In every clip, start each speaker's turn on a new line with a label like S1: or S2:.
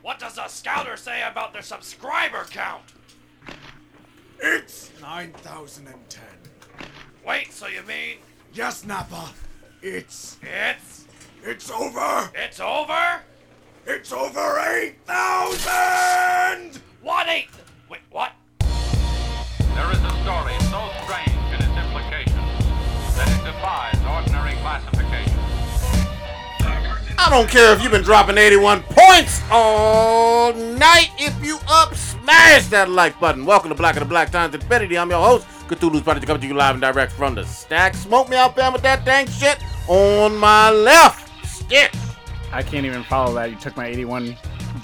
S1: What does the scouter say about their subscriber count?
S2: It's 9,010.
S1: Wait, so you mean
S2: Yes, Nappa. It's.
S1: it's
S2: It's over!
S1: it's over?
S2: It's over 8,000!
S1: What eight? Wait, what?
S3: There is a story so strange in its implications that it defies ordinary classification.
S4: I don't care if you've been dropping 81 points all night. If you up, smash that like button. Welcome to Black of the Black Times Infinity. I'm your host, Cthulhu's Project, coming to you live and direct from the stack. Smoke me out, fam, with that dang shit on my left. Stick.
S5: I can't even follow that. You took my 81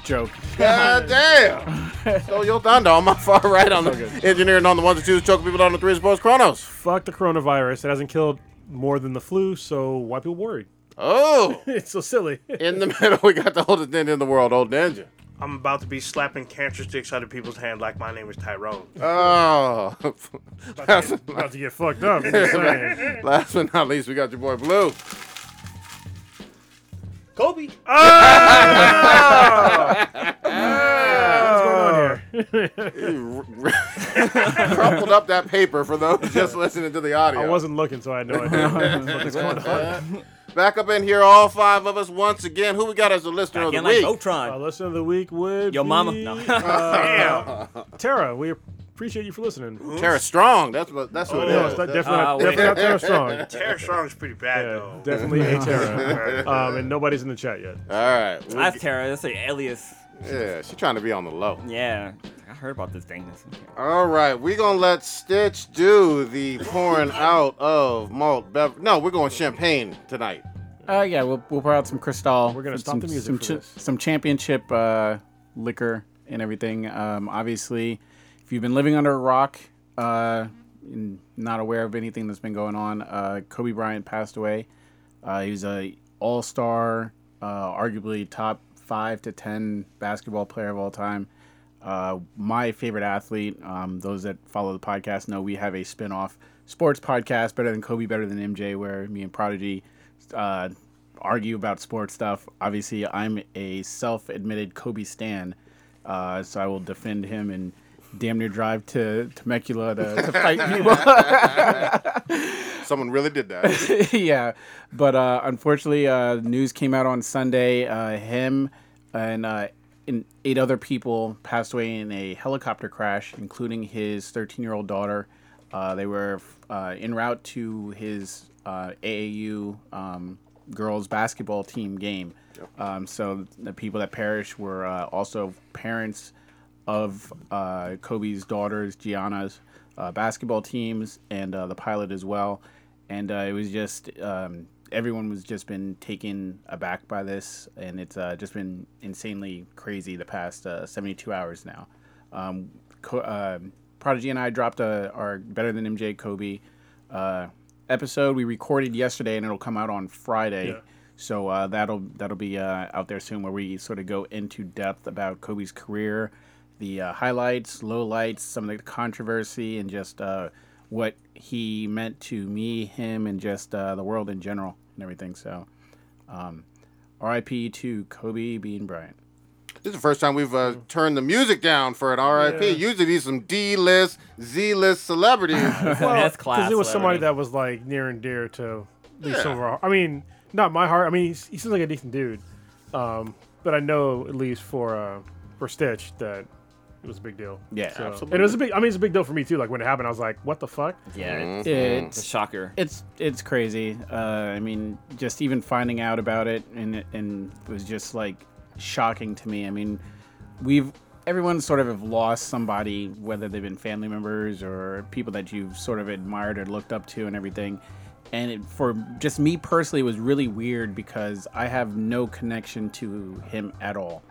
S5: joke.
S4: God damn. Stole your thunder on my far right on the engineering on the ones and twos, choking people on the threes, boys, Chronos.
S6: Fuck the coronavirus. It hasn't killed more than the flu, so why people worried?
S4: Oh,
S6: It's so silly.
S4: in the middle, we got the oldest ninja in the world, Old Ninja.
S7: I'm about to be slapping cancer sticks out of people's hand like my name is Tyrone.
S4: Oh, last,
S6: About to get fucked up. I'm just saying.
S4: last but not least, we got your boy Blue.
S7: Kobe.
S6: What's going on here?
S4: crumpled up that paper for those just listening to the audio.
S6: I wasn't looking, so I had no idea.
S4: Back up in here, all five of us once again. Who we got as a listener of the
S8: Again,
S4: week?
S8: like Voltron.
S6: Our listener Uh, of the week would
S8: Your mama.
S6: be,
S8: No.
S6: uh, Tara, we appreciate you for listening.
S4: Tara Strong. That's what. That's what
S6: No,
S4: it
S6: it's
S4: is.
S6: not, definitely,
S8: Ah,
S6: not,
S8: wait.
S6: definitely not Tara Strong.
S7: Terror Strong's pretty bad
S6: Yeah,
S7: though.
S6: definitely a Tara. Um, and nobody's in the chat yet.
S4: all right. We-
S8: That's Tara. That's an alias.
S4: yeah, she's trying to be on the low.
S8: Yeah. I heard about this thing.
S4: All right, we're gonna let Stitch do the pouring out of malt beverage. No, we're going champagne tonight.
S5: Uh, yeah, we'll, we'll pour out some Cristal.
S6: We're gonna
S5: some-
S6: stop
S5: some,
S6: the music
S5: Some,
S6: for
S5: chi-
S6: this.
S5: some championship uh, liquor and everything. Um, obviously, if you've been living under a rock, uh, and not aware of anything that's been going on, uh, Kobe Bryant passed away. Uh, he was a All Star, uh, arguably top five to ten basketball player of all time. Uh, my favorite athlete. Um, those that follow the podcast know we have a spin off sports podcast, Better Than Kobe, Better Than MJ, where me and Prodigy uh, argue about sports stuff. Obviously, I'm a self admitted Kobe Stan, uh, so I will defend him and damn near drive to Temecula to, to fight people.
S4: Someone really did that.
S5: yeah, but uh, unfortunately, uh, news came out on Sunday. Uh, him and, uh, and eight other people passed away in a helicopter crash, including his 13 year old daughter. Uh, they were uh, en route to his uh, AAU um, girls basketball team game. Um, so the people that perished were uh, also parents of uh, Kobe's daughters, Gianna's uh, basketball teams, and uh, the pilot as well. And uh, it was just um, everyone was just been taken aback by this, and it's uh, just been insanely crazy the past uh, 72 hours now. Um, Co- uh, Prodigy and I dropped uh our Better Than MJ Kobe uh, episode we recorded yesterday, and it'll come out on Friday.
S6: Yeah.
S5: So uh, that'll that'll be uh, out there soon, where we sort of go into depth about Kobe's career, the uh, highlights, lowlights, some of the controversy, and just uh, what he meant to me, him, and just uh, the world in general and everything. So, um, R.I.P. to Kobe Bean Bryant.
S4: This is the first time we've
S5: Mm.
S4: uh, turned the music down for an RIP. Usually these some D-list, Z-list celebrities.
S8: that's class.
S6: Because it was somebody
S8: celebrity.
S6: that was like near and dear to at least
S4: Yeah.
S6: overall. I mean, not my heart. I mean, he's, he seems like a decent dude, um, but I know at least for uh, for Stitch that it was a big deal.
S5: Yeah,
S6: So-
S5: absolutely.
S6: And it was a big. I mean, it's a big deal for me too. Like when it happened, I was like, "What the fuck?"
S8: Yeah.
S5: Mm.
S8: It's, it's a
S5: It's
S8: shocker.
S5: it's it's crazy. Uh, I mean, just even finding out about it and it- and it was just like shocking to me. I mean, we've everyone sort of have lost somebody, whether they've been family members or people that you've sort of admired or looked up to and everything. And it, for just me personally, it was really weird because I have no connection to him at all,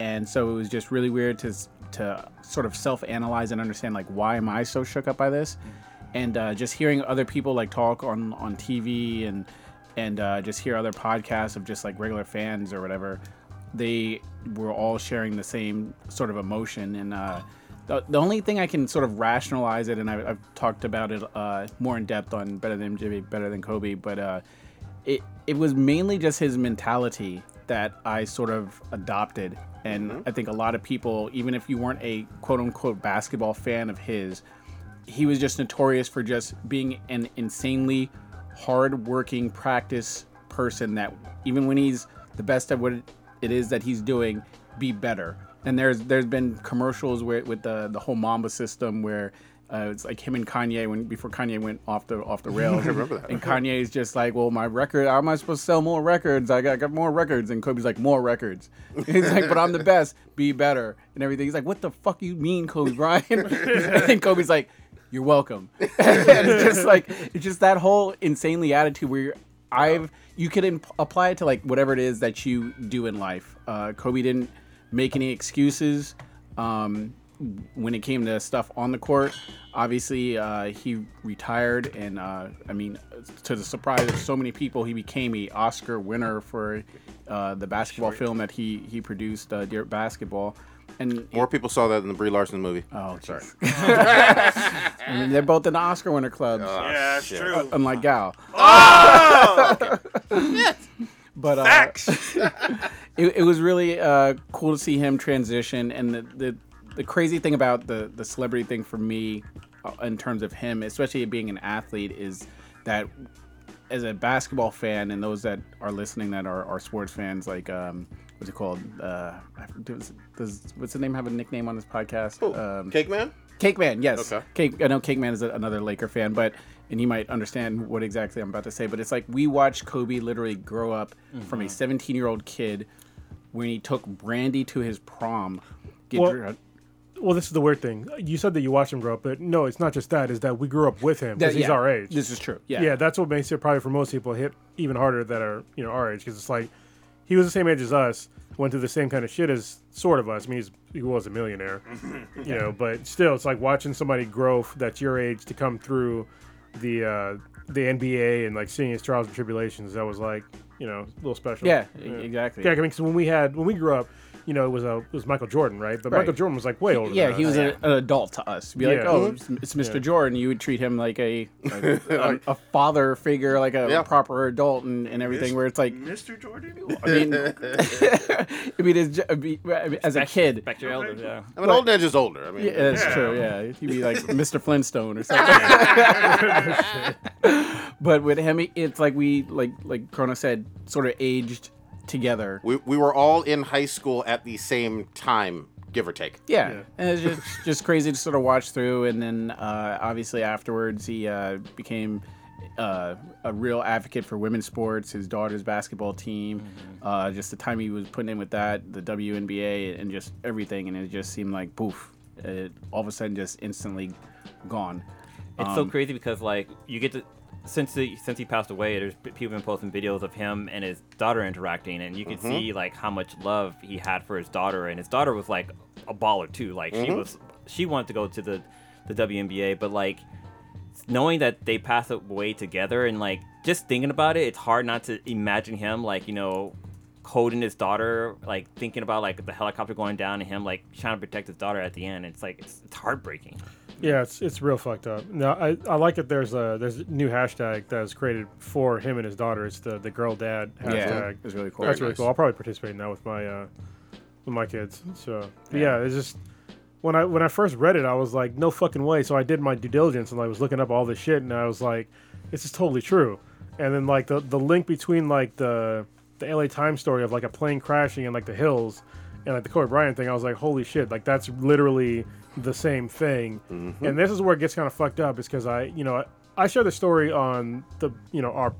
S5: and so it was just really weird to s- to sort of self analyze and understand like why am I so shook up by this, and uh, just hearing other people like talk on on TV and and uh, just hear other podcasts of just like regular fans or whatever they were all sharing the same sort of emotion and uh, the, the only thing i can sort of rationalize it and I, i've talked about it uh, more in depth on better than mj better than kobe but uh, it, it was mainly just his mentality that I sort of adopted. And I think a lot of people, even if you weren't a quote unquote basketball fan of his, he was just notorious for just being an insanely hard-working practice person that even when he's the best at what it is that he's doing be better and there's there's been commercials where with the the whole mamba system where uh, it's like him and Kanye when before Kanye went off the off the rails. I remember that. And Kanye's just like, "Well, my record. How am I supposed to sell more records? I got, got more records." And Kobe's like, "More records." he's like, "But I'm the best. Be better and everything." He's like, "What the fuck you mean, Kobe Bryant?" and Kobe's like, "You're welcome." and it's just like it's just that whole insanely attitude where you're, I've you could imp- apply it to like whatever it is that you do in life. Uh, Kobe didn't make any excuses um, when it came to stuff on the court. Obviously, uh, he retired, and uh, I mean, to the surprise of so many people, he became a Oscar winner for uh, the basketball film that he he produced, uh, Dear Basketball. And
S4: More people saw that than the Brie Larson movie. Oh, sorry.
S5: I mean, they're both in the Oscar winner clubs,
S1: Oh.
S7: yeah, that's true.
S5: unlike Gal. But uh,
S7: Facts.
S5: it, it was really uh, cool to see him transition. And the, the, the crazy thing about the, the celebrity thing for me, uh, in terms of him, especially being an athlete, is that as a basketball fan and those that are listening that are, are sports fans, like, um, what's it called? Uh, I forget- does, does, what's the name have a nickname on this podcast? Um,
S4: Cake Man?
S5: Cake Man, yes.
S4: Okay.
S5: Cake. I know Cake Man is a, another Laker fan, but and he might understand what exactly I'm about to say. But it's like we watched Kobe literally grow up from a 17 year old kid when he took Brandy to his prom. Get
S6: Well,
S5: drunk.
S6: Well, this is the weird thing. You said that you watched him grow up, but no, it's not just that. Is that we grew up with him
S5: That-
S6: because he's
S5: yeah,
S6: our age.
S5: This is true. Yeah.
S6: yeah. that's what makes it probably for most people hit even harder that are you know our age because it's like he was the same age as us, went through the same kind of shit as sort of us. I mean, he's, he was a millionaire, you know, but still, it's like watching somebody grow f- that's your age to come through the uh, the NBA and like seeing his trials and tribulations. That was like you know a little special.
S5: Yeah, e- exactly.
S6: Yeah, I mean, 'cause when we had when we grew up, you know, it was a it was Michael Jordan, right? But
S5: Right.
S6: Michael Jordan was like way older.
S5: Yeah,
S6: than
S5: he
S6: us.
S5: was a, an adult to us. Be like,
S6: Yeah.
S5: oh, it's, it's Mr. Jordan. You would treat him like a a, a, a father figure, like a
S4: Yeah.
S5: proper adult, and, and everything. Where it's like,
S7: Mr. Jordan.
S5: I mean, I mean, it's, ju- I mean, as a kid,
S8: Back to your elder, yeah.
S4: I mean, old Ned's just older. I mean,
S5: Yeah, that's
S7: Yeah.
S5: true. Yeah, he'd be like Mr. Flintstone or something. but with him, it's like we, like like Chrono said, sort of aged together.
S4: we, we were all in high school at the same time, give or take.
S5: Yeah, and it's just just crazy to sort of watch through. And then uh, obviously afterwards, he uh, became uh, a real advocate for women's sports, his daughter's basketball team,
S6: Mm-hmm.
S5: uh, just the time he was putting in with that, the WNBA, and just everything. And it just seemed like poof, it, all of a sudden, just instantly gone.
S8: It's so crazy because like you get to since he, since he passed away, there's p- people been posting videos of him and his daughter interacting, and you can see like how much love he had for his daughter, and his daughter was like a baller too. Like she was she wanted to go to the the WNBA, but like knowing that they passed away together and like just thinking about it, it's hard not to imagine him like you know holding his daughter, like thinking about like the helicopter going down and him like trying to protect his daughter at the end. It's like it's, it's heartbreaking.
S6: Yeah, it's it's real fucked up. No, I, I like that there's a there's a new hashtag that was created for him and his daughter. It's the the girl dad hashtag.
S5: Yeah, it was really cool.
S6: That's really cool. I'll probably participate in that with my uh with my kids. So but yeah, it's just when I when I first read it, I was like, no fucking way. So I did my due diligence and I was looking up all this shit and I was like, this is totally true. And then like the the link between like the the LA Times story of like a plane crashing in like the hills and like the Kobe Bryant thing, I was like, holy shit, like that's literally the same thing. And this is where it gets kind of fucked up, is because I, you know, I, I share the story on the, you know, our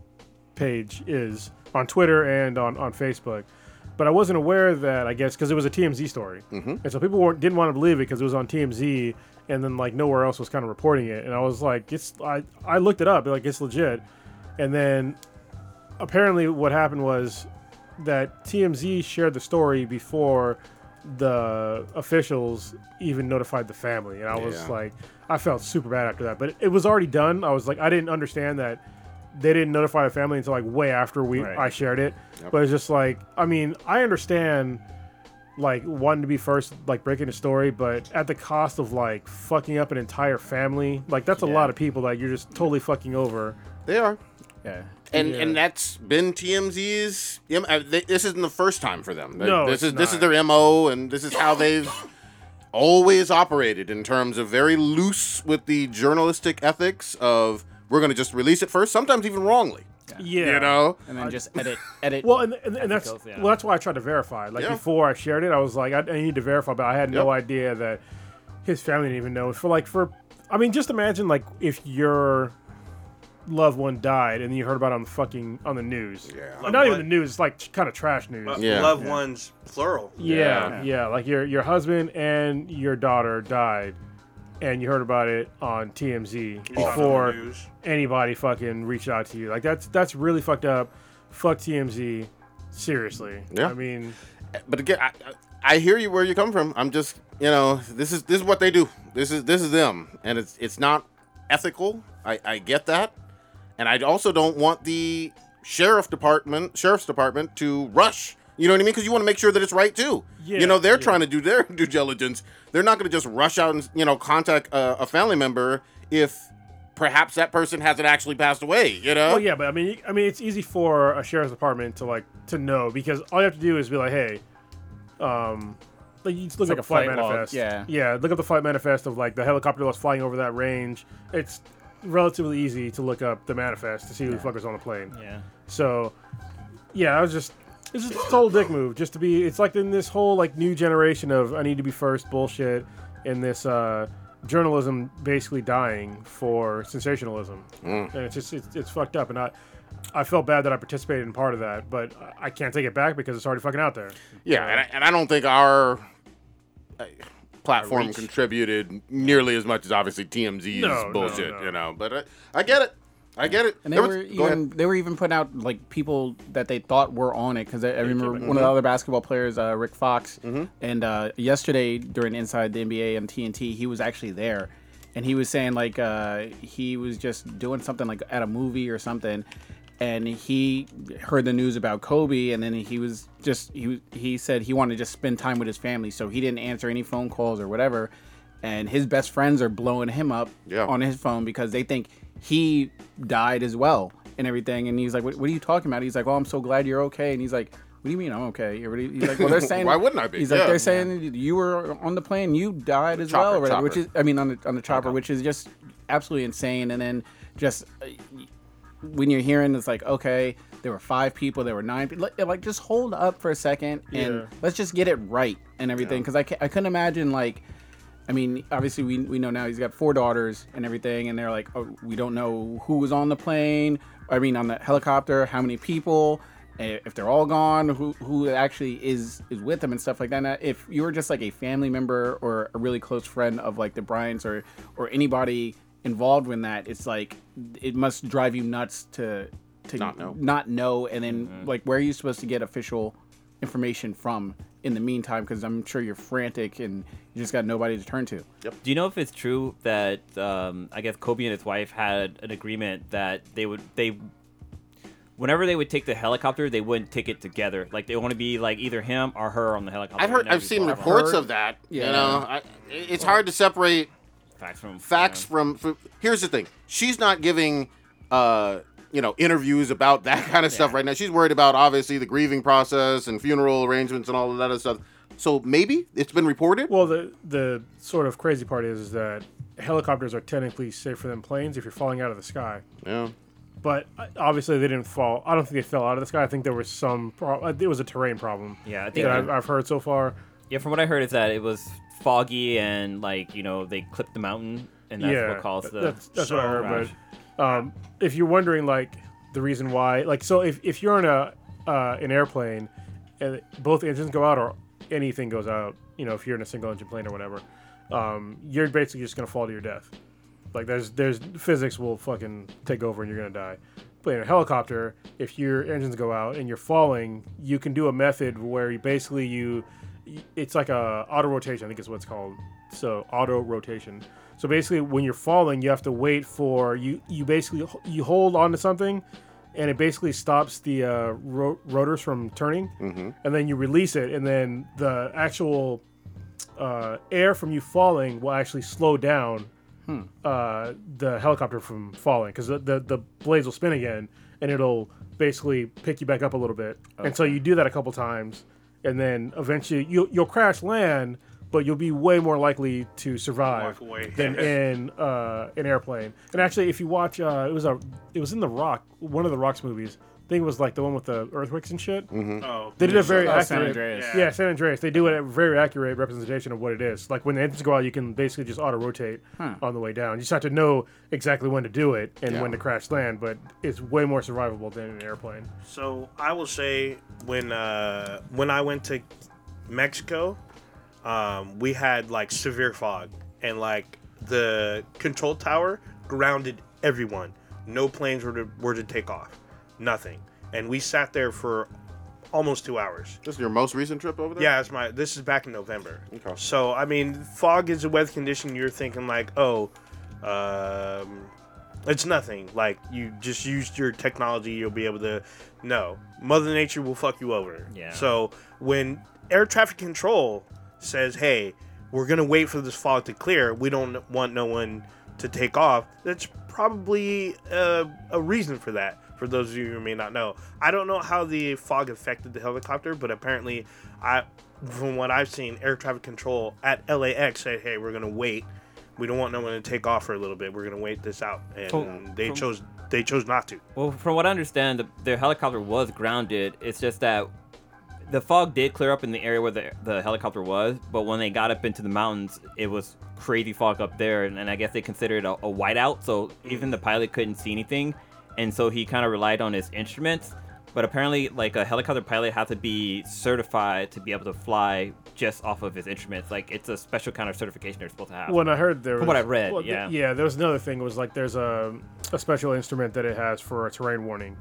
S6: page is on Twitter and on, on Facebook. But I wasn't aware that, I guess, because it was a TMZ story. And so people weren't, didn't want to believe it because it was on TMZ and then like nowhere else was kind of reporting it. And I was like, it's, I, I looked it up, like it's legit. And then apparently what happened was that TMZ shared the story before the officials even notified the family. And I was
S4: Yeah.
S6: like, I felt super bad after that. But it was already done. I was like, I didn't understand that they didn't notify the family until like way after we
S8: Right.
S6: I shared it. But it's just like, I mean, I understand like wanting to be first, like breaking the story, but at the cost of like fucking up an entire family, like that's a lot of people that you're just totally fucking over.
S4: They are.
S5: Yeah.
S4: and
S6: Yeah.
S4: and that's been TMZ's. M- uh, th- This isn't the first time for them. They-
S6: No,
S4: this
S6: it's
S4: is this is
S6: not.
S4: their mo, and this is how they've always operated in terms of very loose with the journalistic ethics of we're going to just release it first, sometimes even wrongly.
S6: yeah.
S4: You know,
S5: and then just edit, edit.
S6: Well, and, and, and that's
S8: goes, yeah.
S6: well, that's why I tried to verify. Like
S4: Yeah.
S6: before I shared it, I was like, I, I need to verify, but I had no
S4: Yep.
S6: idea that his family didn't even know. For like, for I mean, just imagine like if your loved one died and you heard about it on the fucking on the news.
S4: Yeah.
S6: Or not
S7: Like what?
S6: even the news. It's like kind of trash news.
S7: But
S4: Yeah.
S7: Loved ones, plural.
S6: Yeah, yeah, Like your your husband and your daughter died, and you heard about it on TMZ
S7: It's on the
S6: before
S7: news.
S6: anybody fucking reached out to you. Like that's that's really fucked up. Fuck TMZ. Seriously.
S4: Yeah.
S6: I mean,
S4: but again, I, I I hear you where you come from. I'm just you know this is this is what they do. This is this is them, and it's it's not ethical. I I get that, and I also don't want the sheriff department sheriff's department to rush. You know what I mean? Because you want to make sure that it's right too.
S6: Yeah,
S4: you know they're
S6: yeah.
S4: trying to do their due diligence. They're not going to just rush out and you know contact a, a family member if perhaps that person hasn't actually passed away. You know?
S6: well, yeah, but I mean, you- I mean, it's easy for a sheriff's department to like to know because all you have to do is be like, hey, um. Like you just look
S5: It's
S6: up
S5: like
S6: the flight,
S5: a flight log,
S6: manifest.
S5: yeah.
S6: yeah. Look up the flight manifest of like the helicopter that was flying over that range. It's relatively easy to look up the manifest to see who the fuck was on the plane.
S8: Yeah.
S6: So, yeah, I was just. This is a total dick move. Just to be, it's like in this whole like new generation of I need to be first bullshit, and this uh, journalism basically dying for sensationalism, and it's just it's, it's fucked up. And I, I felt bad that I participated in part of that, but I- I can't take it back because it's already fucking out there.
S4: Yeah, and I, and I don't think our uh, platform contributed nearly as much as obviously TMZ's
S6: No, no,
S4: bullshit,
S6: no.
S4: you know. But I, I get it. I get it.
S5: And they
S4: There was-
S5: were
S4: go ahead.
S5: even they were even putting out like people that they thought were on it because I, I remember one
S4: Mm-hmm.
S5: of the other basketball players, uh, Rick Fox, and uh, yesterday during Inside the NBA on TNT, he was actually there, and he was saying like uh, he was just doing something like at a movie or something, and he heard the news about Kobe, and then he was just he he said he wanted to just spend time with his family, so he didn't answer any phone calls or whatever, and his best friends are blowing him up
S4: Yeah.
S5: on his phone because they think he died as well and everything. And he's like, what, what are you talking about? He's like, well, I'm so glad you're okay. And he's like, what do you mean I'm okay? You're really- He's like, well, they're saying
S4: Why wouldn't I be?
S5: He's like,
S4: Yeah.
S5: they're saying you were on the plane, you died as
S4: chopper,
S5: well, or whatever,
S4: chopper.
S5: which is, I mean, on the on the chopper, which is just absolutely insane. And then just uh, when you're hearing, it's like, okay, there were five people, there were nine people. Like- Like, just hold up for a second and
S6: Yeah.
S5: let's just get it right and everything, because I ca- I couldn't imagine like. I mean, obviously, we, we know now he's got four daughters and everything, and they're like, oh, we don't know who was on the plane. I mean, on the helicopter, how many people, eh, if they're all gone, who who actually is is with them and stuff like that. Now, if you were just like a family member or a really close friend of like the Bryans or or anybody involved in that, it's like it must drive you nuts to to
S4: Not know.
S5: not know, and then
S8: Mm-hmm.
S5: like where are you supposed to get official information from in the meantime? Because I'm sure you're frantic and you just got nobody to turn to.
S8: Do you know if it's true that um, I guess Kobe and his wife had an agreement that they would they whenever they would take the helicopter they wouldn't take it together like they want to be like either him or her on the helicopter.
S4: I've heard,
S8: Never
S4: I've
S8: be
S4: seen
S8: bought.
S4: reports
S5: heard-
S4: of that.
S5: Yeah.
S4: You know, I, it's hard to separate
S8: facts from
S4: facts
S8: yeah.
S4: from, from. Here's the thing: she's not giving, uh, you know, interviews about that kind of stuff right now. She's worried about obviously the grieving process and funeral arrangements and all of that other stuff. So maybe it's been reported.
S6: Well, the the sort of crazy part is, is that helicopters are technically safer than planes if you're falling out of the sky.
S4: yeah.
S6: But uh, obviously, they didn't fall. I don't think they fell out of the sky. I think there was some. Pro- uh, it was a terrain problem.
S8: Yeah, I think-
S6: that I've, I've heard so far.
S8: Yeah, from what I heard is that it was foggy and like you know they clipped the mountain and that's
S6: yeah,
S8: what caused the
S6: that's, that's what I
S8: Oh,
S6: heard.
S8: gosh.
S6: But um, if you're wondering, like the reason why, like so, if, if you're in a uh, an airplane and both engines go out or anything goes out, you know, if you're in a single engine plane or whatever, um, you're basically just gonna fall to your death. Like there's there's physics will fucking take over and you're gonna die. But in a helicopter, if your engines go out and you're falling, you can do a method where you basically you it's like a auto rotation, I think is what it's called. So auto rotation. So basically when you're falling, you have to wait for you you basically h- you hold on to something and it basically stops the uh, ro- rotors from turning and then you release it and then the actual uh, air from you falling will actually slow
S7: Hmm.
S6: down uh, the helicopter from falling because the, the the blades will spin again and it'll basically pick you back up a little bit. And so you do that a couple times, and then eventually you'll you'll crash land, but you'll be way more likely to survive
S7: Walk away.
S6: than in uh, an airplane. And actually, if you watch, uh, it was a it was in the Rock, one of the Rock's movies. I think it was like the one with the earthquakes and shit.
S4: Mm.
S7: Oh,
S6: They did a very
S5: Oh,
S6: accurate.
S5: San Andreas.
S6: Yeah. San Andreas. They do a very accurate representation of what it is. Like when the engines go out, you can basically just auto rotate on the way down. You just have to know exactly when to do it and when to crash land. But it's way more survivable than an airplane.
S7: So I will say when uh, when I went to Mexico, um, we had like severe fog and like the control tower grounded everyone. No planes were to, were to take off, nothing, and we sat there for almost two hours.
S4: This is your most recent trip over there?
S7: Yeah, it's my. This is back in November.
S4: Okay.
S7: So I mean, fog is a weather condition. You're thinking like, oh, um, it's nothing. Like you just used your technology. You'll be able to. No, Mother Nature will fuck you over.
S8: Yeah.
S7: So when air traffic control says, hey, we're gonna wait for this fog to clear. We don't want no one to take off. That's probably uh, a reason for that. For those of you who may not know, I don't know how the fog affected the helicopter, but apparently, I, from what I've seen, air traffic control at LAX said, "Hey, we're gonna wait. We don't want no one to take off for a little bit. We're gonna wait this out," and
S6: Oh,
S8: From-
S7: they
S8: from-
S7: chose they chose not to.
S8: Well, from what I understand, the, their helicopter was grounded. It's just that the fog did clear up in the area where the, the helicopter was, but when they got up into the mountains, it was crazy fog up there, and, and I guess they considered it a, a whiteout, so even the pilot couldn't see anything, and so he kind of relied on his instruments. But apparently, like a helicopter pilot had to be certified to be able to fly just off of his instruments. Like it's a special kind of certification they're supposed to have.
S6: When I heard there,
S8: From
S6: was-
S8: what I read,
S6: well, th-
S8: yeah.
S6: yeah. There was another thing. It was like there's a a special instrument that it has for a terrain warning,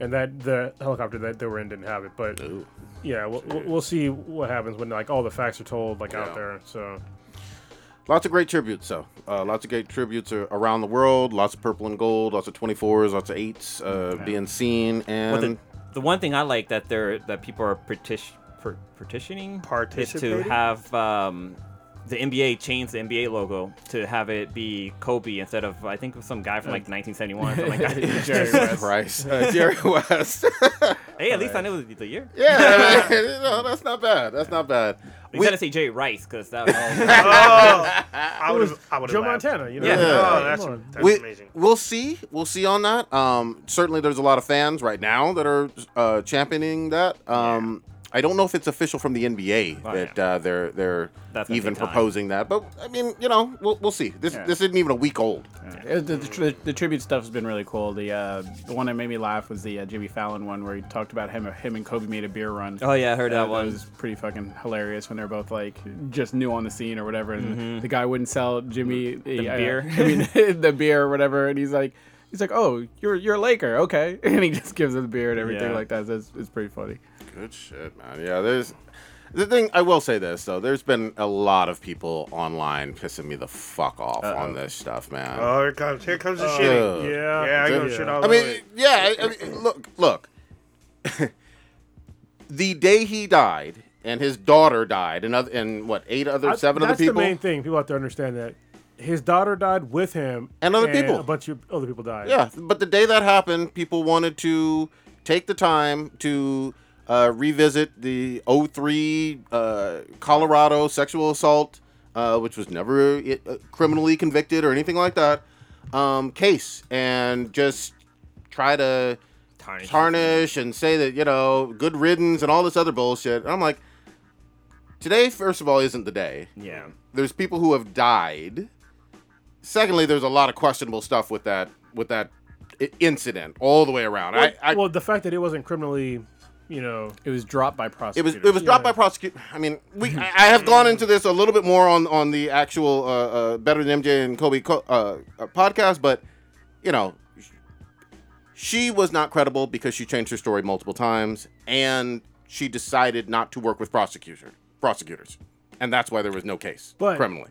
S6: and that the helicopter that they were in didn't have it. But yeah, we'll, we'll we'll see what happens when like all the facts are told like
S4: Yeah.
S6: out there. So
S4: Lots of great tributes, though. Uh, lots of great tributes are around the world. Lots of purple and gold. Lots of 24s. Lots of 8s uh, being seen.
S8: But
S4: And
S7: Um,
S8: the, the one thing I like that they're that people are partition, per, partitioning is to
S7: Participating?
S8: have um, the NBA change the NBA logo to have it be Kobe instead of I think it was some guy from like
S7: Uh,
S8: 1971. or something like that.
S4: Price. Uh, Jerry West.
S8: hey, at least I know the year.
S4: yeah, I mean, you know, that's not bad. That's not bad.
S8: We gotta say Jay Rice because that was
S7: I would have. I would
S6: Joe Montana, you know,
S8: Yeah.
S7: Oh,
S4: Yeah.
S7: that's,
S6: Come on.
S7: that's
S4: we,
S7: amazing.
S4: We'll see. We'll see on that. Um, certainly, there's a lot of fans right now that are uh, championing that. Um, I don't know if it's official from the NBA
S8: Oh,
S4: that
S8: yeah.
S4: uh, they're they're
S8: That's gonna
S4: even
S8: take time.
S4: proposing that, but I mean, you know, we'll, we'll see. This
S5: Yeah.
S4: this isn't even a week old.
S5: Yeah, Uh, The, the, tri- the tribute stuff has been really cool. The uh, the one that made me laugh was the uh, Jimmy Fallon one where he talked about him him and Kobe made a beer run.
S8: Oh, yeah, I heard that
S5: Uh,
S8: one.
S5: was pretty fucking hilarious when they're both like just new on the scene or whatever, and the guy wouldn't sell Jimmy the
S8: Mm-hmm. beer.
S5: I mean the beer or whatever, and he's like. He's like, "Oh, you're you're a Laker, okay?" And he just gives him the beer and everything
S8: Yeah.
S5: like that. So it's, it's pretty funny.
S4: Good shit, man. Yeah, there's the thing. I will say this though. There's been a lot of people online pissing me the fuck off on this stuff, man.
S7: Oh, here comes here comes the shitting.
S4: Ugh.
S6: yeah,
S7: Yeah, I go
S6: yeah.
S7: shit all
S4: I
S7: the
S4: mean,
S7: way.
S4: yeah. I, I mean, look, look. the day he died, and his daughter died, and other, and what eight other,
S6: I-
S4: seven other
S6: that's
S4: people.
S6: the main thing. People have to understand that his daughter died with him,
S4: And other people.
S6: A bunch of other people died.
S4: yeah, but the day that happened, people wanted to take the time to uh, revisit the 03 uh, Colorado sexual assault, uh, which was never uh, criminally convicted or anything like that, um, case, and just try to
S8: tarnished.
S4: tarnish and say that you know good riddance and all this other bullshit. And I'm like, today first of all isn't the day.
S8: Yeah.
S4: There's people who have died. Secondly, there's a lot of questionable stuff with that with that i- incident all the way around.
S6: Well,
S4: I, I
S6: well, the fact that it wasn't criminally, you know,
S5: It was dropped by
S4: it was
S5: prosecutors.
S4: it was dropped by prosecutor. I mean, we I I have gone into this a little bit more on on the actual uh, uh, better than MJ and Kobe co- uh, uh, podcast, but you know, she was not credible because she changed her story multiple times, and she decided not to work with prosecutor prosecutors, and that's why there was no case
S6: But-
S4: criminally.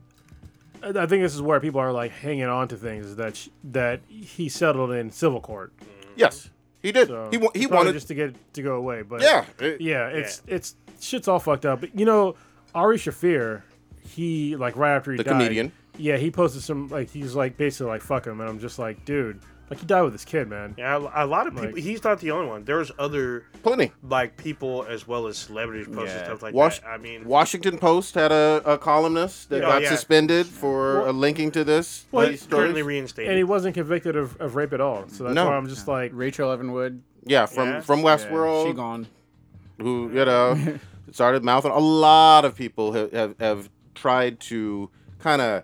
S6: I I think this is where people are like hanging on to things is that sh- that he settled in civil court.
S4: Yes, he did.
S6: So
S4: he wa- he
S6: probably
S4: wanted.
S6: just to get to go away, but
S4: yeah, uh, it-
S6: yeah, it's it's shit's all fucked up. But you know, Ari Shafir, he like right after he
S4: The
S6: died,
S4: comedian.
S6: yeah, he posted some like he's like basically like fuck him, and I'm just like, dude, Like he died with his kid, man.
S7: Yeah, a a lot of people.
S6: Like-
S7: he's not the only one. There's other
S4: Plenty.
S7: like people as well as celebrities posting
S8: Yeah.
S7: stuff like
S4: Wash-
S7: that. I mean,
S4: Washington Post had a, a columnist that
S7: Yeah.
S4: got
S7: Oh, yeah.
S4: suspended for uh, linking to this.
S6: Well,
S4: these
S7: currently
S4: stories.
S7: reinstated.
S6: And he wasn't convicted of, of rape at all. So that's
S4: No.
S6: why I'm just like,
S5: Rachel Evanwood,
S4: yeah, from
S7: Yeah.
S4: from Westworld.
S5: she gone.
S4: who you know started mouthing. A lot of people have have, have tried to kind of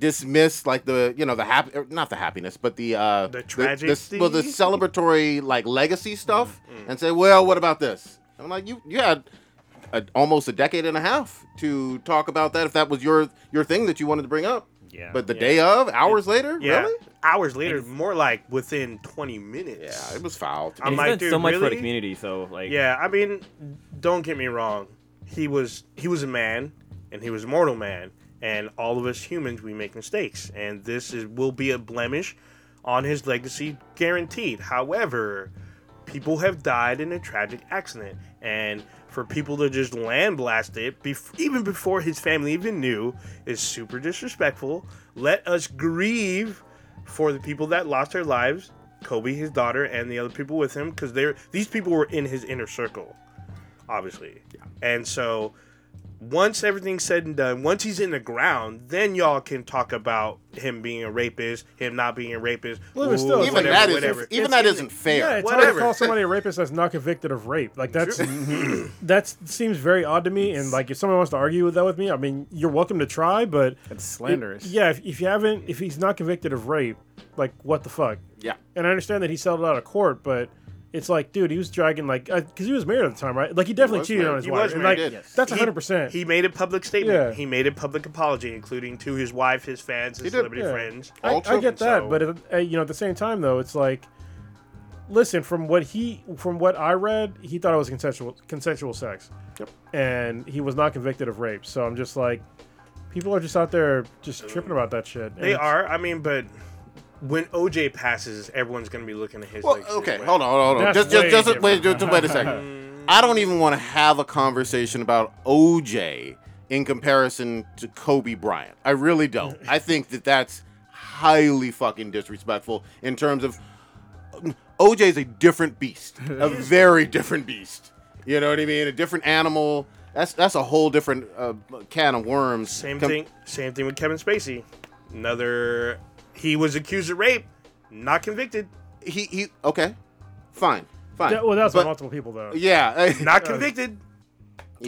S4: dismiss like the you know the happy not the happiness but the uh
S7: The
S4: s- well the
S7: tragedy?
S4: celebratory like legacy stuff and say well what about this i'm like you you had a, almost a decade and a half to talk about that if that was your your thing that you wanted to bring up
S8: Yeah.
S4: but the day of hours later
S7: yeah,
S4: really
S7: hours later, more like within 20 minutes.
S4: yeah it was foul to
S7: I'm
S4: me.
S7: like,
S8: done
S7: dude,
S8: so much for
S7: really?
S8: the community, so like
S7: Yeah, I mean, don't get me wrong. He was he was a man, and he was a mortal man, and all of us humans we make mistakes, and this is will be a blemish on his legacy, guaranteed. However, people have died in a tragic accident, and for people to just land blast it, bef- even before his family even knew, is super disrespectful. Let us grieve for the people that lost their lives Kobe, his daughter, and the other people with him, because they're these people were in his inner circle, obviously. And so, once everything's said and done, once he's in the ground, then y'all can talk about him being a rapist, him not being a rapist.
S6: Well, but
S7: ooh,
S6: still, it's
S4: even
S6: like-
S7: whatever,
S4: that
S7: whatever.
S4: not even
S6: It's
S4: that
S6: in-
S4: isn't fair
S6: yeah, it's hard
S7: Whatever.
S6: to call somebody a rapist that's not convicted of rape. Like that's that's seems very odd to me. And like if someone wants to argue with that with me, I mean, you're welcome to try, but
S5: That's slanderous.
S6: yeah, if, if you haven't, if he's not convicted of rape, like what the fuck?
S4: yeah
S6: And I understand that he settled out of court, but it's like, dude, he was dragging like because he was married at the time, right? Like he definitely
S4: was
S6: cheated
S4: married.
S6: on his
S4: He
S6: wife.
S7: was
S6: and,
S7: married.
S6: like,
S4: He did.
S6: That's
S7: He-
S6: hundred percent.
S7: He made a public statement.
S6: Yeah.
S7: He made a public apology, including to his wife, his fans, his
S4: did,
S7: celebrity
S6: yeah.
S7: friends.
S6: I,
S4: All
S6: I
S4: children,
S6: get that,
S7: so-
S6: but at, uh, you know, at the same time, though, it's like, listen, from what he, from what I read, he thought it was consensual, consensual sex,
S4: Yep.
S6: and he was not convicted of rape. So I'm just like, people are just out there just tripping about that shit. and
S7: They
S6: it's-
S7: are. I mean, but when OJ passes, everyone's gonna be looking at his.
S4: Well,
S7: legs
S4: okay,
S7: anyway.
S4: hold on, hold on, hold on.
S6: That's
S4: Just, just,
S6: way
S4: just, wait,
S6: different.
S4: just wait a second. I don't even want to have a conversation about OJ in comparison to Kobe Bryant. I really don't. I think that that's highly fucking disrespectful in terms of OJ is a different beast, a very different beast. You know what I mean? A different animal. That's that's a whole different uh, can of worms.
S7: Same
S4: Com-
S7: thing. Same thing with Kevin Spacey. Another. He was accused of rape, not convicted.
S4: He he. Okay, fine, fine.
S6: Yeah, well, that's
S4: But-
S6: by multiple people though.
S4: yeah.
S7: Not convicted.
S4: He-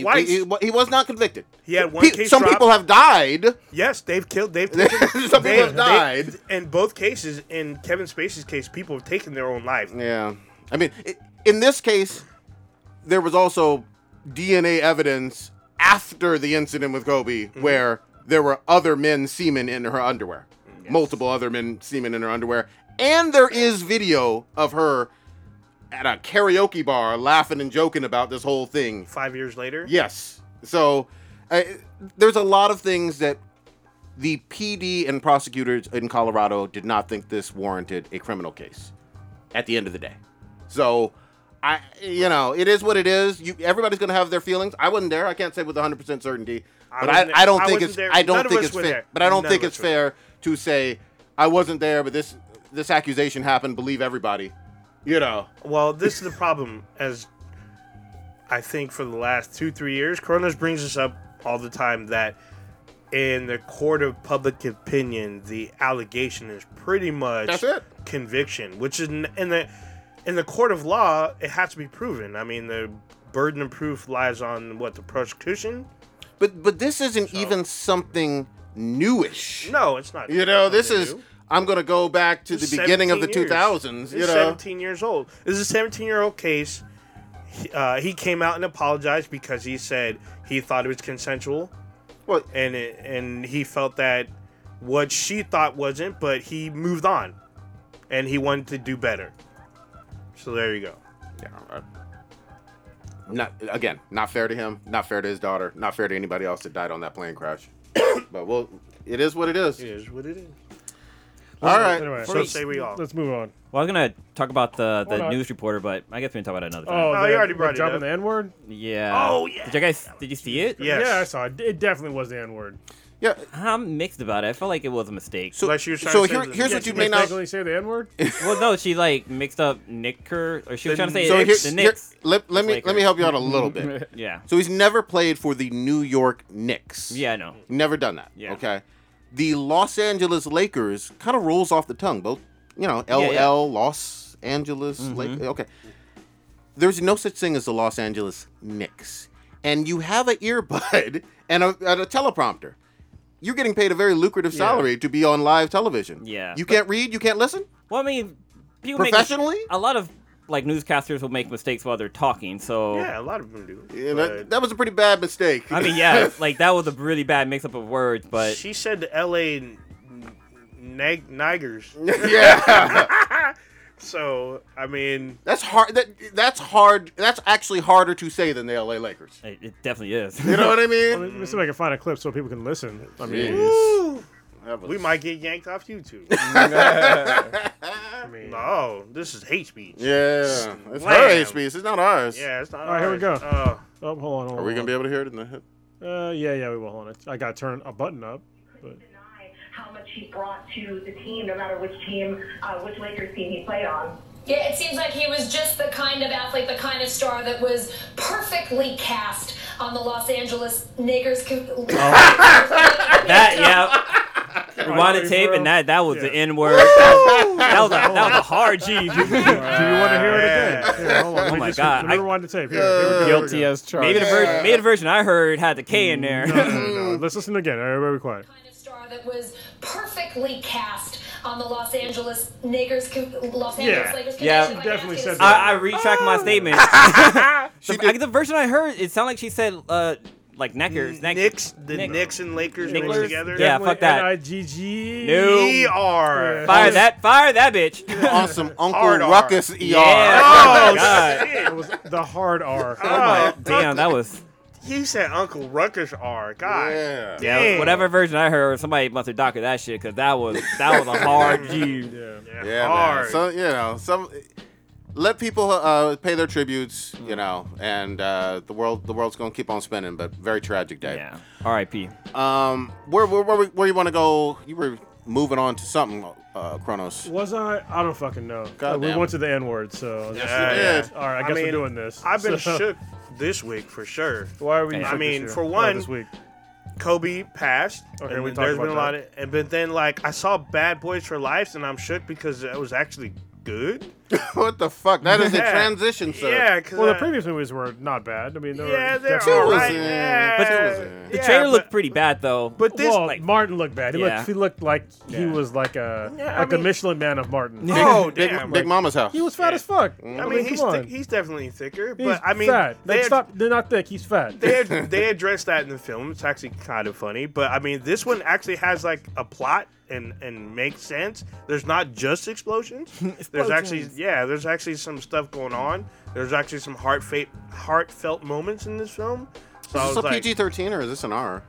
S7: Twice.
S4: He, he- he was not convicted.
S7: He had one
S4: Pe-
S7: case
S4: Some
S7: dropped.
S4: people have died.
S7: Yes, they've killed. They've
S4: some
S7: taken,
S4: people
S7: they-
S4: have died.
S7: They, in both cases, in Kevin Spacey's case, people have taken their own life.
S4: yeah. I mean, i in this case, there was also DNA evidence after the incident with Kobe
S7: Mm-hmm.
S4: where there were other men semen in her underwear. Multiple other men semen in her underwear. And there is video of her at a karaoke bar laughing and joking about this whole thing.
S7: Five years later.
S4: Yes. So I, there's a lot of things that the PD and prosecutors in Colorado did not think this warranted a criminal case at the end of the day. So I you know, it is what it is. You everybody's going to have their feelings. I wasn't there. I can't say with 100% certainty,
S7: I
S4: but
S7: wasn't
S4: I,
S7: there.
S4: I don't
S7: I
S4: think
S7: wasn't
S4: it's
S7: there.
S4: I don't
S7: None of
S4: think
S7: us
S4: it's
S7: were
S4: fair.
S7: there.
S4: But I don't
S7: None of
S4: think
S7: us
S4: it's
S7: were there.
S4: fair to say I wasn't there, but this this accusation happened, believe everybody. You know.
S7: Well, this is the problem. As I think for the last two, three years, Coronas brings us up all the time that in the court of public opinion, the allegation is pretty much
S4: That's it.
S7: conviction, which is in, in the in the court of law, it has to be proven. I mean, the burden of proof lies on what the prosecution.
S4: But but this isn't even something newish.
S7: No, it's not.
S4: You know, this
S7: something
S4: is.
S7: new.
S4: I'm gonna go back to
S7: This
S4: the
S7: is
S4: beginning of the
S7: 17 years.
S4: 2000s.
S7: This
S4: You
S7: is
S4: know,
S7: 17 years old. This is a 17 year old case. He, uh, he came out and apologized because he said he thought it was consensual,
S4: well,
S7: and it, and he felt that what she thought wasn't, but he moved on, and he wanted to do better. So there you go.
S4: yeah, uh, not again. Not fair to him. Not fair to his daughter. Not fair to anybody else that died on that plane crash. but well, it is what it is.
S7: It is what it is.
S4: All right.
S6: Anyway,
S7: So say we all.
S6: Let's move on.
S8: Well, I was gonna talk about the,
S6: Hold
S8: the
S6: on.
S8: news reporter, but I guess we can talk about it another
S6: Oh,
S8: time.
S7: you
S6: the-
S7: already
S6: the
S7: brought it
S6: dropping
S7: up.
S6: the N word.
S8: yeah.
S7: oh, yeah.
S8: Did you guys? Did you see it?
S7: Yes.
S6: Yeah, I saw it. It definitely was the N word.
S4: Yeah.
S8: I'm mixed about it. I felt like it was a mistake.
S4: So,
S7: Unless you're trying
S4: so
S7: to
S4: here,
S7: say that-
S4: here's
S7: Yeah,
S4: what you may
S6: Miss
S4: not.
S6: Beckley say the N word?
S8: well, no, she like mixed up Nicker, or she was
S7: The
S8: trying to say
S4: So
S8: it-
S4: here,
S8: the
S4: here-
S8: Knicks.
S4: let, let me
S8: Lakers.
S4: let me help you out a little bit.
S8: Yeah.
S4: So he's never played for the New York Knicks.
S8: Yeah, I know.
S4: Never done that.
S8: Yeah.
S4: Okay. The Los Angeles Lakers kind of rolls off the tongue. Both, you know, LL,
S8: yeah. Mm-hmm.
S4: Los Angeles Lake. Okay. There's no such thing as the Los Angeles Knicks. And you have an earbud and a, and a teleprompter. You're getting paid a very lucrative salary to be on live television.
S8: Yeah.
S4: You can't read, you can't listen.
S8: Well, I mean, people make-
S4: Professionally?
S8: a lot of like newscasters will make mistakes while they're talking. So
S7: Yeah, a lot of them do.
S4: Yeah,
S7: but
S4: that, that was a pretty bad mistake.
S8: I mean, yeah, like that was a really bad mix-up of words, but
S7: she said the L.A. N- Nag- Nigers.
S4: yeah.
S7: So I mean,
S4: That's hard. That that's hard. That's actually harder to say than the LA Lakers.
S8: it, it definitely is.
S4: You know what I mean?
S6: Let me see if I can find a clip so people can listen. I mean,
S4: That was-
S7: we might get yanked off YouTube.
S6: I mean
S7: no, this is hate speech.
S4: Yeah, it's her
S7: Slam.
S4: hate speech. It's not ours.
S7: Yeah, it's not.
S6: All right, here we
S7: ours.
S6: go.
S7: Uh,
S6: oh, hold on. Hold
S4: Are we gonna be able to hear it in the head?
S6: Uh, yeah, yeah, we will. Hold on. I got to turn a button up. But
S8: Oh
S9: deny how much he brought to the team, no matter which team, uh, which Lakers team he played on.
S10: Yeah, it seems like he was just the kind of athlete, the kind of star that was perfectly cast on the Los Angeles Lakers. Oh.
S8: that yeah. Rewind the tape, and that that was the
S6: Yeah.
S8: N word. that was a that was a hard G.
S6: do you want to hear it again? Yeah, hold on.
S8: Oh
S6: Let me
S8: my
S6: just-
S8: God,
S6: Let me
S8: I-
S6: rewind the tape. Here, here we go.
S5: Guilty as charged.
S8: Maybe the version maybe the version I heard had the K in there.
S6: No, no, no, no. Let's listen again. Everybody be quiet.
S10: kind of star that was perfectly cast on the Los Angeles Lakers. Los Angeles
S6: Yeah.
S10: Lakers.
S8: Yeah,
S10: connection, like
S6: definitely
S10: athlete
S6: said
S10: was-
S6: that.
S8: I, I retract my statement.
S4: She
S8: the, I-
S4: did-
S8: the version I heard, it sounded like she said uh like Knackers. Knack-
S7: Knicks, the
S8: Knick-
S7: Knicks and Lakers mixed
S8: Knicklers?
S7: together.
S8: Yeah, fuck that.
S6: N-I-G-G.
S8: No.
S7: We are.
S8: Fire that! Fire that bitch!
S4: on some Uncle
S7: Hard R.
S4: Ruckus ER.
S8: Yeah. Oh, God.
S7: shit.
S6: It was the hard R.
S7: Oh.
S8: Damn, that was
S7: He said Uncle Ruckus R. God.
S4: Yeah.
S8: yeah.
S7: Damn.
S8: Whatever version I heard, somebody must have doctored that shit because that was that was a hard G.
S6: Yeah.
S4: Yeah,
S7: hard.
S4: man. So you know, some let people uh, pay their tributes. You know, and uh, the world the world's gonna keep on spinning, but very tragic day.
S8: Yeah. R.I.P.
S4: Um, where where where, where you want to go? You were moving on to something, uh, Kronos.
S6: Was I? I don't fucking know. Uh,
S4: God
S6: we
S4: damn.
S6: went to the N word, so.
S7: Yeah, yeah.
S4: did.
S6: All right, I
S7: I
S6: guess
S7: mean,
S6: we're doing this.
S7: I've been
S6: So-
S7: shook this week for sure.
S6: Why are we?
S8: I
S6: shook this
S7: mean,
S6: year?
S7: for
S6: Oh,
S7: one-
S6: this week.
S7: Kobe passed.
S6: Okay,
S7: and
S6: we talked
S7: there's been
S6: about
S7: a lot of, and but then like I saw Bad Boys for Life, and I'm shook because it was actually good.
S4: what the fuck? That is a
S7: Yeah.
S4: transition, sir.
S7: Yeah, because
S6: Well, the previous movies were not bad. I mean, they
S7: yeah,
S6: were
S7: they're
S6: definitely-
S7: all
S4: was,
S7: right.
S4: uh,
S7: Yeah,
S4: but
S8: The
S7: yeah,
S8: trailer looked
S7: but-
S8: pretty bad though.
S7: But this,
S6: well,
S8: like-
S6: Martin looked bad. He
S8: Yeah.
S6: looked, he looked like he
S8: Yeah.
S6: was like a
S7: Yeah, I
S6: like the
S7: mean-
S6: Michelin man of Martin.
S7: oh
S4: Big,
S7: damn!
S4: Big Mama's house.
S6: He was fat as fuck.
S7: I mean, he's
S6: come
S7: thi-
S6: on.
S7: he's definitely thicker, but
S6: He's
S7: I mean,
S6: fat.
S7: they
S6: Like,
S7: had-
S6: stop. They're not thick. He's fat.
S7: they ad- they address that in the film. It's actually kind of funny, but I mean, this one actually has like a plot and and makes sense. There's not just explosions. There's actually yeah, there's actually some stuff going on. There's actually some heartfelt heartfelt moments in this film. So I
S4: Is
S7: was
S4: this a
S7: like,
S4: PG thirteen or is this an R?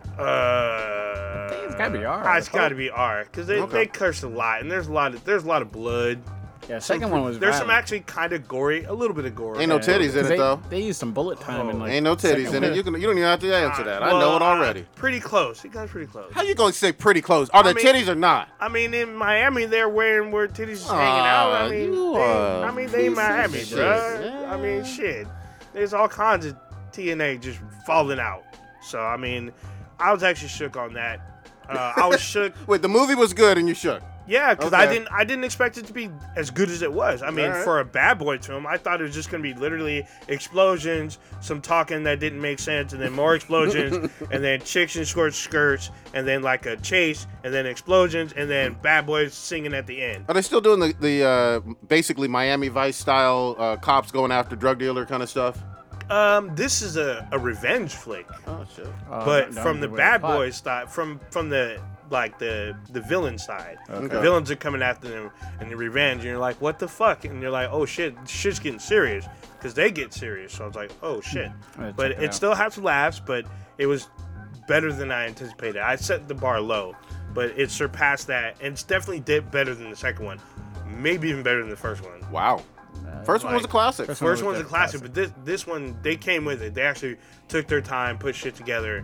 S7: uh,
S5: It's gotta be R.
S7: ah, it's got to be R because they,
S4: Okay.
S7: they curse a lot and there's a lot of there's a lot of blood.
S5: Yeah, second one was.
S7: There's some
S5: violent.
S7: actually kind of gory, a little bit of gore.
S4: Ain't no titties in it
S5: they,
S4: though.
S5: They used some bullet time and like.
S4: Oh, Ain't no titties in it. You can. You don't even have to answer that. I know
S7: Well, uh,
S4: it already.
S7: Pretty close. He got pretty close.
S4: How you gonna say pretty close? Are the
S7: I mean-
S4: titties or not?
S7: I mean, in Miami, they're wearing where titties just hanging
S4: Aw,
S7: out. I mean,
S4: Ah, you
S7: they,
S4: are
S7: I mean, they in
S4: piece of
S7: Miami,
S4: shit.
S7: bruh.
S4: Yeah.
S7: I mean, shit. There's all kinds of TNA just falling out. So, I mean, I was actually shook on that. Uh, I was shook,
S4: Wait, the movie was good and you shook.
S7: yeah, because I
S4: Okay.
S7: didn't, I didn't expect it to be as good as it was. I mean,
S4: Alright.
S7: for a bad boy film, I thought it was just gonna be literally explosions, some talking that didn't make sense, and then more explosions, and then chicks in short skirts, and then like a chase, and then explosions, and then bad boys singing at the end.
S4: Are they still doing the the uh, basically Miami Vice style uh, cops going after drug dealer kind of stuff?
S7: Um, this is a, a revenge flick,
S4: Oh shit.
S5: uh,
S7: but
S5: down
S7: from the
S5: way
S7: bad
S5: plot.
S7: boys side, from from the like the the villain side.
S4: Okay.
S7: The villains are coming after them, and the revenge. And you're like, what the fuck? And you're like, oh shit, shit's getting serious because they get serious. So I was like, oh shit.
S5: gonna
S7: But
S5: Mm-hmm. check
S7: it,
S5: it out.
S7: still has laughs, but it was better than I anticipated. I set the bar low, but it surpassed that, and it's definitely did better than the second one, maybe even better than the first one.
S4: Wow. First one was a classic.
S5: First one
S7: First
S5: was
S7: one's a
S5: good,
S7: classic, but this this one they came with it. They actually took their time, put shit together,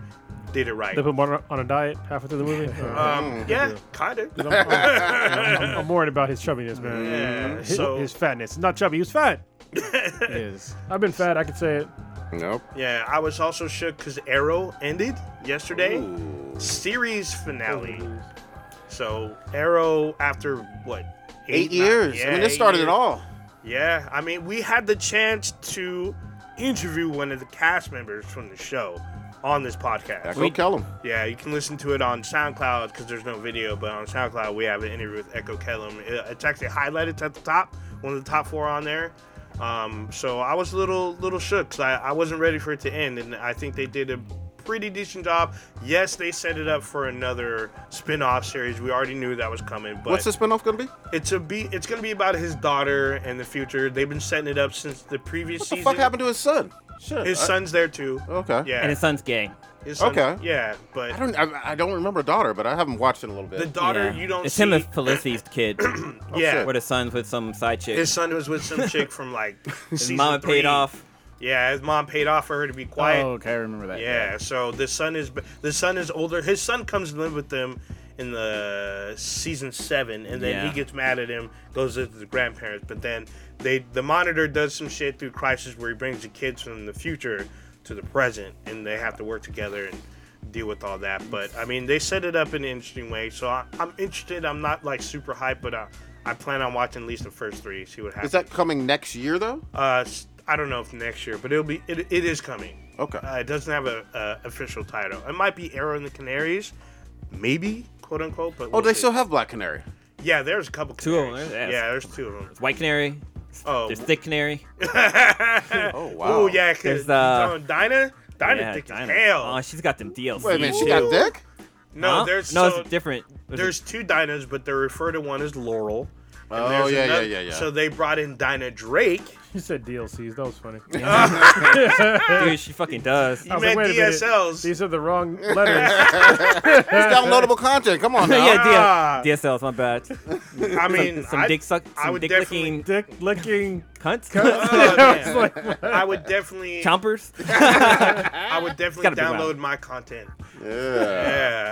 S7: did it right.
S6: They put one on a diet halfway through the movie. Uh,
S4: Mm-hmm.
S7: Um, yeah, kind of.
S6: 'cause I'm, I'm- I'm- I'm worried about his chubbiness, man.
S4: Mm-hmm.
S7: Yeah,
S6: His,
S7: so-
S6: his fatness. Not chubby. He was fat.
S5: It is.
S6: I've been fat. I could say it.
S4: Nope.
S7: Yeah, I was also shook because Arrow ended yesterday.
S4: Ooh.
S7: Series finale. So Arrow after what?
S4: Eight
S7: nine-
S4: years. I
S7: yeah,
S4: mean, this
S7: eight
S4: started it
S7: years.
S4: all.
S7: Yeah, I mean, we had the chance to interview one of the cast members from the show on this podcast.
S4: Echo Kellum.
S7: Yeah, you can listen to it on SoundCloud because there's no video, but on SoundCloud we have an interview with Echo Kellum. It- It's actually highlighted it's at the top, one of the top four on there. Um, so I was a little little shook 'cause I, I wasn't ready for it to end, and I think they did a pretty decent job. Yes, they set it up for another spin-off series. We already knew that was coming, but
S4: What's the spinoff going to be?
S7: it's a be it's gonna be about his daughter and the future. They've been setting it up since the previous
S4: What the
S7: season.
S4: fuck happened to his son? Shit.
S7: His
S4: I-
S7: son's there too.
S4: Okay.
S7: Yeah.
S8: And his son's gay.
S7: his son-
S4: okay.
S7: Yeah, but
S4: I don't. I, I don't remember daughter, but I haven't watched it in a little
S7: the
S4: bit.
S7: daughter
S8: Yeah.
S7: you don't
S8: It's
S7: see.
S8: him and Felicity's kid.
S7: yeah.
S4: shit.
S8: where the son's with some side chick.
S7: Oh, His son was with some chick from like
S8: His
S7: season
S8: mama
S7: three.
S8: paid off.
S7: Yeah, his mom paid off for her to be quiet.
S5: Oh, okay, I remember that.
S7: Yeah, so the son is the son is older. His son comes to live with them in the season seven, and then
S8: Yeah.
S7: he gets mad at him, goes to the grandparents. But then they the monitor does some shit through Crisis where he brings the kids from the future to the present, and they have to work together and deal with all that. But I mean, they set it up in an interesting way, so I, I'm interested. I'm not like super hyped, but I, I plan on watching at least the first three, see what happens.
S4: Is that coming next year though?
S7: Uh, s- I don't know if next year, but it'll be it, it is coming.
S4: Okay.
S7: Uh, it doesn't have a, a official title. It might be Arrow and the Canaries, maybe quote unquote. But
S4: Oh,
S7: we'll
S4: they
S7: see.
S4: still have Black Canary.
S7: Yeah, there's a couple.
S8: Two of them,
S7: Canaries.
S8: there's-
S7: Yeah, there's two of them.
S8: White canary.
S7: Oh,
S8: There's thick canary.
S4: Oh wow.
S7: oh yeah, because
S8: There's,
S7: uh,
S8: uh,
S7: Dinah, Dinah
S8: Yeah,
S7: thick as
S8: Dinah.
S7: hell.
S8: Oh, she's got them DLC.
S4: Wait a minute. She got
S7: Ooh.
S4: dick.
S7: no,
S8: Huh?
S7: there's
S8: no,
S7: so-
S8: it's different. Was it-
S7: There's two Dinahs, but they're referred to one as Laurel. and
S4: Oh,
S7: there's
S4: yeah, yeah, yeah, yeah.
S7: So they brought in Dinah Drake.
S6: You said DLCs. That was funny.
S8: dude, she fucking does.
S7: You
S6: was
S7: meant
S6: like, wait a minute.
S7: DSLs.
S6: These are the wrong letters.
S4: It's downloadable content. Come on now.
S8: yeah, D- DSLs. My bad.
S7: I mean,
S8: Some
S7: I,
S8: dick suck.
S7: I
S8: Some
S7: would
S8: dick
S7: definitely-
S8: licking
S6: Dick licking.
S8: cunts.
S7: Oh, man. I would definitely.
S8: Chompers.
S7: I would definitely
S8: gotta be
S7: download
S8: loud.
S7: my content.
S4: Yeah.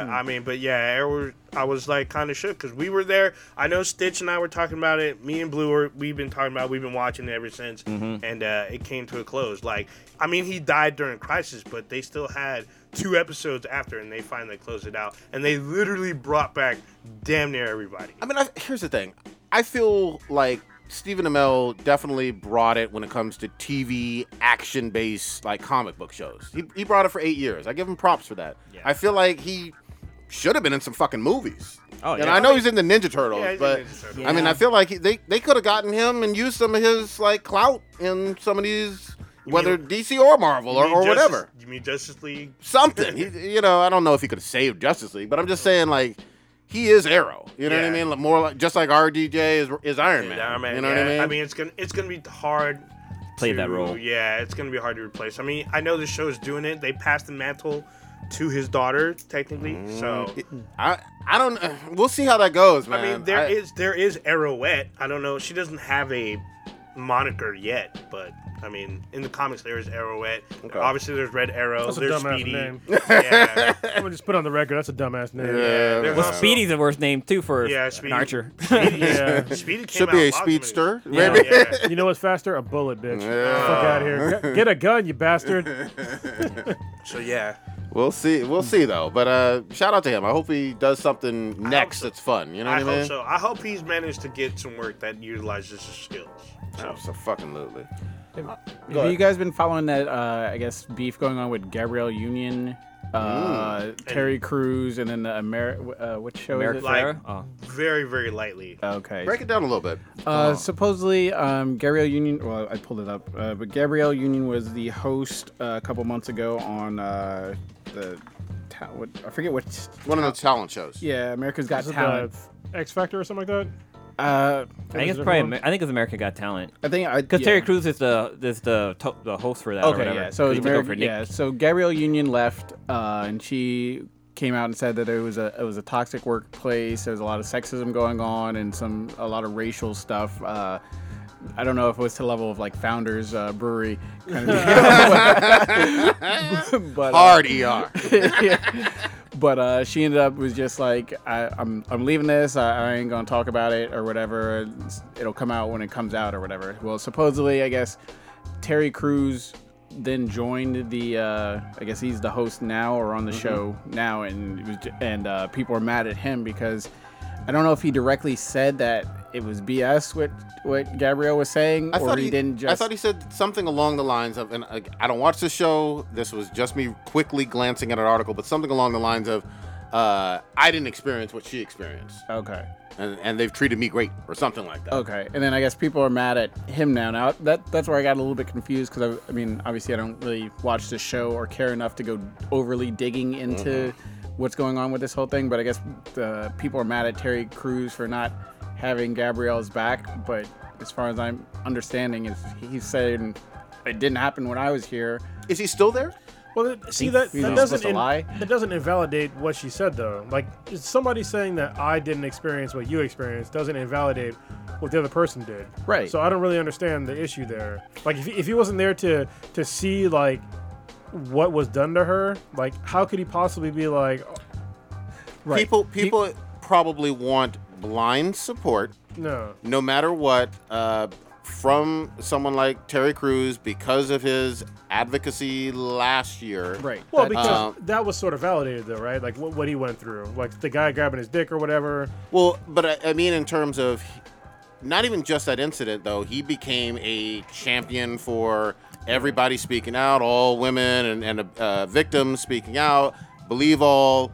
S7: Yeah, I mean, but yeah, I was, I was like kind of shook because we were there. I know Stitch and I were talking about it. Me and Blue were we've been talking about. it. We've been watching it ever since,
S4: Mm-hmm.
S7: and uh, it came to a close. Like, I mean, he died during Crisis, but they still had two episodes after, and they finally closed it out. And they literally brought back damn near everybody.
S4: I mean, I, here's the thing. I feel like Stephen Amell definitely brought it when it comes to TV action-based like comic book shows. He, he brought it for eight years. I give him props for that.
S8: Yeah.
S4: I feel like he should have been in some fucking movies.
S8: Oh,
S4: and
S8: yeah.
S4: I know he's in the Ninja Turtles,
S7: Yeah, he's in
S4: but
S7: Ninja Turtles.
S4: I mean,
S8: Yeah.
S4: I feel like he, they they could have gotten him and used some of his like clout in some of these, whether DC or Marvel or,
S7: You mean
S4: or
S7: Justice-
S4: whatever
S7: You mean Justice League?
S4: something. He, you know, I don't know if he could have saved Justice League, but I'm just saying like he is Arrow. You know what I
S7: Yeah.
S4: mean? Like, More like just like RDJ is is Iron Man.
S7: Yeah, man,
S4: You know
S7: yeah.
S4: what I mean?
S7: it's gonna it's gonna be hard.
S8: Play that
S7: to-
S8: role.
S7: Yeah, it's gonna be hard to replace. I mean, I know the show's doing it. They passed the mantle to his daughter technically.
S4: Mm,
S7: So
S4: I I don't. Uh, we'll see how that goes,
S7: I
S4: man.
S7: mean, there
S4: I-
S7: is there is Arrowette. I don't know. She doesn't have a moniker yet, but I mean, in the comics there is Arrowette.
S4: Okay.
S7: Obviously, there's Red Arrow.
S6: That's a
S7: there's
S6: dumbass
S7: Speedy.
S6: name.
S7: Yeah.
S6: I'm gonna just put on the record. That's a dumbass name.
S4: Yeah,
S7: there's
S4: man.
S7: also-
S8: Speedy's the worst name too for
S7: Yeah,
S8: an
S7: Speedy.
S8: archer.
S7: Speedy,
S6: Yeah.
S7: Speedy came
S4: should
S7: out
S4: be a
S7: lots of movies.
S4: speedster.
S8: Yeah.
S4: Maybe.
S7: Yeah.
S6: You know what's faster? A bullet, bitch.
S4: Yeah.
S6: Fuck out here. Get- Get a gun, you bastard.
S7: So yeah.
S4: We'll see. We'll see though. But uh, shout out to him. I hope he does something next
S7: so.
S4: that's fun. You know
S7: I
S4: what I mean?
S7: hope so. I hope he's managed to get some work that utilizes his skills. So,
S4: Absolutely.
S5: Have you guys been following that? Uh, I guess beef going on with Gabrielle Union, uh, Terry Crews, and then the Ameri- uh, what show
S8: America
S5: is it?
S7: Like-
S8: Ferrera? Oh.
S7: very, very lightly.
S5: Okay.
S4: Break it down a little bit.
S8: Oh.
S5: Uh, supposedly, um, Gabrielle Union. Well, I pulled it up, uh, but Gabrielle Union was the host uh, a couple months ago on uh, the. Ta- what, I forget what.
S4: One
S7: Uh,
S4: of those talent shows.
S5: Yeah, America's Got
S6: Is it
S5: Talent.
S6: the X Factor or something like that?
S5: Uh,
S8: I think
S6: Is it
S8: it's probably.
S6: wrong?
S8: Amer- I think it's America Got Talent.
S5: I think I
S8: Because
S5: yeah.
S8: Terry Crews is the is the to- the host for that. or
S5: Okay,
S8: whatever.
S5: yeah. So it
S8: he
S5: was
S8: took over
S5: Ameri-
S8: Nick.
S5: yeah. So Gabrielle Union left, uh, and she came out and said that it was a it was a toxic workplace. There was a lot of sexism going on and some a lot of racial stuff. Uh, I don't know if it was to the level of like Founders uh, Brewery, kind of but uh,
S4: Hard ER.
S5: but uh, she ended up was just like I, I'm I'm leaving this. I, I ain't gonna talk about it or whatever. It's- It'll come out when it comes out or whatever. Well, supposedly I guess Terry Crews then joined the uh, I guess he's the host now or
S4: Mm-hmm.
S5: on the show now, and it was, j- and uh, people are mad at him because I don't know if he directly said that it was BS what what Gabrielle was saying
S4: I
S5: or
S4: thought
S5: he,
S4: he,
S5: didn't just
S4: I thought he said something along the lines of, and like, I don't watch the show. This was just me quickly glancing at an article, but something along the lines of, uh, I didn't experience what she experienced,
S5: okay.
S4: and, and they've treated me great, or something like that.
S5: Okay, and then I guess people are mad at him now. Now that that's where I got a little bit confused because I, I mean, obviously I don't really watch the show or care enough to go overly digging into what's going on with this whole thing. But I guess uh, people are mad at Terry Crews for not having Gabrielle's back. But as far as I'm understanding, is he's saying it didn't happen when I was here.
S4: Is he still there?
S6: Well, that- see that
S5: he's
S6: that
S5: not supposed
S6: doesn't
S5: to
S6: in-
S5: lie?
S6: that doesn't invalidate what she said though. Like it's somebody saying that I didn't experience what you experienced doesn't invalidate what the other person did.
S5: Right.
S6: So I don't really understand the issue there. Like if, if he wasn't there to to see like what was done to her, like how could he possibly be like "Oh,
S5: Right.
S4: People, people probably want blind support,
S6: no?
S4: no matter what, uh, from someone like Terry Crews because of his advocacy last year.
S5: Right.
S6: Well,
S5: That- uh,
S6: because
S4: Um,
S6: that was sort of validated though, right? Like what, what he went through, like the guy grabbing his dick or whatever.
S4: Well, but I, I mean, in terms of not even just that incident, though, he became a champion for everybody speaking out, all women and, and uh, victims speaking out, believe all,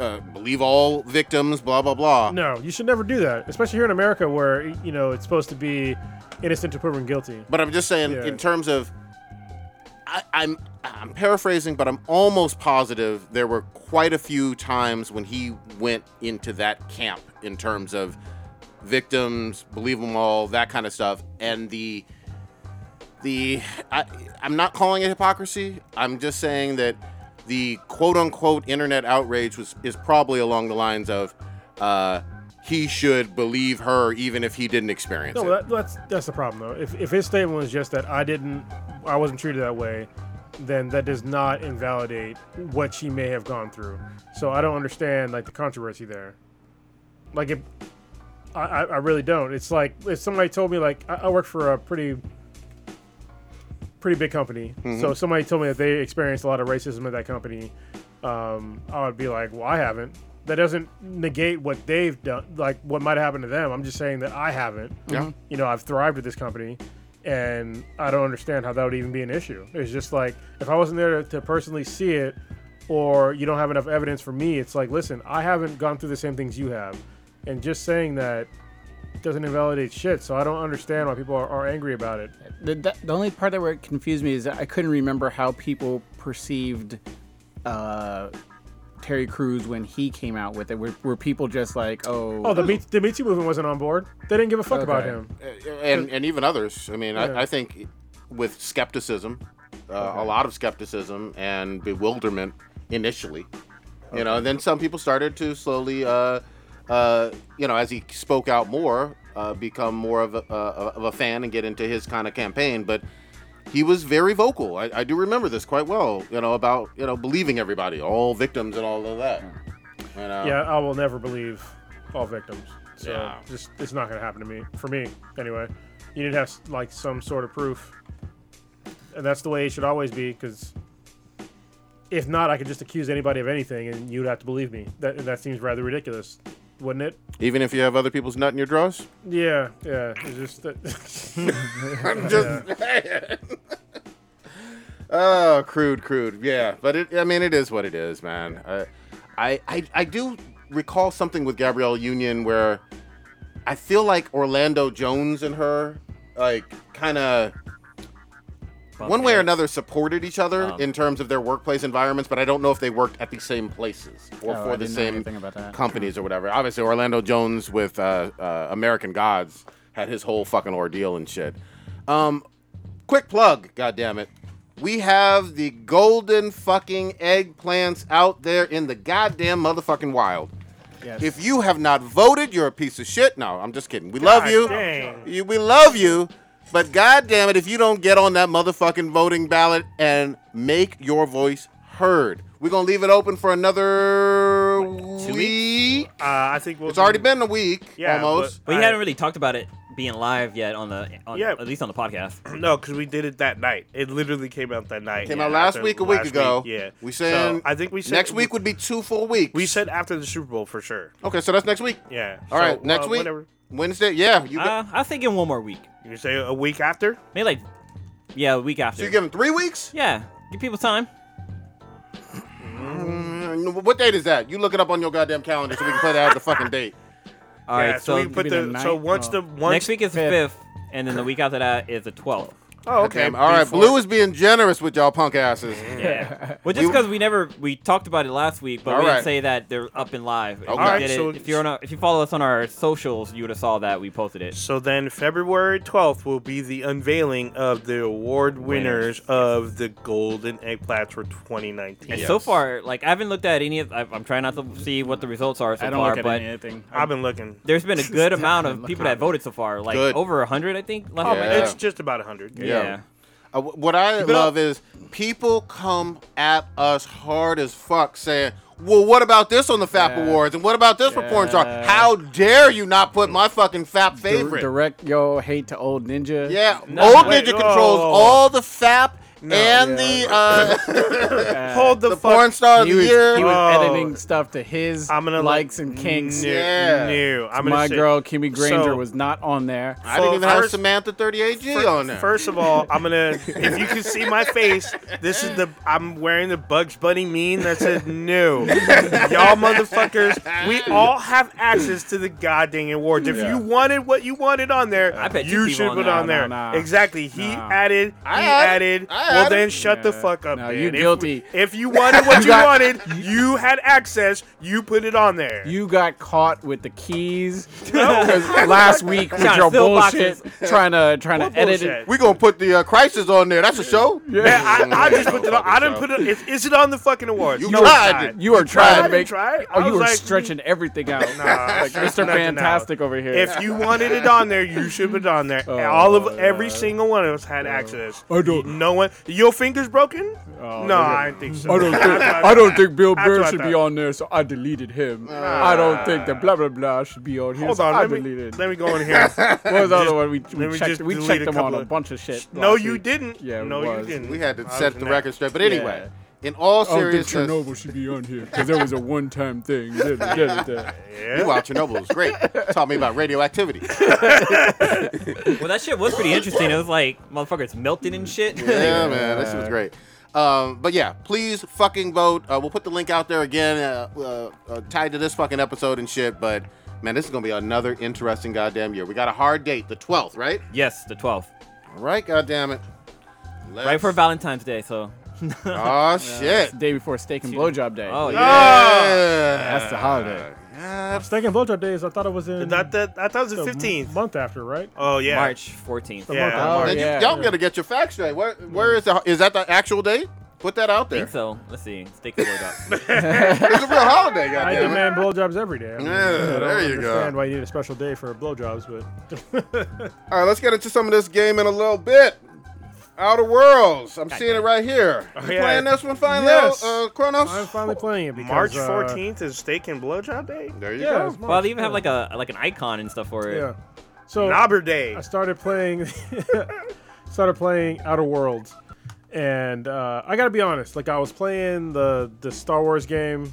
S4: uh, believe all victims, blah blah blah.
S6: No, you should never do that, especially here in America where you know it's supposed to be innocent to proven guilty.
S4: But I'm just saying,
S6: Yeah.
S4: in terms of, I, I'm I'm paraphrasing, but I'm almost positive there were quite a few times when he went into that camp in terms of victims, believe them all, that kind of stuff, and the the I, I'm not calling it hypocrisy. I'm just saying that the quote unquote internet outrage was is probably along the lines of. Uh, he should believe her even if he didn't experience
S6: No,
S4: it.
S6: that, that's that's the problem though. If, if his statement was just that I didn't, I wasn't treated that way, then that does not invalidate what she may have gone through. So I don't understand like the controversy there. Like if I, I, I really don't. It's like if somebody told me like I, I work for a pretty pretty big company.
S4: Mm-hmm.
S6: So if somebody told me that they experienced a lot of racism at that company, um, I would be like, well, I haven't. That doesn't negate what they've done, like what might have happened to them. I'm just saying that I haven't.
S4: Yeah.
S6: You know, I've thrived at this company, and I don't understand how that would even be an issue. It's just like if I wasn't there to, to personally see it, or you don't have enough evidence for me, it's like, listen, I haven't gone through the same things you have, and just saying that doesn't invalidate shit. So I don't understand why people are, are angry about it.
S5: The, the, the only part that where it confused me is that I couldn't remember how people perceived uh, Terry Crews when he came out with it. Were, were people just like, oh,
S6: Oh, the Me, the Me Too movement wasn't on board. They didn't give a fuck about
S5: Okay.
S6: him.
S4: and and even others. I mean,
S6: Yeah.
S4: I, I think with skepticism, uh, a lot of skepticism and bewilderment initially, you know, and then some people started to slowly, uh, uh, you know, as he spoke out more, uh, become more of a, uh, of a fan and get into his kind of campaign, but. He was very vocal. I, I do remember this quite well, you know, about you know believing everybody, all victims, and all of that. You
S7: Oh.
S4: know?
S6: Yeah, I will never believe all victims. So
S1: Yeah.
S6: just it's not gonna happen to me. For me, anyway. You need to have like some sort of proof, and that's the way it should always be. Because if not, I could just accuse anybody of anything, and you'd have to believe me. That and that seems rather ridiculous, wouldn't it?
S4: Even if you have other people's nut in your drawers.
S6: Yeah, yeah. It's just that.
S4: just saying. oh, crude, crude. Yeah, but it, I mean, it is what it is, man. I, I, I, I do recall something with Gabrielle Union where I feel like Orlando Jones and her, like, kind of one way or another supported each other
S8: Um,
S4: in terms of their workplace environments, but I don't know if they worked at the same places or
S5: Oh, I
S4: for the
S5: didn't know
S4: same
S5: anything about that.
S4: companies or whatever. Obviously, Orlando Jones with uh, uh, American Gods had his whole fucking ordeal and shit. Um, quick plug, goddammit. We have the golden fucking eggplants out there in the goddamn motherfucking wild.
S5: Yes.
S4: If you have not voted, you're a piece of shit. No, I'm just kidding. We love you.
S6: dang.
S4: you. We love you. But goddamn it, if you don't get on that motherfucking voting ballot and make your voice heard, we're gonna leave it open for another
S8: two
S4: week.
S7: Uh, I think we'll
S4: It's already
S7: do-
S4: been a week,
S7: Yeah,
S4: almost.
S8: But
S7: I-
S8: you haven't really talked about it being live yet on the on,
S7: Yeah.
S8: at least on the podcast.
S7: No, because we did it that night. It literally came out that night.
S4: Came
S7: Yeah,
S4: out last
S7: after
S4: week, a week
S7: last
S4: ago.
S7: week, yeah,
S4: we said
S7: So, I think we said
S4: next week would be two full weeks.
S7: We said after the Super Bowl for sure.
S4: okay, so that's next week.
S7: Yeah.
S4: All right, next
S7: uh,
S4: week,
S7: whenever-
S4: Wednesday. Yeah, you got,
S8: Uh, I think in one more week,
S7: You say a week after?
S8: maybe like yeah, a week after.
S4: so you give them three weeks.
S8: yeah, give people time.
S4: Mm, What date is that? You look it up on your goddamn calendar so we can play that as a fucking date.
S8: All right,
S7: yeah, so, we put
S5: be the
S7: the, so
S5: ninth?
S7: once the
S5: Oh.
S7: once
S8: next week is the
S5: fifth.
S8: fifth, and then the week after that is the twelfth.
S7: Oh, okay.
S4: Damn, all right,
S7: Before-
S4: Blue is being generous with y'all punk asses.
S8: Yeah. well,
S4: We-
S8: just because we, never we talked about it last week, but
S4: All
S8: we didn't
S4: right.
S8: say that they're up and live. If,
S4: Okay.
S8: we
S4: All right,
S8: did it-
S7: so-
S8: if you're on our, if you follow us on our socials, you would have saw that we posted it.
S7: So then February 12th will be the unveiling of the award winners,
S8: Winners.
S7: of the Golden Eggplats for 2019.
S8: And so far, like I haven't looked at any of. I, I'm trying not to see what the results are so
S5: I don't
S8: far,
S5: look at
S8: but
S5: anything.
S7: I've been looking.
S8: there's been a good amount of
S5: Look
S8: people
S5: at
S8: that
S5: it.
S8: voted so far, like
S4: Good.
S8: over hundred, I think. Last
S7: Oh,
S8: time I
S7: man,
S4: Yeah.
S7: it's just about 100.
S8: checked. yeah.
S4: Uh, wh- what I
S8: it
S4: love is people come at us hard as fuck saying, well, what about this on the FAP
S5: Yeah.
S4: Awards? And what about this for porn star?
S5: Yeah.
S4: How dare you not put my fucking FAP
S5: Dir-
S4: favorite?
S5: direct yo hate to old ninja.
S4: yeah,
S8: No.
S4: old
S7: Wait,
S4: Ninja
S7: whoa,
S4: controls
S7: whoa, whoa.
S4: all the FAP
S7: No.
S4: and the
S5: Uh,
S7: Hold the,
S4: uh, the
S7: fuck.
S4: porn star of
S5: he
S4: the
S5: was,
S4: year.
S5: he was
S7: Oh.
S5: editing stuff to his
S7: I'm gonna
S5: likes
S7: like,
S5: and kinks.
S7: No,
S4: Yeah.
S7: no, I'm gonna
S5: My
S7: say-
S5: girl Kimmy Granger
S7: So-
S5: was not on there.
S4: I didn't
S7: Well,
S4: even have
S7: first-
S4: Samantha 38G
S7: Fir-
S4: on there.
S7: First of all, I'm gonna. If you can see my face, this is the. I'm wearing the Bugs Bunny meme that says "No." Y'all motherfuckers, we all have access to the goddamn awards. If you wanted what you wanted on there,
S8: I bet you
S7: you
S8: keep
S7: should
S8: on
S7: put
S8: there.
S7: on there.
S5: Nah, nah.
S7: Exactly. He
S5: Nah.
S7: added.
S4: I
S7: he
S4: added.
S7: added.
S4: I
S7: well,
S4: added.
S7: then shut the
S5: Yeah.
S7: fuck up.
S5: No,
S7: man.
S5: you
S7: If-
S5: guilty.
S7: If, you wanted what you,
S5: got-
S7: wanted, you had access. You put it on there.
S5: You got caught with the keys 'Cause last week with
S8: Trying to
S5: your
S8: fill
S5: bullshit, trying to trying
S7: What
S5: to edit
S7: bullshit?
S5: it.
S4: We're going to put the uh, Crisis on there. That's a show.
S7: Man, I, I just put it on. I didn't put it. Is, is it on the fucking awards?
S4: You
S7: No, it's
S4: tried.
S7: not.
S5: You are trying to
S7: didn't
S5: make.
S7: try it. I
S5: Oh, you
S7: was
S5: were
S7: like,
S5: stretching everything out.
S7: Nah,
S5: like
S7: stretch
S5: Mr.
S7: nothing out.
S5: Fantastic over here.
S7: If you wanted it on there, you should put it on there.
S5: Oh,
S7: All of every
S5: yeah.
S7: single one of us had access.
S5: I don't-
S7: No one. Your fingers broken?
S5: Oh,
S7: no,
S5: yeah.
S7: I don't think so.
S5: I don't think
S7: That's what
S5: I don't think Bill
S7: That's what
S5: Burr
S7: I
S5: should be
S7: thought.
S5: on there, so I deleted him. I don't think that blah blah blah should be on here.
S7: Hold
S5: so
S7: on.
S5: I
S7: Let me,
S5: deleted.
S7: let me go in here.
S5: what was the other
S7: just-
S5: one? We,
S7: let
S5: we
S7: me
S5: checked
S7: just
S5: we
S7: delete
S5: checked
S7: a
S5: them on
S7: couple
S5: a
S7: of-
S5: bunch of shit.
S7: no,
S5: last
S7: you
S5: week.
S7: didn't.
S5: Yeah, it
S7: no,
S5: was.
S7: you didn't.
S4: We had to
S7: I
S4: set
S7: was
S4: the
S7: in
S4: record straight. But anyway, in all
S5: I don't think
S4: seriousness,
S5: Chernobyl Oh, should be on here because it was a one-time thing. Da, da, da, da.
S4: Meanwhile, Chernobyl was great. Taught me about radioactivity.
S8: Well, that shit was pretty interesting. It was like motherfuckers melting and shit.
S4: Yeah, man, that shit was great. Um, but yeah, please fucking vote. Uh, we'll put the link out there again, uh, uh, uh, tied to this fucking episode and shit. But man, this is gonna be another interesting goddamn year. We got a hard date, the twelfth, right?
S8: yes, the twelfth,
S4: All right, goddamn it. Let's...
S8: right for Valentine's Day. So
S4: Oh
S5: It's
S4: shit.
S5: the day before steak and blowjob day.
S8: oh yeah.
S4: Yeah.
S5: that's the holiday.
S4: Yeah.
S6: Steak and blowjob days. I thought it was in
S7: Not that, I thought it was
S6: the
S7: the 15th.
S6: month after, right?
S7: Oh, yeah.
S8: March 14th.
S7: Yeah.
S6: Month
S5: Oh,
S6: after.
S4: Then you-
S5: yeah.
S4: y'all gotta get your facts straight. Where, where is the? Is that the actual date? Put that out
S8: I
S4: there.
S8: think so. Let's see. Steak and blowjob.
S4: It's a real holiday,
S6: I
S4: goddamn it.
S6: demand blowjobs every day. I mean,
S4: Yeah,
S6: I don't
S4: there you go.
S6: understand why you need a special day for blowjobs, but
S4: All right, let's get into some of this game in a little bit. Outer Worlds. I'm seeing it right here. You
S7: yeah.
S4: playing this one finally,
S6: Oh, Yes.
S4: uh, Kronos?
S6: I'm finally playing it. Because,
S7: March
S6: uh,
S7: 14th is Steak and Blowjob Day?
S4: there you
S6: Yeah.
S4: go.
S6: it's March,
S8: well, they even have
S6: yeah.
S8: like a like an icon and stuff for it.
S6: Yeah. So
S7: Knobber Day.
S6: I started playing started playing Outer Worlds, and uh, I gotta be honest, like I was playing the the Star Wars game,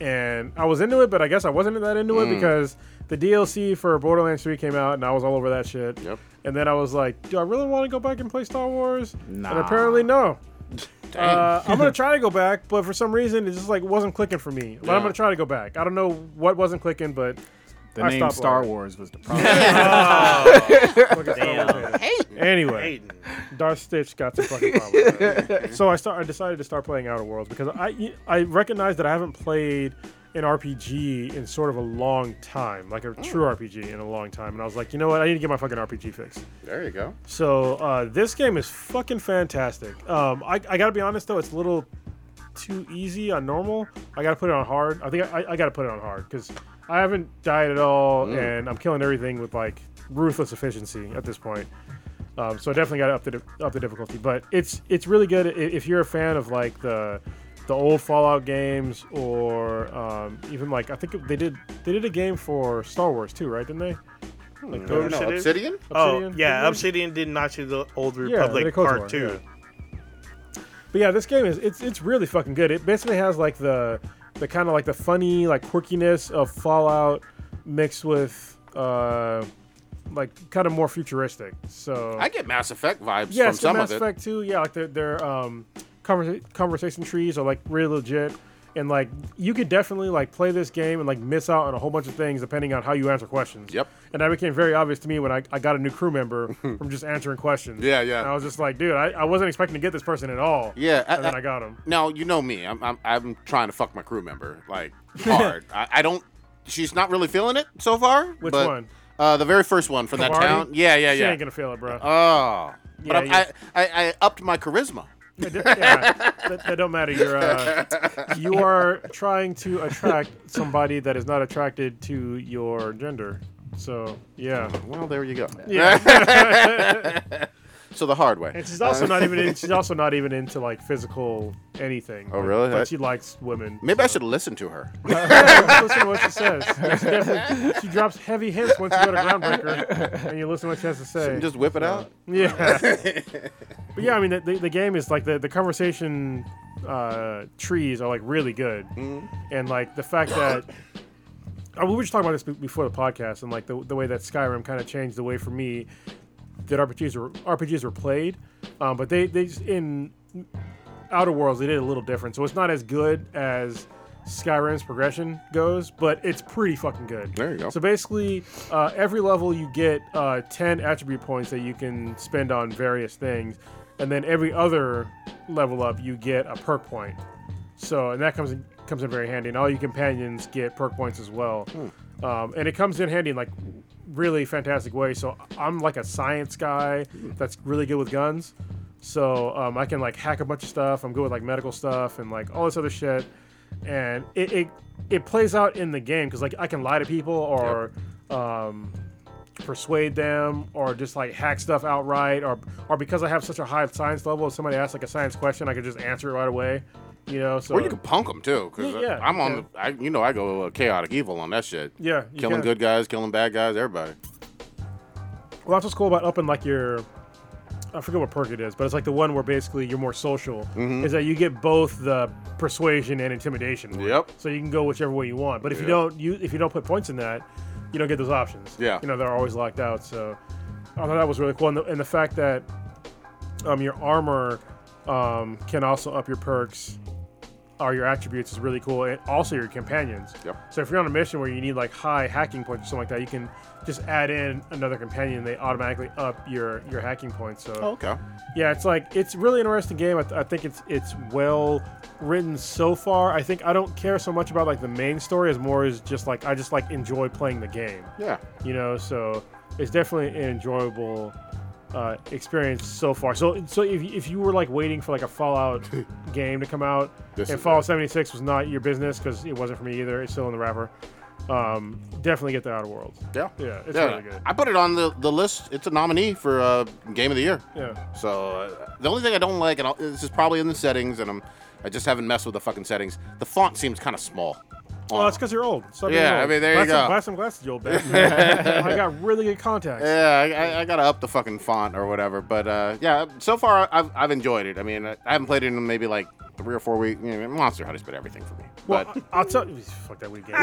S6: and I was into it, but I guess I wasn't that into
S4: Mm.
S6: it because the DLC for Borderlands 3 came out, and I was all over that shit.
S4: Yep.
S6: And then I was like, do I really want to go back and play Star Wars? And apparently, no. Uh, I'm gonna try to go back, but for some reason, it just like wasn't clicking for me. But
S4: Yeah.
S6: I'm gonna try to go back. I don't know what wasn't clicking, but
S5: The
S6: I
S5: name
S6: stopped
S5: Star
S6: lying.
S5: Wars was the problem.
S8: Damn.
S6: anyway,
S7: Hayden.
S6: Darth Stitch got some fucking problems. so I start. I decided to start playing Outer Worlds because I I recognize that I haven't played an RPG in sort of a long time, like a
S4: Hmm.
S6: true RPG in a long time, and I was like, you know what, I need to get my fucking RPG fixed.
S4: There you go.
S6: So uh, this game is fucking fantastic. Um, I, I gotta be honest though, it's a little too easy on normal. I gotta put it on hard. I think I, I gotta put it on hard because I
S4: Hmm.
S6: haven't died at all, and I'm killing everything with like ruthless efficiency at this point. Um, so I definitely got to up the di- up the difficulty, but it's it's really good i- if you're a fan of like the the old Fallout games or um, even like I think they did they did a game for Star Wars too, right? Didn't they? Like
S4: I don't know, Obsidian?
S7: Oh yeah,
S6: didn't they?
S7: Obsidian did Nazi the Old
S6: Yeah,
S7: Republic
S6: the Cold War,
S7: Part Two.
S6: But yeah, this game is it's it's really fucking good. It basically has like the the kind of like the funny like quirkiness of Fallout mixed with uh like kind of more futuristic. So
S4: I get Mass Effect vibes
S6: yeah,
S4: from
S6: it's the
S4: some
S6: Mass
S4: of it.
S6: Effect too. Yeah, like their their um conversa- conversation trees are like really legit. And like you could definitely like play this game and like miss out on a whole bunch of things depending on how you answer questions.
S4: Yep.
S6: And that became very obvious to me when I, I got a new crew member from just answering questions.
S4: Yeah, yeah.
S6: And I was just like, dude, I, I wasn't expecting to get this person at all.
S4: Yeah, I-
S6: And then
S4: I-
S6: I got him.
S4: Now you know me. I'm I'm, I'm trying to fuck my crew member like hard. I, I don't. She's not really feeling it so far.
S6: Which
S4: but,
S6: one?
S4: Uh, the very first one from that
S6: Cavardi?
S4: town. Yeah, yeah,
S6: She
S4: yeah.
S6: ain't gonna feel it, bro.
S4: Oh,
S6: Yeah,
S4: but
S6: you-
S4: I, I, I I upped my charisma.
S6: yeah, that, that don't matter. You're uh, you are trying to attract somebody that is not attracted to your gender. So yeah,
S4: Well, there you go.
S6: yeah.
S4: So the hard way.
S6: and she's also not even in, she's also not even into like physical anything.
S4: Oh,
S6: Like,
S4: really?
S6: But
S4: That-
S6: she likes women.
S4: Maybe I should listen to her.
S6: listen to what she says. She, definitely- she drops heavy hints once you go to Groundbreaker, and you listen to what she has to say.
S4: Just whip it out.
S6: Yeah. but yeah, I mean, the, the, the game is like the, the conversation uh, trees are like really good. And like the fact that. I, we were just talking about this be- before the podcast and like the, the way that Skyrim kind of changed the way for me that RPGs were, RPGs were played. Um, but they, they just, in Outer Worlds, they did it a little different. So it's not as good as Skyrim's progression goes, but it's pretty fucking good.
S4: There you go.
S6: So basically, uh, every level you get uh, 10 attribute points that you can spend on various things. And then every other level up, you get a perk point. So, and that comes in, comes in very handy. And all your companions get perk points as well.
S4: Hmm.
S6: Um, and it comes in handy in like really fantastic way. So I'm like a science guy that's really good with guns. So um, I can like hack a bunch of stuff. I'm good with like medical stuff and like all this other shit. And it it, it plays out in the game because like I can lie to people or um, persuade them or just like hack stuff outright or or because I have such a high science level, if somebody asks like a science question, I can just answer it right away. You know, so
S4: Or you can punk them too, because
S6: Yeah, yeah,
S4: I'm on
S6: yeah.
S4: the, I, you know, I go uh, chaotic evil on that shit.
S6: Yeah, you
S4: killing
S6: can.
S4: good guys, killing bad guys, everybody.
S6: Well, that's what's cool about upping like your. I forget what perk it is, but it's like the one where basically you're more social.
S4: Mm-hmm.
S6: Is that you get both the persuasion and intimidation. one.
S4: Yep.
S6: So you can go whichever way you want. But if you
S4: Yep.
S6: don't, you if you don't put points in that, you don't get those options.
S4: Yeah.
S6: You know they're always locked out. So I thought that was really cool, and the, and the fact that um, your armor um, can also up your perks or your attributes is really cool, and also your companions.
S4: Yep.
S6: So if you're on a mission where you need like high hacking points or something like that, you can just add in another companion, and they automatically up your your hacking points. So
S4: Okay.
S6: yeah, it's like it's really interesting game. I, th- I think it's it's well written so far. I think I don't care so much about like the main story as more is just like I just like enjoy playing the game.
S4: Yeah.
S6: You know, so it's definitely an enjoyable uh, experience so far. So so if, if you were like waiting for like a Fallout game to come out,
S4: This
S6: and
S4: is
S6: Fallout 76 was not your business because it wasn't for me either. It's still in the wrapper. Um, definitely get the Outer Worlds.
S4: Yeah.
S6: Yeah, it's really good.
S4: I put it on the, the list. It's a nominee for uh, game of the year.
S6: Yeah.
S4: So uh, the only thing I don't like, and I'll, this is probably in the settings, and I'm I just haven't messed with the fucking settings. The font seems kind of small.
S6: Oh, it's because you're old. Stop being
S4: Yeah, I
S6: old.
S4: mean, there
S6: buy
S4: you
S6: Some,
S4: go.
S6: buy some glasses, you old bastard. I got really good contacts.
S4: Yeah, I, I, I gotta up the fucking font or whatever. But uh, yeah, so far I've, I've enjoyed it. I mean, I haven't played it in maybe like three or four weeks. You know, Monster Hunter's been everything for me.
S6: well,
S4: but
S6: I- I'll tell you. Fuck that weird game.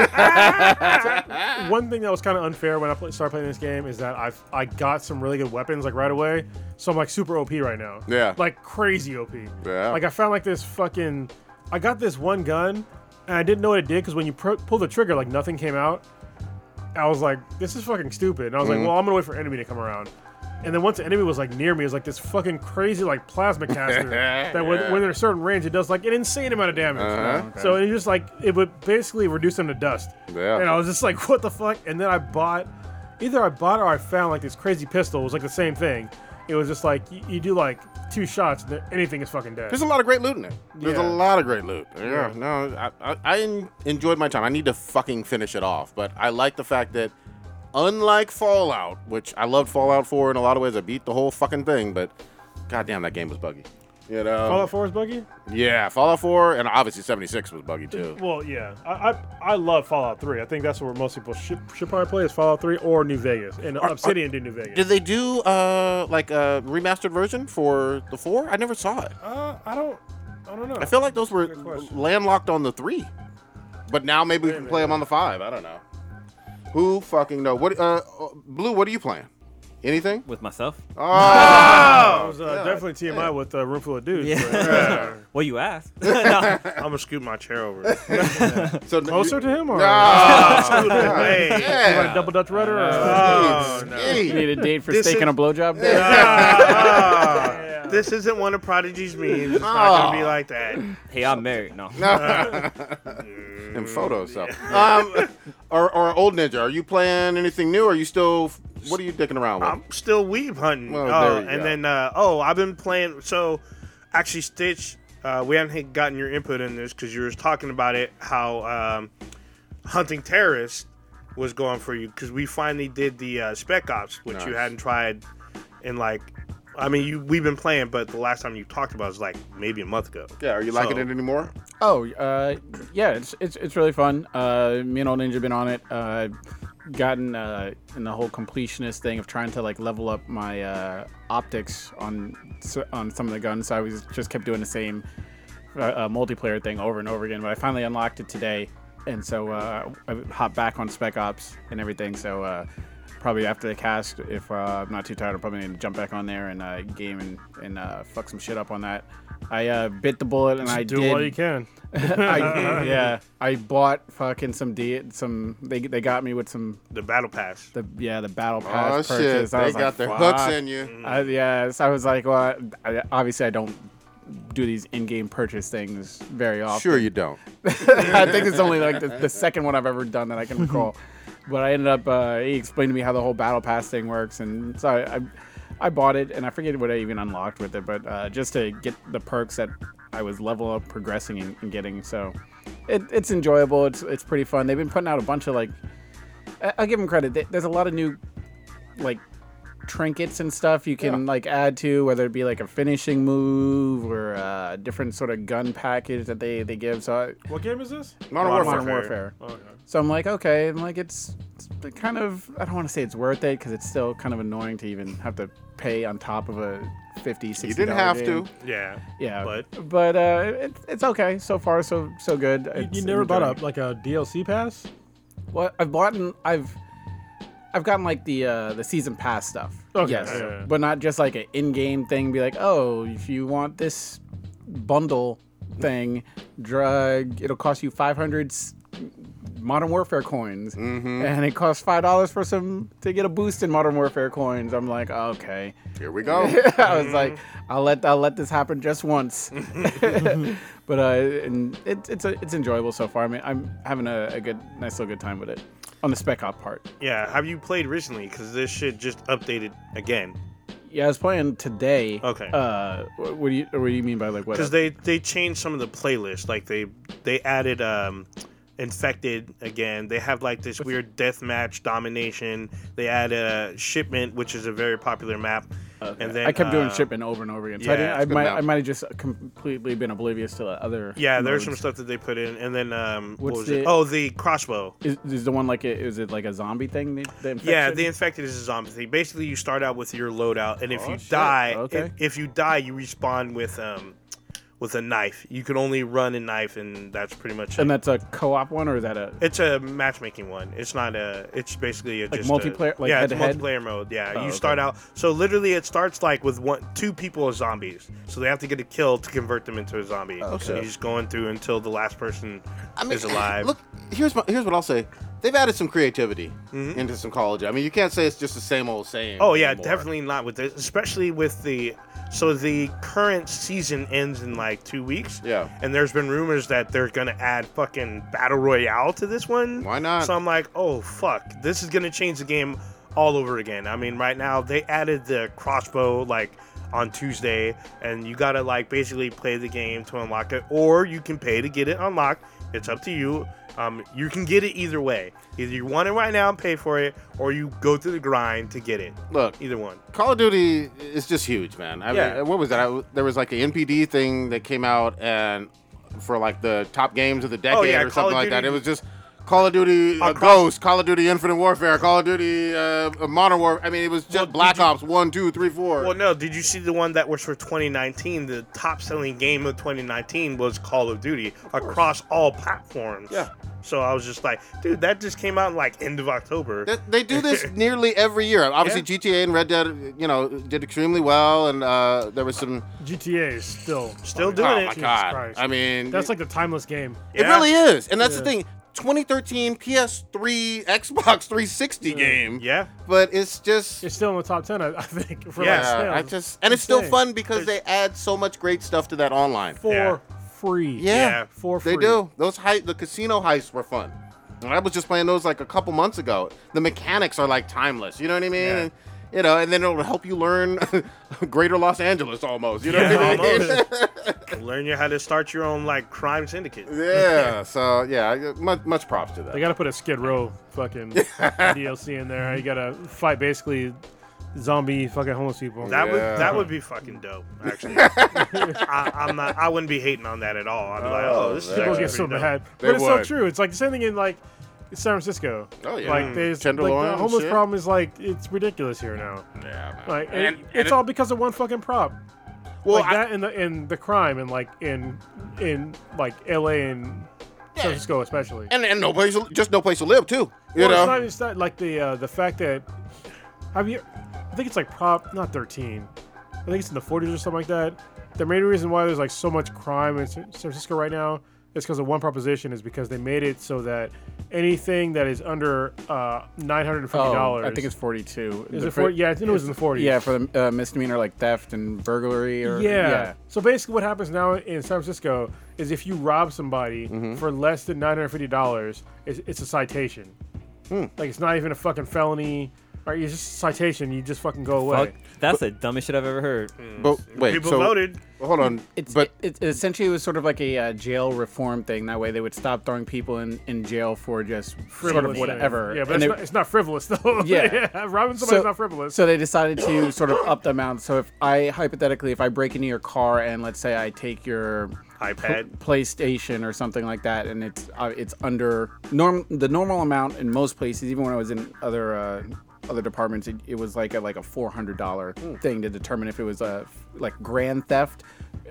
S6: So, one thing that was kind of unfair when I play, started playing this game is that I've I got some really good weapons like right away, so I'm like super OP right now.
S4: Yeah.
S6: Like crazy OP.
S4: Yeah.
S6: Like I found like this fucking, I got this one gun, and I didn't know what it did because when you pr- pull the trigger, like nothing came out. I was like, this is fucking stupid. And I was
S4: Mm-hmm.
S6: like, well, I'm gonna wait for enemy to come around. And then once the enemy was like near me, it was like this fucking crazy like plasma caster that when,
S4: Yeah.
S6: when they're a certain range, it does like an insane amount of damage.
S4: Uh-huh.
S6: So it just like it would basically reduce them to dust.
S4: Yeah.
S6: And I was just like, what the fuck? And then I bought, either I bought or I found like this crazy pistol. It was like the same thing. It was just like you, you do like two shots, and then anything is fucking dead.
S4: there's a lot of great loot in it. There's
S6: Yeah.
S4: a lot of great loot. Yeah,
S6: Yeah.
S4: no, I, I, I en- enjoyed my time. I need to fucking finish it off, but I like the fact that unlike Fallout, which I loved Fallout 4 in a lot of ways, I beat the whole fucking thing, but goddamn, that game was buggy. You know,
S6: Fallout 4 is buggy.
S4: yeah, Fallout 4, and obviously 76 was buggy too.
S6: Well, yeah, I, I I love Fallout 3. I think that's where most people should, should probably play is Fallout 3 or New Vegas. And Obsidian did New Vegas.
S4: Did they do uh like a remastered version for the four? I never saw it.
S6: uh, I don't I don't know.
S4: I feel like those were
S6: Good question.
S4: landlocked on the three, but now maybe we can play them on the five. I don't know. Who fucking know? What uh, uh, Blue? What are you playing? Anything?
S8: with myself.
S6: I was uh, definitely TMI with uh, Room Full of Dudes.
S7: Yeah.
S8: Well, you asked. No.
S7: I'm gonna scoot my chair over.
S4: So n-
S6: Closer to him or
S4: Ah,
S7: Scoot it away.
S6: You want a
S4: yeah. Uh,
S6: double Dutch rudder? Or, uh,
S7: Oh, no.
S5: You
S4: Hey.
S5: need a date for
S7: This
S5: steak
S7: is-
S5: and a blowjob? Yeah.
S7: Ah, This isn't one of Prodigy's memes. It's not gonna be like that.
S8: hey, I'm married. No.
S4: And photos up. Um, or, or old ninja? Are you playing anything new? Or are you still? What are you dicking around with?
S7: I'm still weeb hunting.
S4: Well,
S7: oh,
S4: there you
S7: and
S4: go.
S7: then uh, oh, I've been playing. So, actually, Stitch, uh, we hadn't gotten your input in this because you were talking about it how um, hunting terrorists was going for you because we finally did the uh, Spec Ops, which you
S4: Nice.
S7: hadn't tried in like. I mean, you we've been playing, but the last time you talked about it was like maybe a month ago.
S4: yeah. Are you liking
S7: So-
S4: it anymore?
S5: Oh, uh, yeah, it's, it's it's really fun. Uh, me and Old Ninja been on it. Uh, gotten uh, in the whole completionist thing of trying to like level up my uh, optics on s- on some of the guns. So I was just kept doing the same uh, uh, multiplayer thing over and over again. But I finally unlocked it today, and so uh, I hopped back on Spec Ops and everything. So uh, probably after the cast, if uh, I'm not too tired, I'm probably gonna jump back on there and uh, game and and uh, fuck some shit up on that. I uh, bit the bullet and I
S6: do
S5: did.
S6: all you can.
S5: I, yeah, I bought fucking some D. Some they they got me with some
S7: The Battle Pass.
S5: the yeah the battle pass
S4: Oh shit!
S5: purchase. I
S4: They
S5: was
S4: got
S5: like,
S4: their
S5: fuck.
S4: hooks in you.
S5: I, yeah, so I was like, well, I, obviously I don't do these in-game purchase things very often.
S4: Sure you don't.
S5: I think it's only like the, the second one I've ever done that I can recall. but I ended up uh, he explained to me how the whole battle pass thing works, and so I, I, I bought it, and I forget what I even unlocked with it, but uh, just to get the perks that I was level up, progressing, and, and getting. So it, it's enjoyable. It's it's pretty fun. They've been putting out a bunch of like, I, I'll give them credit. They, there's a lot of new, like. Trinkets and stuff you can like add to whether it be like a finishing move or a different sort of gun package that they they give. So I,
S6: What game is this?
S4: Modern Warfare.
S5: Modern Warfare.
S6: Okay.
S5: So I'm like, okay, I'm like, it's, it's kind of, I don't want to say it's worth it because it's still kind of annoying to even have to pay on top of a 50, 60
S4: You didn't have to.
S7: Yeah.
S5: Yeah.
S7: But-
S5: But, but uh, it, it's okay. So far, so so good.
S6: You,
S5: It's
S6: never bought
S5: enjoyable.
S6: up like a DLC pass?
S5: Well, I've bought and I've I've gotten like the uh, the season pass stuff.
S6: Okay,
S5: Yes,
S6: yeah, yeah, yeah.
S5: but not just like an in-game thing. Be like, oh, if you want this bundle thing, drug, it'll cost you 500 s- Modern Warfare coins,
S6: Mm-hmm.
S5: and it costs five dollars for some to get a boost in Modern Warfare coins. I'm like, okay.
S4: Here we go.
S5: I was like,
S7: Mm-hmm.
S5: I'll let I'll let this happen just once. but uh, and it, it's a, it's enjoyable so far. I mean, I'm having a, a good, nice little good time with it on the spec op part.
S7: Yeah. Have you played recently? Because this shit just updated again.
S5: Yeah, I was playing today.
S7: Okay.
S5: Uh, wh- what do you what do you mean by like what?
S7: because they they changed some of the playlists like they they added um infected again they have like this weird deathmatch domination they add a shipment which is a very popular map and then
S5: I kept doing
S7: uh,
S5: shipment over and over again. So
S7: yeah,
S5: I, didn't,
S7: it's
S5: I
S4: good
S5: might
S4: now.
S5: I might have just completely been oblivious to the other.
S7: yeah there's some
S5: modes.
S7: stuff that they put in and then um what
S5: What's
S7: was it
S5: the-
S7: oh the crossbow
S5: Is, is the one like a, is it like a zombie thing? The, the
S7: yeah
S5: infection?
S7: the infected is a zombie thing basically you start out with your loadout and if
S4: Oh,
S7: you
S4: shit.
S7: die
S5: Okay.
S7: if, if you die you respawn with um with a knife you can only run a knife and that's pretty much it.
S5: and that's a co-op one or is that a
S7: It's a matchmaking one. It's not a. It's basically a
S5: Like
S7: just
S5: multiplayer-
S7: A,
S5: like
S7: yeah,
S5: head-to-head?
S7: it's multiplayer mode. Yeah,
S5: Oh,
S7: you
S5: okay.
S7: start out. So literally, it starts like with one, two people as zombies. So they have to get a kill to convert them into a zombie.
S5: Oh,
S4: Okay.
S7: So you're just going through until the last person is alive.
S4: Look, here's my, here's what I'll say. They've added some creativity into some college. I mean, you can't say it's just the same old same.
S7: Mm-hmm. oh yeah,
S4: anymore.
S7: definitely not with this, especially with the. So the current season ends in like two weeks.
S4: Yeah.
S7: And there's been rumors that they're gonna add fucking battle royale to this one.
S4: Why not?
S7: So I'm like, oh fuck, this is gonna change the game all over again. I mean, right now they added the crossbow like on Tuesday, and you gotta like basically play the game to unlock it, or you can pay to get it unlocked. It's up to you. Um, you can get it either way. Either you want it right now and pay for it, or you go through the grind to get it.
S4: Look,
S7: Either one.
S4: Call of Duty is just huge, man. I
S7: Yeah.
S4: mean, what was that? I, there was like a NPD thing that came out and for like the top games of the decade
S7: Oh, yeah,
S4: or
S7: Call of
S4: something like that.
S7: Duty-
S4: It was just Call of Duty uh,
S7: Across-
S4: Ghost, Call of Duty Infinite Warfare, Call of Duty uh, Modern Warfare. I mean, it was just Black Ops 1, 2, 3, 4.
S7: Well, no. Did you see the one that was for 2019? The top-selling game of 2019 was Call of Duty across all platforms.
S4: Yeah.
S7: So I was just like, dude, that just came out like end of October.
S4: Th- They do this nearly every year. Obviously, GTA and Red Dead, you know, did extremely well, and uh, there was some.
S6: GTA is still
S7: Still
S6: fucking-
S7: doing
S4: Oh
S7: it.
S4: my
S6: Jesus
S4: god!
S6: Christ.
S4: I mean,
S6: That's like the timeless game.
S4: It
S7: Yeah.
S4: really is, and that's the
S6: Yeah.
S4: thing. 2013 PS3, Xbox 360 game.
S7: Yeah.
S4: But it's just
S6: It's still in the top ten, I, I think. For
S7: Yeah,
S6: like
S4: yeah,
S6: sales.
S4: I just and it's still
S6: Insane.
S4: fun because they add so much great stuff to that online.
S6: for
S7: Yeah.
S6: free.
S4: Yeah,
S7: Yeah,
S6: for free.
S4: they do. Those hei- the casino heists were fun. And I was just playing those like a couple months ago. The mechanics are like timeless. You know what I mean?
S7: Yeah.
S4: And, you know, and then it'll help you learn Greater Los Angeles almost. You know what I mean?
S7: Learn you how to start your own like crime syndicate.
S4: Yeah. So yeah, much, much props to that.
S6: They gotta put a Skid Row fucking DLC in there. You gotta fight basically zombie fucking homeless people.
S7: That would
S4: Yeah.
S7: that would be fucking dope. Actually, I, I'm not. I wouldn't be hating on that at all. I'd be like, oh, this is
S6: people
S7: actually
S6: get so
S7: pretty dope.
S6: mad,
S4: They
S6: but it's so
S4: would.
S6: true. It's like the same thing in like San Francisco.
S4: Oh, yeah.
S1: Hmm.
S6: like there's like
S4: Tenderloin
S6: the
S4: and
S6: homeless
S4: shit.
S6: problem is like it's ridiculous here now.
S4: yeah, man.
S6: Like
S1: And-
S6: it-
S1: and
S6: it's
S1: it-
S6: all because of one fucking prop.
S7: Well,
S6: like
S7: I-
S6: that and the and the crime and like in in like L.A. and San Francisco especially.
S4: and and no place, to- just no place to live too. You
S6: well,
S4: know.
S6: it's not it's not like the uh, the fact that have you? I think it's like prop not thirteen. I think it's in the forties or something like that. The main reason why there's like so much crime in San San Francisco right now is because of one proposition is because they made it so that anything that is under uh, nine hundred and fifty dollars.
S5: Oh, I think it's 42.
S6: Is
S5: The
S6: it
S5: fir-
S6: 40? Yeah, I think it was in the 40s.
S5: Yeah, for the uh, misdemeanor like theft and burglary or
S6: yeah. So basically, what happens now in San Francisco is if you rob somebody
S4: Mm-hmm.
S6: for less than nine hundred fifty dollars, it's, it's a citation.
S4: Hmm.
S6: Like it's not even a fucking felony. Or it's just a citation. You just fucking go away.
S8: Fuck, that's the dumbest shit I've ever heard.
S4: But wait,
S7: People
S4: so
S7: voted.
S4: hold on.
S5: It's
S4: but
S5: it, it essentially was sort of like a uh, jail reform thing. That way, they would stop throwing people in, in jail for just sort of
S6: Frivolous.
S5: whatever.
S6: Yeah, but
S5: And
S6: it's,
S5: they-
S6: not, it's not frivolous though.
S5: Yeah.
S6: robbing somebody's not frivolous.
S5: So they decided to sort of up the amount. So if I hypothetically, if I break into your car and let's say I take your
S7: iPad.
S5: PlayStation or something like that, and it's uh, it's under norm the normal amount in most places. Even when I was in other uh, other departments, it, it was like a like a four hundred dollar thing to determine if it was a like grand theft.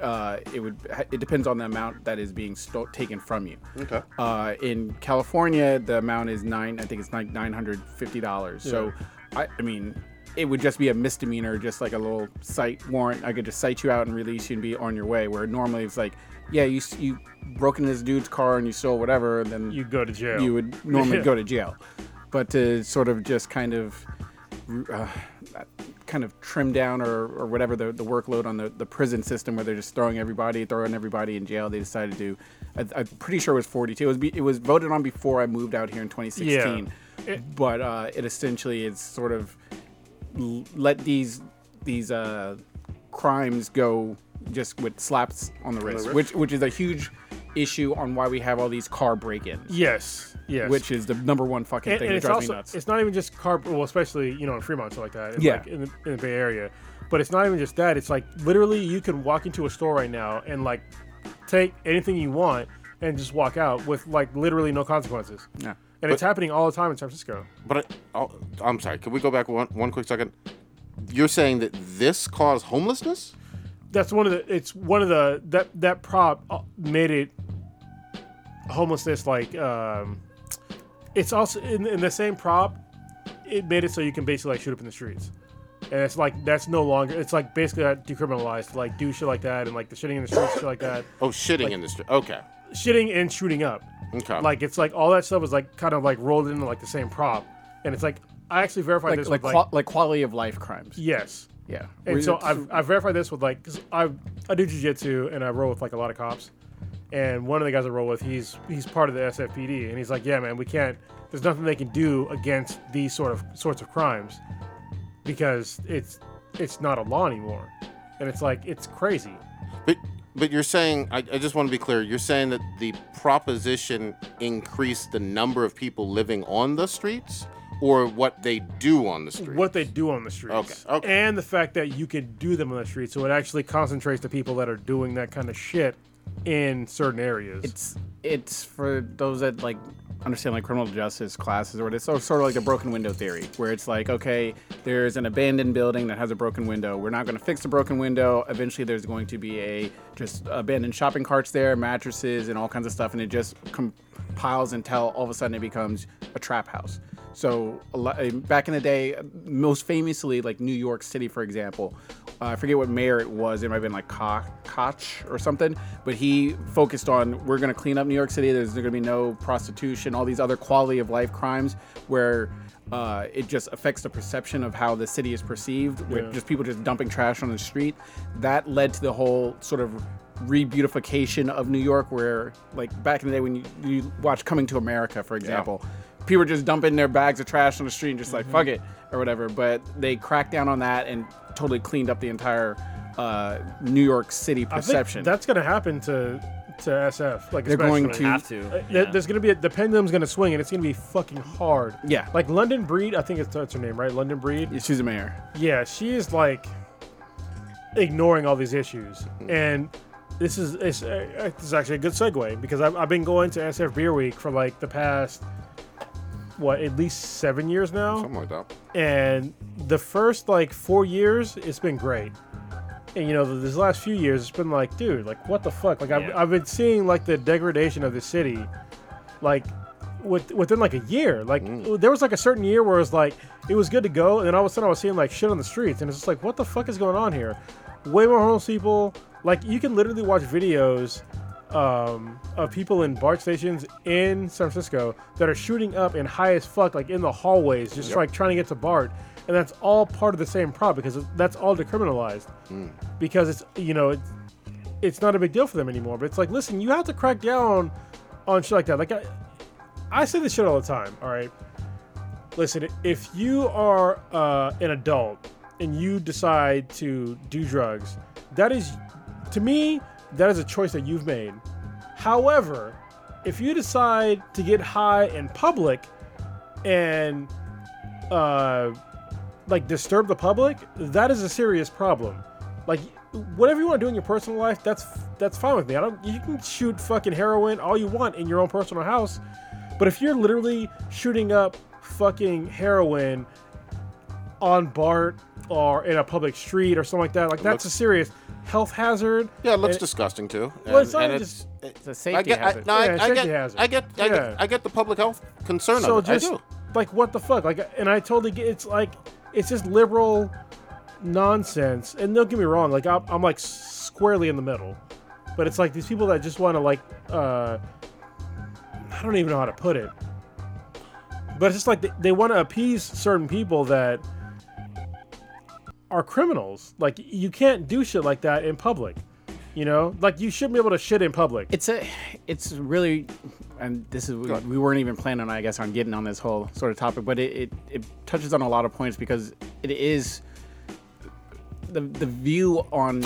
S5: Uh, it would it depends on the amount that is being sto- taken from you.
S4: Okay.
S5: Uh, in California, the amount is nine. I think it's like nine hundred fifty dollars. So, I, I mean, it would just be a misdemeanor, just like a little cite warrant. I could just cite you out and release you and be on your way. Where normally it's like, yeah, you s- you broke into this dude's car and you stole whatever, and then
S6: you go to jail.
S5: you would normally go to jail. But to sort of just kind of uh, kind of trim down or, or whatever the, the workload on the, the prison system where they're just throwing everybody, throwing everybody in jail, they decided to. I, I'm pretty sure it was 42. It was, be, it was voted on before I moved out here in 2016. but uh, it essentially is sort of l- let these these uh, crimes go just with slaps on the wrist, which which is a huge issue on why we have all these car break-ins
S6: Yes. Yes.
S5: which is the number one fucking
S6: and,
S5: thing
S6: and
S5: that
S6: it's
S5: drives
S6: also
S5: me nuts.
S6: it's not even just car well especially you know in Fremont so like that and
S5: Yeah.
S6: like in, the, in the Bay Area but it's not even just that it's like literally you can walk into a store right now and like take anything you want and just walk out with like literally no consequences
S5: Yeah.
S6: and it's happening all the time in San Francisco
S4: but I, oh, I'm sorry. Can we go back one one quick second? You're saying that this caused homelessness?
S6: that's one of the it's one of the that that prop uh, made it homelessness like um it's also in, in the same prop it made it so you can basically like shoot up in the streets and it's like that's no longer it's like basically not decriminalized to like do shit like that and like the shitting in the streets shit like that
S4: Oh, shitting in the street. Okay.
S6: shitting and shooting up
S4: Okay.
S6: like it's like all that stuff was like kind of like rolled into like the same prop and it's like i actually verified
S5: like
S6: this
S5: like,
S6: with,
S5: qua- like quality of life crimes.
S6: yes
S5: Yeah.
S6: and
S5: Where
S6: so
S5: it's-
S6: I've, I've verified this with like, cause I I do jujitsu and I roll with like a lot of cops, and one of the guys I roll with, he's he's part of the SFPD, and he's like, yeah, man, we can't. There's nothing they can do against these sort of sorts of crimes, because it's it's not a law anymore, and it's like it's crazy.
S4: But but you're saying I, I just want to be clear. You're saying that the proposition increased the number of people living on the streets, or what they do on the streets.
S6: What they do on the streets.
S4: Okay, okay.
S6: And the fact that you can do them on the streets, so it actually concentrates the people that are doing that kind of shit in certain areas.
S5: it's it's for those that like understand like criminal justice classes or what it's so- sort of like the broken window theory where it's like okay there's an abandoned building that has a broken window we're not going to fix the broken window eventually there's going to be a just abandoned shopping carts there mattresses and all kinds of stuff and it just compiles until all of a sudden it becomes a trap house so a lo- uh, back in the day most famously like new york city for example uh, i forget what mayor it was it might have been like Co- koch or something but he focused on we're going to clean up new york city there's going to be no prostitution all these other quality of life crimes where uh, it just affects the perception of how the city is perceived with just people just dumping trash on the street that led to the whole sort of re-beautification of new york where like back in the day when you, you watch coming to america for example people were just dumping their bags of trash on the street and just like fuck it or whatever. But they cracked down on that and totally cleaned up the entire uh, New York City
S6: I think
S5: perception.
S6: that's going to happen to to SF. Like
S5: They're going
S6: especially.
S5: to-
S8: have to.
S6: Uh,
S8: yeah.
S6: there- There's gonna be a, the pendulum's gonna swing and it's gonna be fucking hard.
S5: Yeah.
S6: like London Breed, I think it's that's her name, right? London Breed.
S5: she's the mayor.
S6: Yeah, she is like ignoring all these issues,
S5: Mm.
S6: and this is it's, uh, uh, this is actually a good segue because I've, I've been going to SF Beer Week for like the past what at least seven years now
S4: Something like that.
S6: and the first like four years it's been great and you know th- this last few years it's been like dude like what the fuck like I've,
S8: Yeah.
S6: I've been seeing like the degradation of the city like with, within like a year like there was like a certain year where it was like it was good to go and then all of a sudden i was seeing like shit on the streets and it's just like what the fuck is going on here way more homeless people like you can literally watch videos um, of people in BART stations in San Francisco that are shooting up and high as fuck, like in the hallways, just like trying to get to BART. And that's all part of the same problem because that's all decriminalized. Because it's, you know, it's, it's not a big deal for them anymore. But it's like, listen, you have to crack down on shit like that. Like, I, I say this shit all the time, all right? Listen, if you are uh, an adult and you decide to do drugs, that is, to me, that is a choice that you've made. However, if you decide to get high in public and uh, like disturb the public, that is a serious problem. Like whatever you want to do in your personal life, that's that's fine with me. I don't. You can shoot fucking heroin all you want in your own personal house, but if you're literally shooting up fucking heroin on BART or in a public street or something like that, like that's
S4: looks-
S6: a serious health hazard.
S4: Yeah, it looks
S6: And-
S4: disgusting too. And,
S6: Eh, Well, it's not
S4: and
S6: just-
S4: it-
S5: It's a
S4: I
S5: safety
S4: get, I,
S5: hazard.
S4: no, I-
S6: Yeah,
S4: I,
S6: safety
S4: get,
S6: hazard.
S4: I get, I get,
S6: Yeah.
S4: I get the public health concern
S6: so
S4: of it.
S6: just
S4: I do.
S6: like what the fuck like and i totally get it's like it's just liberal nonsense and don't get me wrong like i'm, I'm like squarely in the middle but it's like these people that just want to like uh i don't even know how to put it but it's just like they, they want to appease certain people that are criminals like you can't do shit like that in public you know like you shouldn't be able to shit in public
S5: It's a, it's really, and this is we,
S4: ahead.
S5: we weren't even planning, I guess, on getting on this whole sort of topic, but it, it, it touches on a lot of points because it is the the view on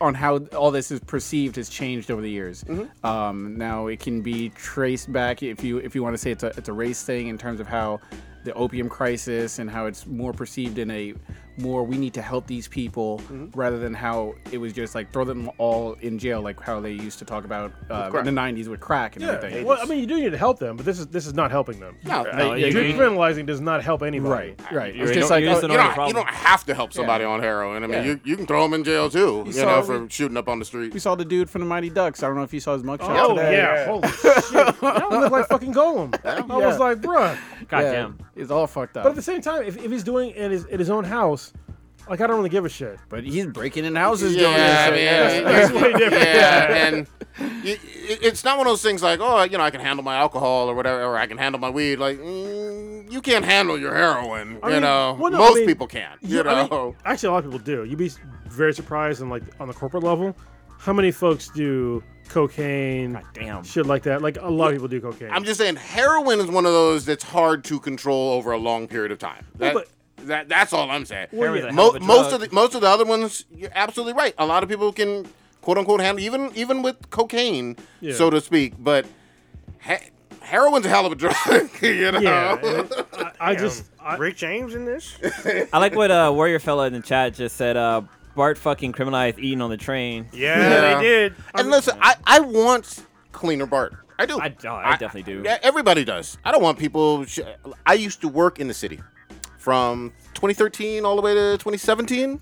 S5: on how all this is perceived has changed over the years.
S6: Mm-hmm.
S5: Um, now it can be traced back if you if you want to say it's a it's a race thing in terms of how the opium crisis and how it's more perceived in a more we need to help these people
S6: Mm-hmm.
S5: rather than how it was just like throw them all in jail like how they used to talk about uh, in the 90s with crack and everything.
S6: well i mean you do need to help them but this is this is not helping them
S4: No,
S8: No,
S4: you,
S8: you-
S4: you-
S6: Decriminalizing does not help anybody.
S5: right, right.
S8: You're
S5: It's just
S8: igno-
S5: like
S8: you're just
S5: oh,
S8: an
S4: you
S8: Another
S4: don't, you
S8: problem.
S4: don't have to help somebody on heroin. I mean,
S5: Yeah.
S4: you, you can throw them in jail too. You,
S5: saw
S4: know,
S5: it
S4: for
S5: with-
S4: shooting up on the street.
S5: we saw the dude from the Mighty Ducks. I don't know if you saw his mugshot
S6: Oh yeah,
S5: today.
S6: holy shit! That one looked like fucking Golem. I was like, bruh.
S8: Goddamn.
S5: It's all fucked up.
S6: But at the same time, if, if he's doing it in his, in his own house, like I don't really give a shit.
S5: But he's breaking in houses doing this.
S4: Yeah, I mean, yeah,
S6: That's way different.
S4: yeah, and y- y- it's not one of those things like, oh, you know, I can handle my alcohol or whatever, or I can handle my weed. Like, mm, you can't handle your heroin.
S6: I
S4: you
S6: mean,
S4: know,
S6: well, no, I
S4: most
S6: mean,
S4: people can't. You
S6: Yeah, I
S4: know,
S6: mean, actually, a lot of people do. You'd be very surprised, and like on the corporate level, how many folks do cocaine,
S8: damn.
S6: shit like that. Like a lot of people do cocaine.
S4: I'm just saying, heroin is one of those that's hard to control over a long period of time. That,
S6: but-
S4: that that's all I'm saying.
S6: Well, yeah.
S8: Heroin's a hell
S4: Mo-
S8: of a
S4: most
S8: drug.
S4: of the most of the other ones, you're absolutely right. A lot of people can quote unquote handle, even even with cocaine,
S6: Yeah.
S4: so to speak. But ha- heroin's a hell of a drug, you know.
S6: Yeah, it- I, I just I,
S7: Rick James in this?
S8: I like what uh, Warrior Fella in the chat just said. Uh, Bart fucking criminalized eating on the train.
S7: Yeah,
S4: Yeah.
S7: they did.
S4: And listen, I, I want cleaner Bart. I do.
S8: I, oh, I definitely do.
S4: Yeah, everybody does. I don't want people. Sh- I used to work in the city from 2013 all the way to 2017,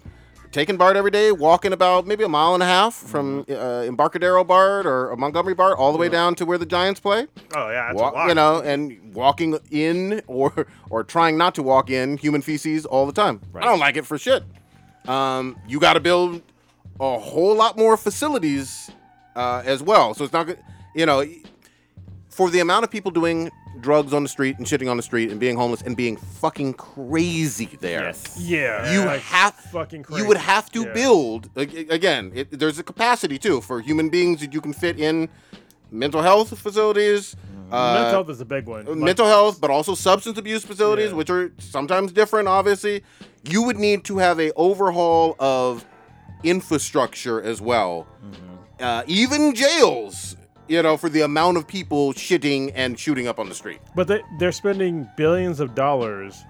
S4: taking BART every day, walking about maybe a mile and a half from
S6: Mm-hmm.
S4: uh, Embarcadero BART or Montgomery BART all the way down to where the Giants play.
S7: Oh, yeah, that's
S4: Walk,
S7: a lot.
S4: you know, and walking in or or trying not to walk in human feces all the time. I don't like it for shit. Um, you got to build a whole lot more facilities uh, as well. So it's not, go- you know, for the amount of people doing drugs on the street and shitting on the street and being homeless and being fucking crazy there.
S8: Yes.
S6: yeah,
S4: You
S6: like,
S4: have
S6: fucking
S4: you would
S6: crazy.
S4: have to
S6: Yeah.
S4: build ag- again. It, there's a capacity too for human beings that you can fit in mental health facilities, uh,
S6: Mm-hmm. mental health is a big one. Like,
S4: mental health, but also substance abuse facilities,
S6: Yeah.
S4: which are sometimes different. Obviously, you would need to have a overhaul of infrastructure as well,
S6: Mm-hmm.
S4: uh, even jails. You know, for the amount of people shitting and shooting up on the street.
S6: But they, they're spending billions of dollars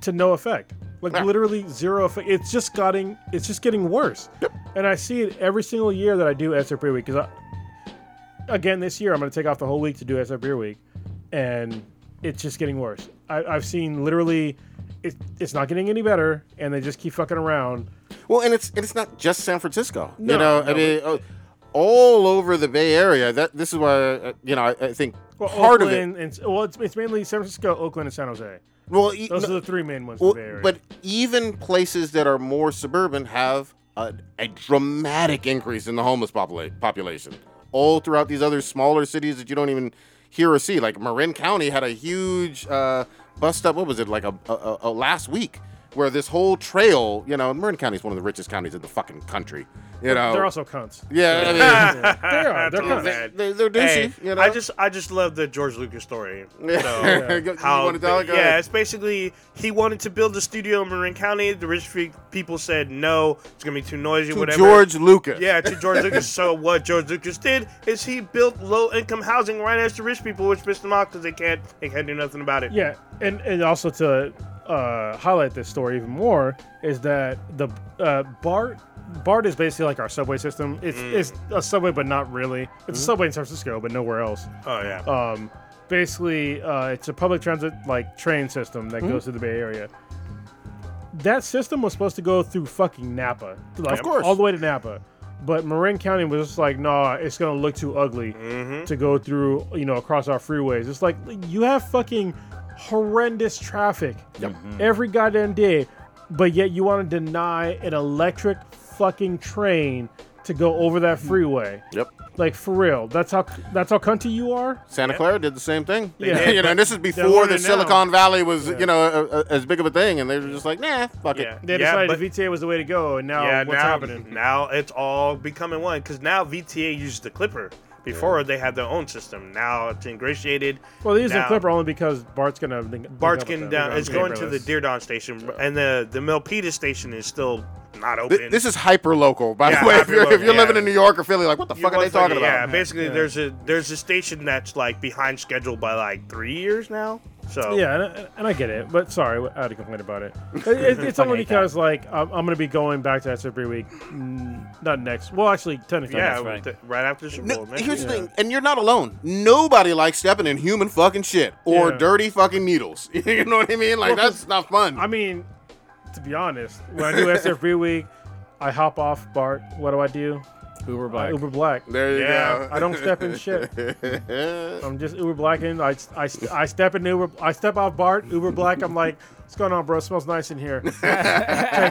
S6: to no effect. Like
S4: Yeah.
S6: literally zero effect. It's just getting it's just getting worse. And I see it every single year that I do SR Beer Week because again this year I'm going to take off the whole week to do SR Beer Week, and it's just getting worse. I, I've seen literally it, it's not getting any better, and they just keep fucking around.
S4: Well, and it's and it's not just San Francisco.
S6: No,
S4: you know,
S6: no,
S4: I mean, uh, all over the Bay Area. That this is why uh, you know I, I think part of it.
S6: Oakland and well, it's, it's mainly San Francisco, Oakland, and San Jose.
S4: Well, e-
S6: Those
S4: no-
S6: are the three main ones. in
S4: Well,
S6: the Bay Area.
S4: but even places that are more suburban have a, a dramatic increase in the homeless popula- population. All throughout these other smaller cities that you don't even hear or see, like Marin County had a huge uh, bust up. What was it like a, a, a- a last week? Where this whole trail, you know, and Marin County is one of the richest counties in the fucking country. You know,
S6: they're also cunts.
S4: oh. yeah, I mean,
S6: they are. They're
S7: That's all
S6: cunts.
S7: that.
S4: they, they're
S7: Hey,
S4: douchey. you know,
S7: I just I just love the George Lucas story. So,
S4: You
S7: how
S4: wanna Uh, tell it? Go
S7: yeah,
S4: ahead.
S7: it's basically he wanted to build a studio in Marin County. The rich fe- people said no, it's gonna be too noisy,
S4: To
S7: whatever.
S4: George Lucas.
S7: Yeah, to George Lucas. So what George Lucas did is he built low-income housing right next to rich people, which pissed them off because they can't they can't do nothing about it.
S6: Yeah, and, and also to uh, highlight this story even more is that the uh, BART BART is basically like our subway system. It's it's a subway, but not really. It's a subway in San Francisco, but nowhere else.
S7: Oh yeah.
S6: Um, basically, uh, it's a public transit like train system
S4: Hmm?
S6: that goes through the Bay Area. That system was supposed to go through fucking Napa, like,
S4: Of course.
S6: all the way to Napa. But Marin County was just like, nah, it's gonna look too ugly
S4: Mm-hmm.
S6: to go through, you know, across our freeways. It's like you have fucking horrendous traffic every goddamn day, but yet you want to deny an electric fucking train to go over that freeway.
S4: Mm-hmm. Yep.
S6: Like for real, that's how that's how cunty you are.
S4: Santa Clara did the same thing.
S6: Yeah.
S4: you know, and this is before
S6: learning
S4: the
S6: now.
S4: Silicon Valley was, you know, a, a, as big of a thing, and they were just like, nah, fuck
S7: Yeah.
S4: it.
S6: They decided VTA was the way to go, and now
S7: yeah,
S6: what's
S7: now,
S6: happening?
S7: Now it's all becoming one because now VTA uses the Clipper. Before they had their own system. Now it's ingratiated.
S6: Well, they're using
S7: Now-
S6: Clipper only because Bart's gonna. think- think
S7: Bart's
S6: up with them.
S7: getting down.
S6: They're
S7: It's
S6: gonna
S7: going
S6: be
S7: to the
S6: paperless.
S7: Deerdon station, and the the Milpitas station is still not open.
S4: Th- This is hyper local, by
S7: Yeah,
S4: the way. If you're, if
S7: hyper-local,
S4: you're living
S7: yeah.
S4: in New York or Philly, like, what the
S7: You
S4: fuck are
S7: go
S4: they
S7: for-
S4: talking
S7: Yeah,
S4: about?
S7: basically, there's a there's a station that's like behind schedule by like three years now. So
S6: Yeah, and I, and I get it, but sorry, I had to complain about it. It- it- it's only
S8: hate
S6: because like I'm, I'm gonna be going back to that every week. Mm, Not next. Well, actually, technically,
S7: yeah,
S6: next
S7: right.
S6: week.
S7: right after the Super
S4: No,
S7: Bowl. man.
S4: here's the thing, and you're not alone. Nobody likes stepping in human fucking shit or
S6: Yeah.
S4: dirty fucking needles. you know what I mean? Like,
S6: Well, 'cause
S4: that's not fun.
S6: I mean, to be honest, when I do SFB week, I hop off Bart. What do I do?
S5: Uber
S6: I
S5: Black.
S6: Uber Black.
S4: there you
S7: Yeah,
S6: I don't step in shit. I'm just Uber blacking. I, I, I step in Uber. I step off Bart. Uber black. I'm like, what's going on, bro? smells nice in here. take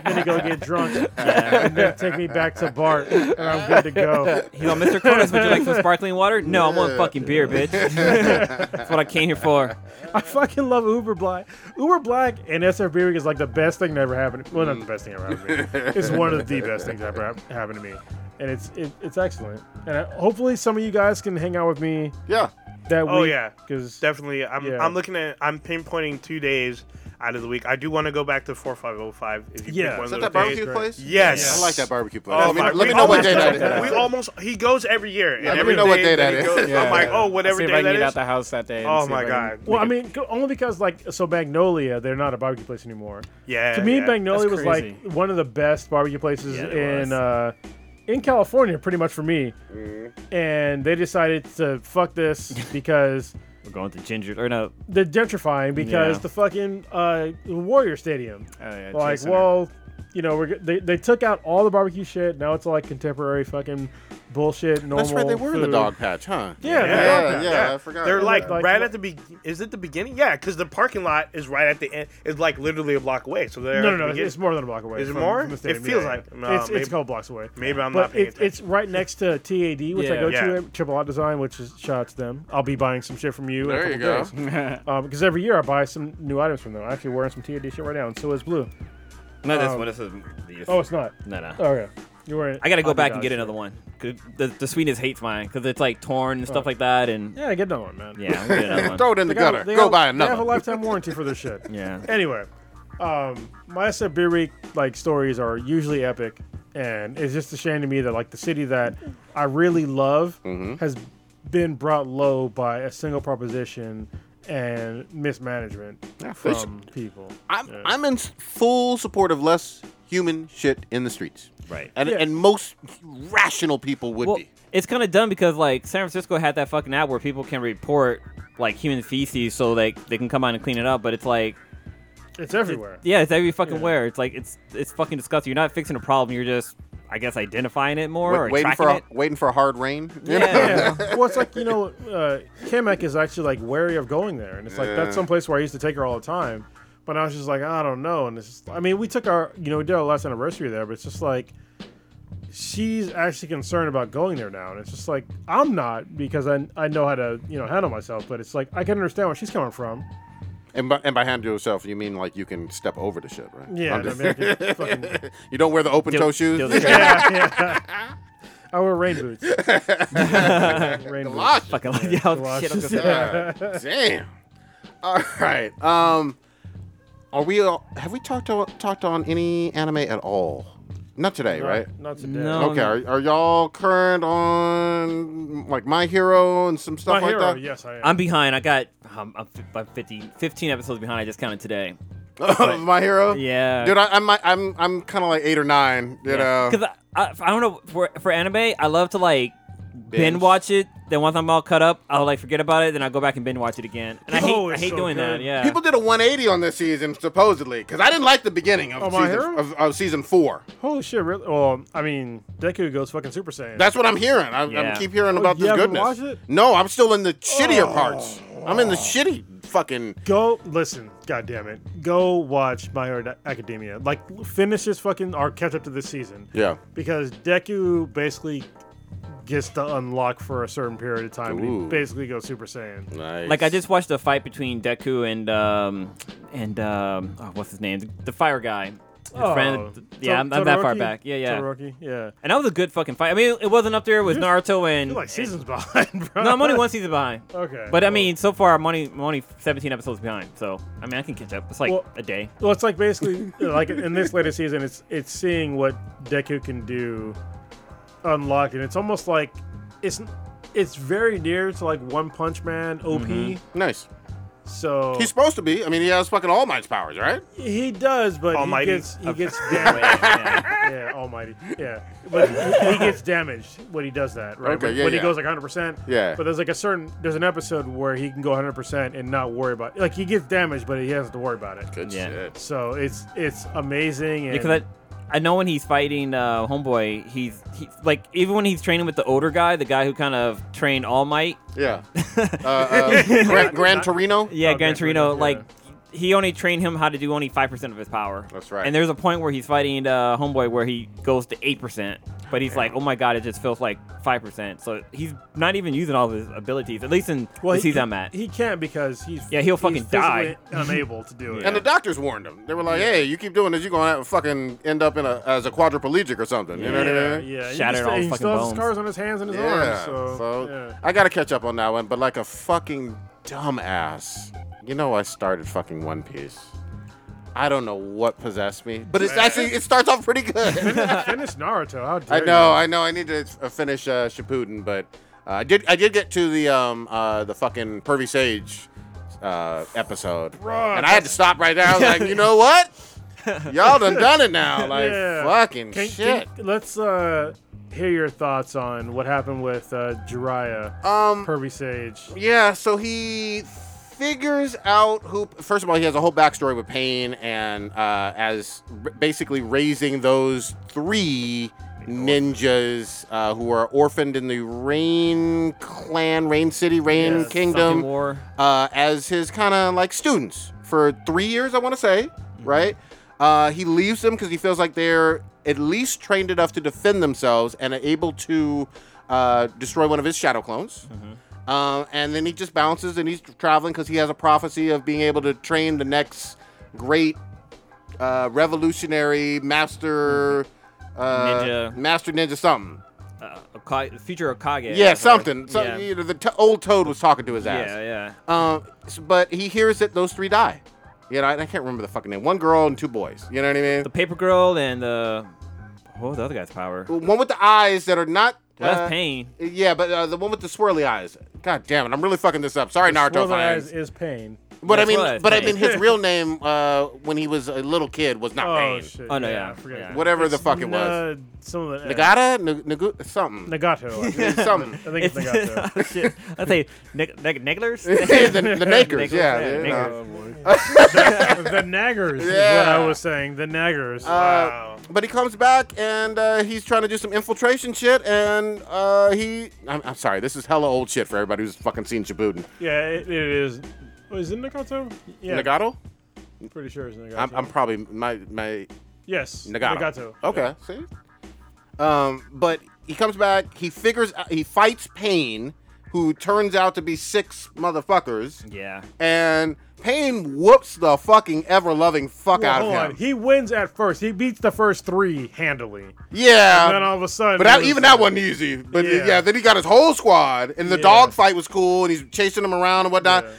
S6: me to go get drunk, and then take me back to Bart, and I'm good to go.
S8: You know, Mr. Corners, would you like some sparkling water? No, I want fucking beer, bitch. That's what I came here for.
S6: I fucking love Uber black. Uber black and SFB Week is like the best thing that ever happened. Well, not the best thing that ever happened. To me. It's one of the best things that ever hap- uh, happened to me, and it's it, it's excellent. And I, hopefully, some of you guys can hang out with me
S4: yeah.
S6: that
S7: Oh,
S6: week,
S7: yeah.
S6: because
S7: Definitely. I'm,
S6: Yeah.
S7: I'm looking at. I'm pinpointing two days out of the week. I do want to go back to four five zero five. If you
S6: Yeah.
S7: pick
S6: Is
S7: one
S4: Is that
S7: of
S4: that
S7: those days.
S4: barbecue
S6: great.
S4: place?
S7: Yes.
S4: I like that barbecue place.
S7: Oh,
S4: let me,
S7: my-
S4: let
S7: we
S4: me know what
S7: almost-
S4: day that is.
S7: We almost he goes every year. And
S4: Let me
S7: every
S4: know what day that
S7: he
S4: is.
S7: goes, I'm like, oh, whatever
S5: see if
S7: day
S5: I can
S7: that
S5: get
S7: is.
S5: out the house that day. and
S7: oh
S5: see
S7: my
S5: if I can-
S7: god.
S6: Well, I mean, go- only because like so Magnolia, they're not a barbecue place anymore.
S7: yeah.
S6: to me,
S7: yeah.
S6: Magnolia
S5: That's
S6: was
S5: crazy.
S6: like one of the best barbecue places
S8: Yeah, it was.
S6: in uh, in California, pretty much for me.
S7: Mm-hmm.
S6: And they decided to fuck this because
S8: We're going to Ginger or no?
S6: the gentrifying because
S8: Yeah.
S6: the fucking uh, Warrior Stadium.
S5: Oh, yeah,
S6: like,
S5: Jason.
S6: well, you know, we're g- they, they took out all the barbecue shit. Now it's all like contemporary fucking bullshit. Normal.
S4: That's right, they were in the
S6: food.
S4: dog patch, huh?
S6: Yeah,
S4: yeah,
S6: yeah,
S4: yeah, I forgot.
S7: They're like,
S6: like-
S7: right at the be. Is it the beginning? Yeah, because the parking lot is right at the end. It's like literally a block away. So they're
S6: No,
S7: at
S6: no, no. It's,
S7: the
S6: it's
S7: beginning.
S6: more than a block away.
S7: Is it
S6: from-
S7: more?
S6: from the
S7: It
S6: stadium,
S7: feels
S6: yeah,
S7: like-
S6: yeah.
S7: no,
S6: it's,
S7: maybe-
S6: it's a couple blocks away.
S7: Maybe I'm not
S6: But
S7: paying
S6: it, it's
S7: attention.
S6: right next to TAD, which I
S5: Yeah.
S6: go
S7: Yeah.
S6: to at Triple Hot Design, which is shots them. I'll be buying some shit from you.
S4: There
S6: in a
S4: you
S6: couple Days. because every year I buy some new items from them. I'm actually wearing some TAD shit right now, and so is Blue.
S8: No, this one. This is.
S6: Oh, it's not.
S8: No, no.
S6: Oh, yeah. You're wearing.
S8: I gotta go
S6: Adidas
S8: back and get
S6: shit.
S8: another one. 'Cause The, the sweetness hates mine because it's like torn and stuff like that, and yeah,
S6: Yeah, get another one, man.
S8: I'm gonna get another
S4: Throw
S8: one.
S4: it in the
S6: They got-
S4: gutter.
S6: they
S4: Go
S6: have-
S4: buy
S6: They have a
S4: another.
S6: lifetime warranty for this shit.
S8: Yeah.
S6: Anyway, um, my SF Beer Week like stories are usually epic, and it's just a shame to me that like the city that I really love
S4: Mm-hmm.
S6: has been brought low by a single proposition and mismanagement
S4: they
S6: from people.
S4: I'm,
S6: um, Yeah.
S4: I'm in s- full support of less human shit in the streets.
S8: Right.
S4: And,
S6: Yeah.
S4: and most rational people would
S8: Well,
S4: be.
S8: it's kind of dumb because like San Francisco had that fucking app where people can report like human feces, so like they can come out and clean it up. But it's like,
S6: it's everywhere.
S8: yeah, it's every fucking
S6: Yeah.
S8: where. It's like it's it's fucking disgusting. You're not fixing a problem. You're just, I guess, identifying it more
S4: Wait-
S8: or
S4: waiting
S8: tracking
S4: for a,
S8: it.
S4: waiting for a hard rain. you know?
S8: Yeah.
S6: Yeah. well, it's like you know, uh, Kamek is actually like wary of going there, and it's like that's some place where I used to take her all the time. But I was just like, I don't know, and it's just, I mean, we took our, you know, we did our last anniversary there, but it's just like she's actually concerned about going there now, and it's just like I'm not because I I know how to you know handle myself, but it's like I can understand where she's coming from.
S4: And, by, and by hand to yourself, you mean like you can step over the shit, right?
S6: Yeah,
S4: I'm
S6: and I,
S4: just-
S6: mean, I can fucking,
S4: you don't wear the open toe
S8: Deal-
S4: shoes.
S8: deal with it.
S6: yeah, yeah. I wear rain boots. rain boots.
S4: Lock.
S8: Fucking like, yeah, I was-
S6: Watch.
S8: shit, I was gonna say-
S4: God damn. All right. Um, are we? All, have we talked to, talked on any anime at all? Not today, right?
S6: Not, not today.
S8: No.
S4: Okay. Are, are y'all current on like My Hero and some
S6: My
S4: stuff
S6: hero.
S4: like that?
S6: Yes, I am.
S8: I'm behind. I got um, I'm fi- I'm 50, 15 episodes behind. I just counted today.
S4: my Hero.
S8: Yeah.
S4: Dude, I, I'm I'm I'm kind of like eight or nine. You
S8: Because
S4: know.
S8: I, I, I don't know for for anime, I love to like binge
S4: Binge.
S8: watch it. Then once I'm all cut up, I'll like forget about it. Then I'll go back and binge watch it again. And I hate
S6: Oh,
S8: I
S6: it's
S8: hate
S6: so
S8: doing that.
S6: good.
S8: Yeah.
S4: People did a 180 on this season supposedly because I didn't like the beginning of
S6: Oh, My
S4: season
S6: Hero?
S4: of, of season four.
S6: Holy shit! Really? Well, I mean, Deku goes fucking Super Saiyan.
S4: That's what I'm hearing. I, I
S8: Yeah.
S4: keep hearing about
S6: Oh, you
S4: this
S6: haven't
S4: goodness.
S6: watched it? Oh.
S4: No, I'm still in the shittier parts. I'm in the shitty fucking.
S6: go listen. God damn it! Go watch My Hero Academia. Like finish this fucking or catch up to this season.
S4: Yeah.
S6: Because Deku basically gets to unlock for a certain period of time. And
S4: Ooh.
S6: he basically goes Super Saiyan.
S4: Nice.
S8: like I just watched the fight between Deku and um and um oh, what's his name the, the fire guy. His friend.
S6: Oh.
S8: Yeah,
S6: To-
S8: I'm, I'm that far
S6: Todoroki?
S8: back. Yeah, yeah.
S6: Todoroki? Yeah.
S8: And that was a good fucking fight. I mean, it wasn't up there with
S6: You're-
S8: Naruto and.
S6: You're like seasons behind, bro.
S8: no, I'm only one season behind.
S6: Okay.
S8: But I
S6: well-
S8: mean, so far I'm only, I'm only 17 episodes behind. So I mean, I can catch up. It's like
S6: Well-
S8: a day.
S6: Well, it's like basically like in this latest season, it's it's seeing what Deku can do, unlocked, and it's almost like it's it's very near to like One Punch Man OP.
S4: nice.
S6: So
S4: He's supposed to be. I mean, he has fucking All Might's powers, right?
S6: he does, but
S7: Almighty.
S6: he gets he gets damaged. yeah, Almighty. Yeah, but he he gets damaged when he does that, right?
S4: Okay,
S6: when
S4: yeah,
S6: when
S4: yeah.
S6: he goes like 100. percent
S4: Yeah.
S6: But there's like a certain there's an episode where he can go 100 percent and not worry about like he gets damaged, but he hasn't to worry about it.
S4: Good
S8: Yeah.
S4: shit.
S6: So it's it's amazing. And,
S8: Because I, I know when he's fighting uh, Homeboy, he's he, like even when he's training with the older guy, the guy who kind of trained All Might.
S4: Yeah. uh, uh, Gran, Gran Torino.
S6: Oh,
S8: Yeah, Gran
S6: Gran Torino,
S8: Torino. Like he only trained him how to do only five percent of his power.
S4: That's right.
S8: And there's a point where he's fighting uh, Homeboy where he goes to eight percent. But he's like, oh my god, it just feels like five percent. So he's not even using all of his abilities, at least in
S6: Well,
S8: the
S6: he,
S8: season I'm at.
S6: He can't because he's
S8: Yeah, he'll
S6: he's
S8: fucking die.
S6: physically unable to do it.
S4: And the doctors warned him. They were like, "Hey, you keep doing this, you're gonna fucking end up in a as a quadriplegic or something." You know what I
S6: yeah,
S4: mean?
S6: yeah. He
S8: Shattered
S6: just-
S8: all
S6: he
S8: fucking
S6: still has
S8: bones.
S6: scars on his hands and his
S4: Yeah.
S6: arms. So,
S4: so
S6: yeah.
S4: I gotta catch up on that one. But like a fucking dumbass, you know, I started fucking One Piece. I don't know what possessed me, but it's actually it starts off pretty good.
S6: finish Naruto. How dare
S4: I
S6: you.
S4: know, I know. I need to uh, finish uh, Shippuden, but uh, I did. I did get to the um uh, the fucking pervy sage uh, episode,
S6: Bruh,
S4: and I had to stop right there. I was like, you know what? Y'all done done it now. Like
S6: Yeah.
S4: fucking
S6: Can-
S4: shit.
S6: can- let's uh, hear your thoughts on what happened with uh, Jiraiya,
S4: um.
S6: Pervy Sage.
S4: Yeah, so he figures out who. First of all, he has a whole backstory with Pain and uh, as b- basically raising those three ninjas uh, who are orphaned in the Rain Clan, Rain City, Rain
S8: Yeah, something
S4: Kingdom
S8: War.
S4: uh, as his kind of like students for three years, I want to say,
S8: Mm-hmm.
S4: right? Uh, he leaves them because he feels like they're at least trained enough to defend themselves and are able to uh, destroy one of his shadow clones.
S8: Mm-hmm.
S4: Uh, and then he just bounces and he's traveling because he has a prophecy of being able to train the next great uh, revolutionary master uh,
S8: Mm-hmm. Ninja.
S4: master ninja something.
S8: Uh, Oka- future Okage.
S4: Yeah,
S8: or whatever.
S4: something. So,
S8: yeah.
S4: You know, the t- old toad was talking to his ass.
S8: yeah, yeah.
S4: Um, s- but he hears that those three die. You know, I I can't remember the fucking name. One girl and two boys. You know what I mean?
S8: The Paper Girl and the what was the other guy's power?
S4: The one with the eyes that are not.
S8: Well,
S4: uh,
S8: that's pain.
S4: Yeah, but uh, the one with the swirly eyes. God damn it! I'm really fucking this up. Sorry, Naruto
S6: Swirling Eyes
S4: fans.
S6: is pain.
S4: But I
S8: That's
S4: mean,
S8: what it's
S4: but I
S8: pain.
S4: mean, his real name uh, when he was a little kid was not
S6: Oh
S4: Pain.
S6: shit!
S8: Oh, no,
S6: yeah,
S8: yeah,
S6: I forgot.
S8: yeah.
S4: Whatever the
S6: It's
S4: fuck it was.
S6: Na- some of the uh,
S4: Nagata, Nag- Nagu- something,
S6: Nagato. I think.
S4: something.
S6: I think it's Nagato.
S8: Oh, Shit. I'd say neg- neg- neglers.
S4: the, the Nakers,
S8: Nakers,
S4: yeah.
S8: yeah,
S4: you know.
S8: Nakers.
S6: the naggers is what
S4: Yeah.
S6: I was saying. The naggers.
S4: Uh, But he comes back and uh, he's trying to do some infiltration shit. And uh, he, I'm, I'm sorry, this is hella old shit for everybody who's fucking seen Shippuden.
S6: yeah, it, it is. Oh, is it Nagato? Yeah,
S4: Nagato?
S6: I'm pretty sure it's Nagato.
S4: I'm, I'm probably my my
S6: yes,
S4: Nagato. Oh,
S6: Nagato.
S4: Okay, see. Um, but he comes back. He figures out, he fights Pain, who turns out to be six motherfuckers,
S8: yeah.
S4: and Pain whoops the fucking ever loving fuck
S6: Well,
S4: out of
S6: hold
S4: him.
S6: on. He wins at first. He beats the first three handily.
S4: yeah.
S6: and then all of a sudden,
S4: But that,
S6: it was-
S4: even that wasn't easy. But yeah.
S6: Yeah.
S4: then he got his whole squad, and the
S6: Yeah.
S4: dog fight was cool, and he's chasing them around and whatnot.
S6: Yeah.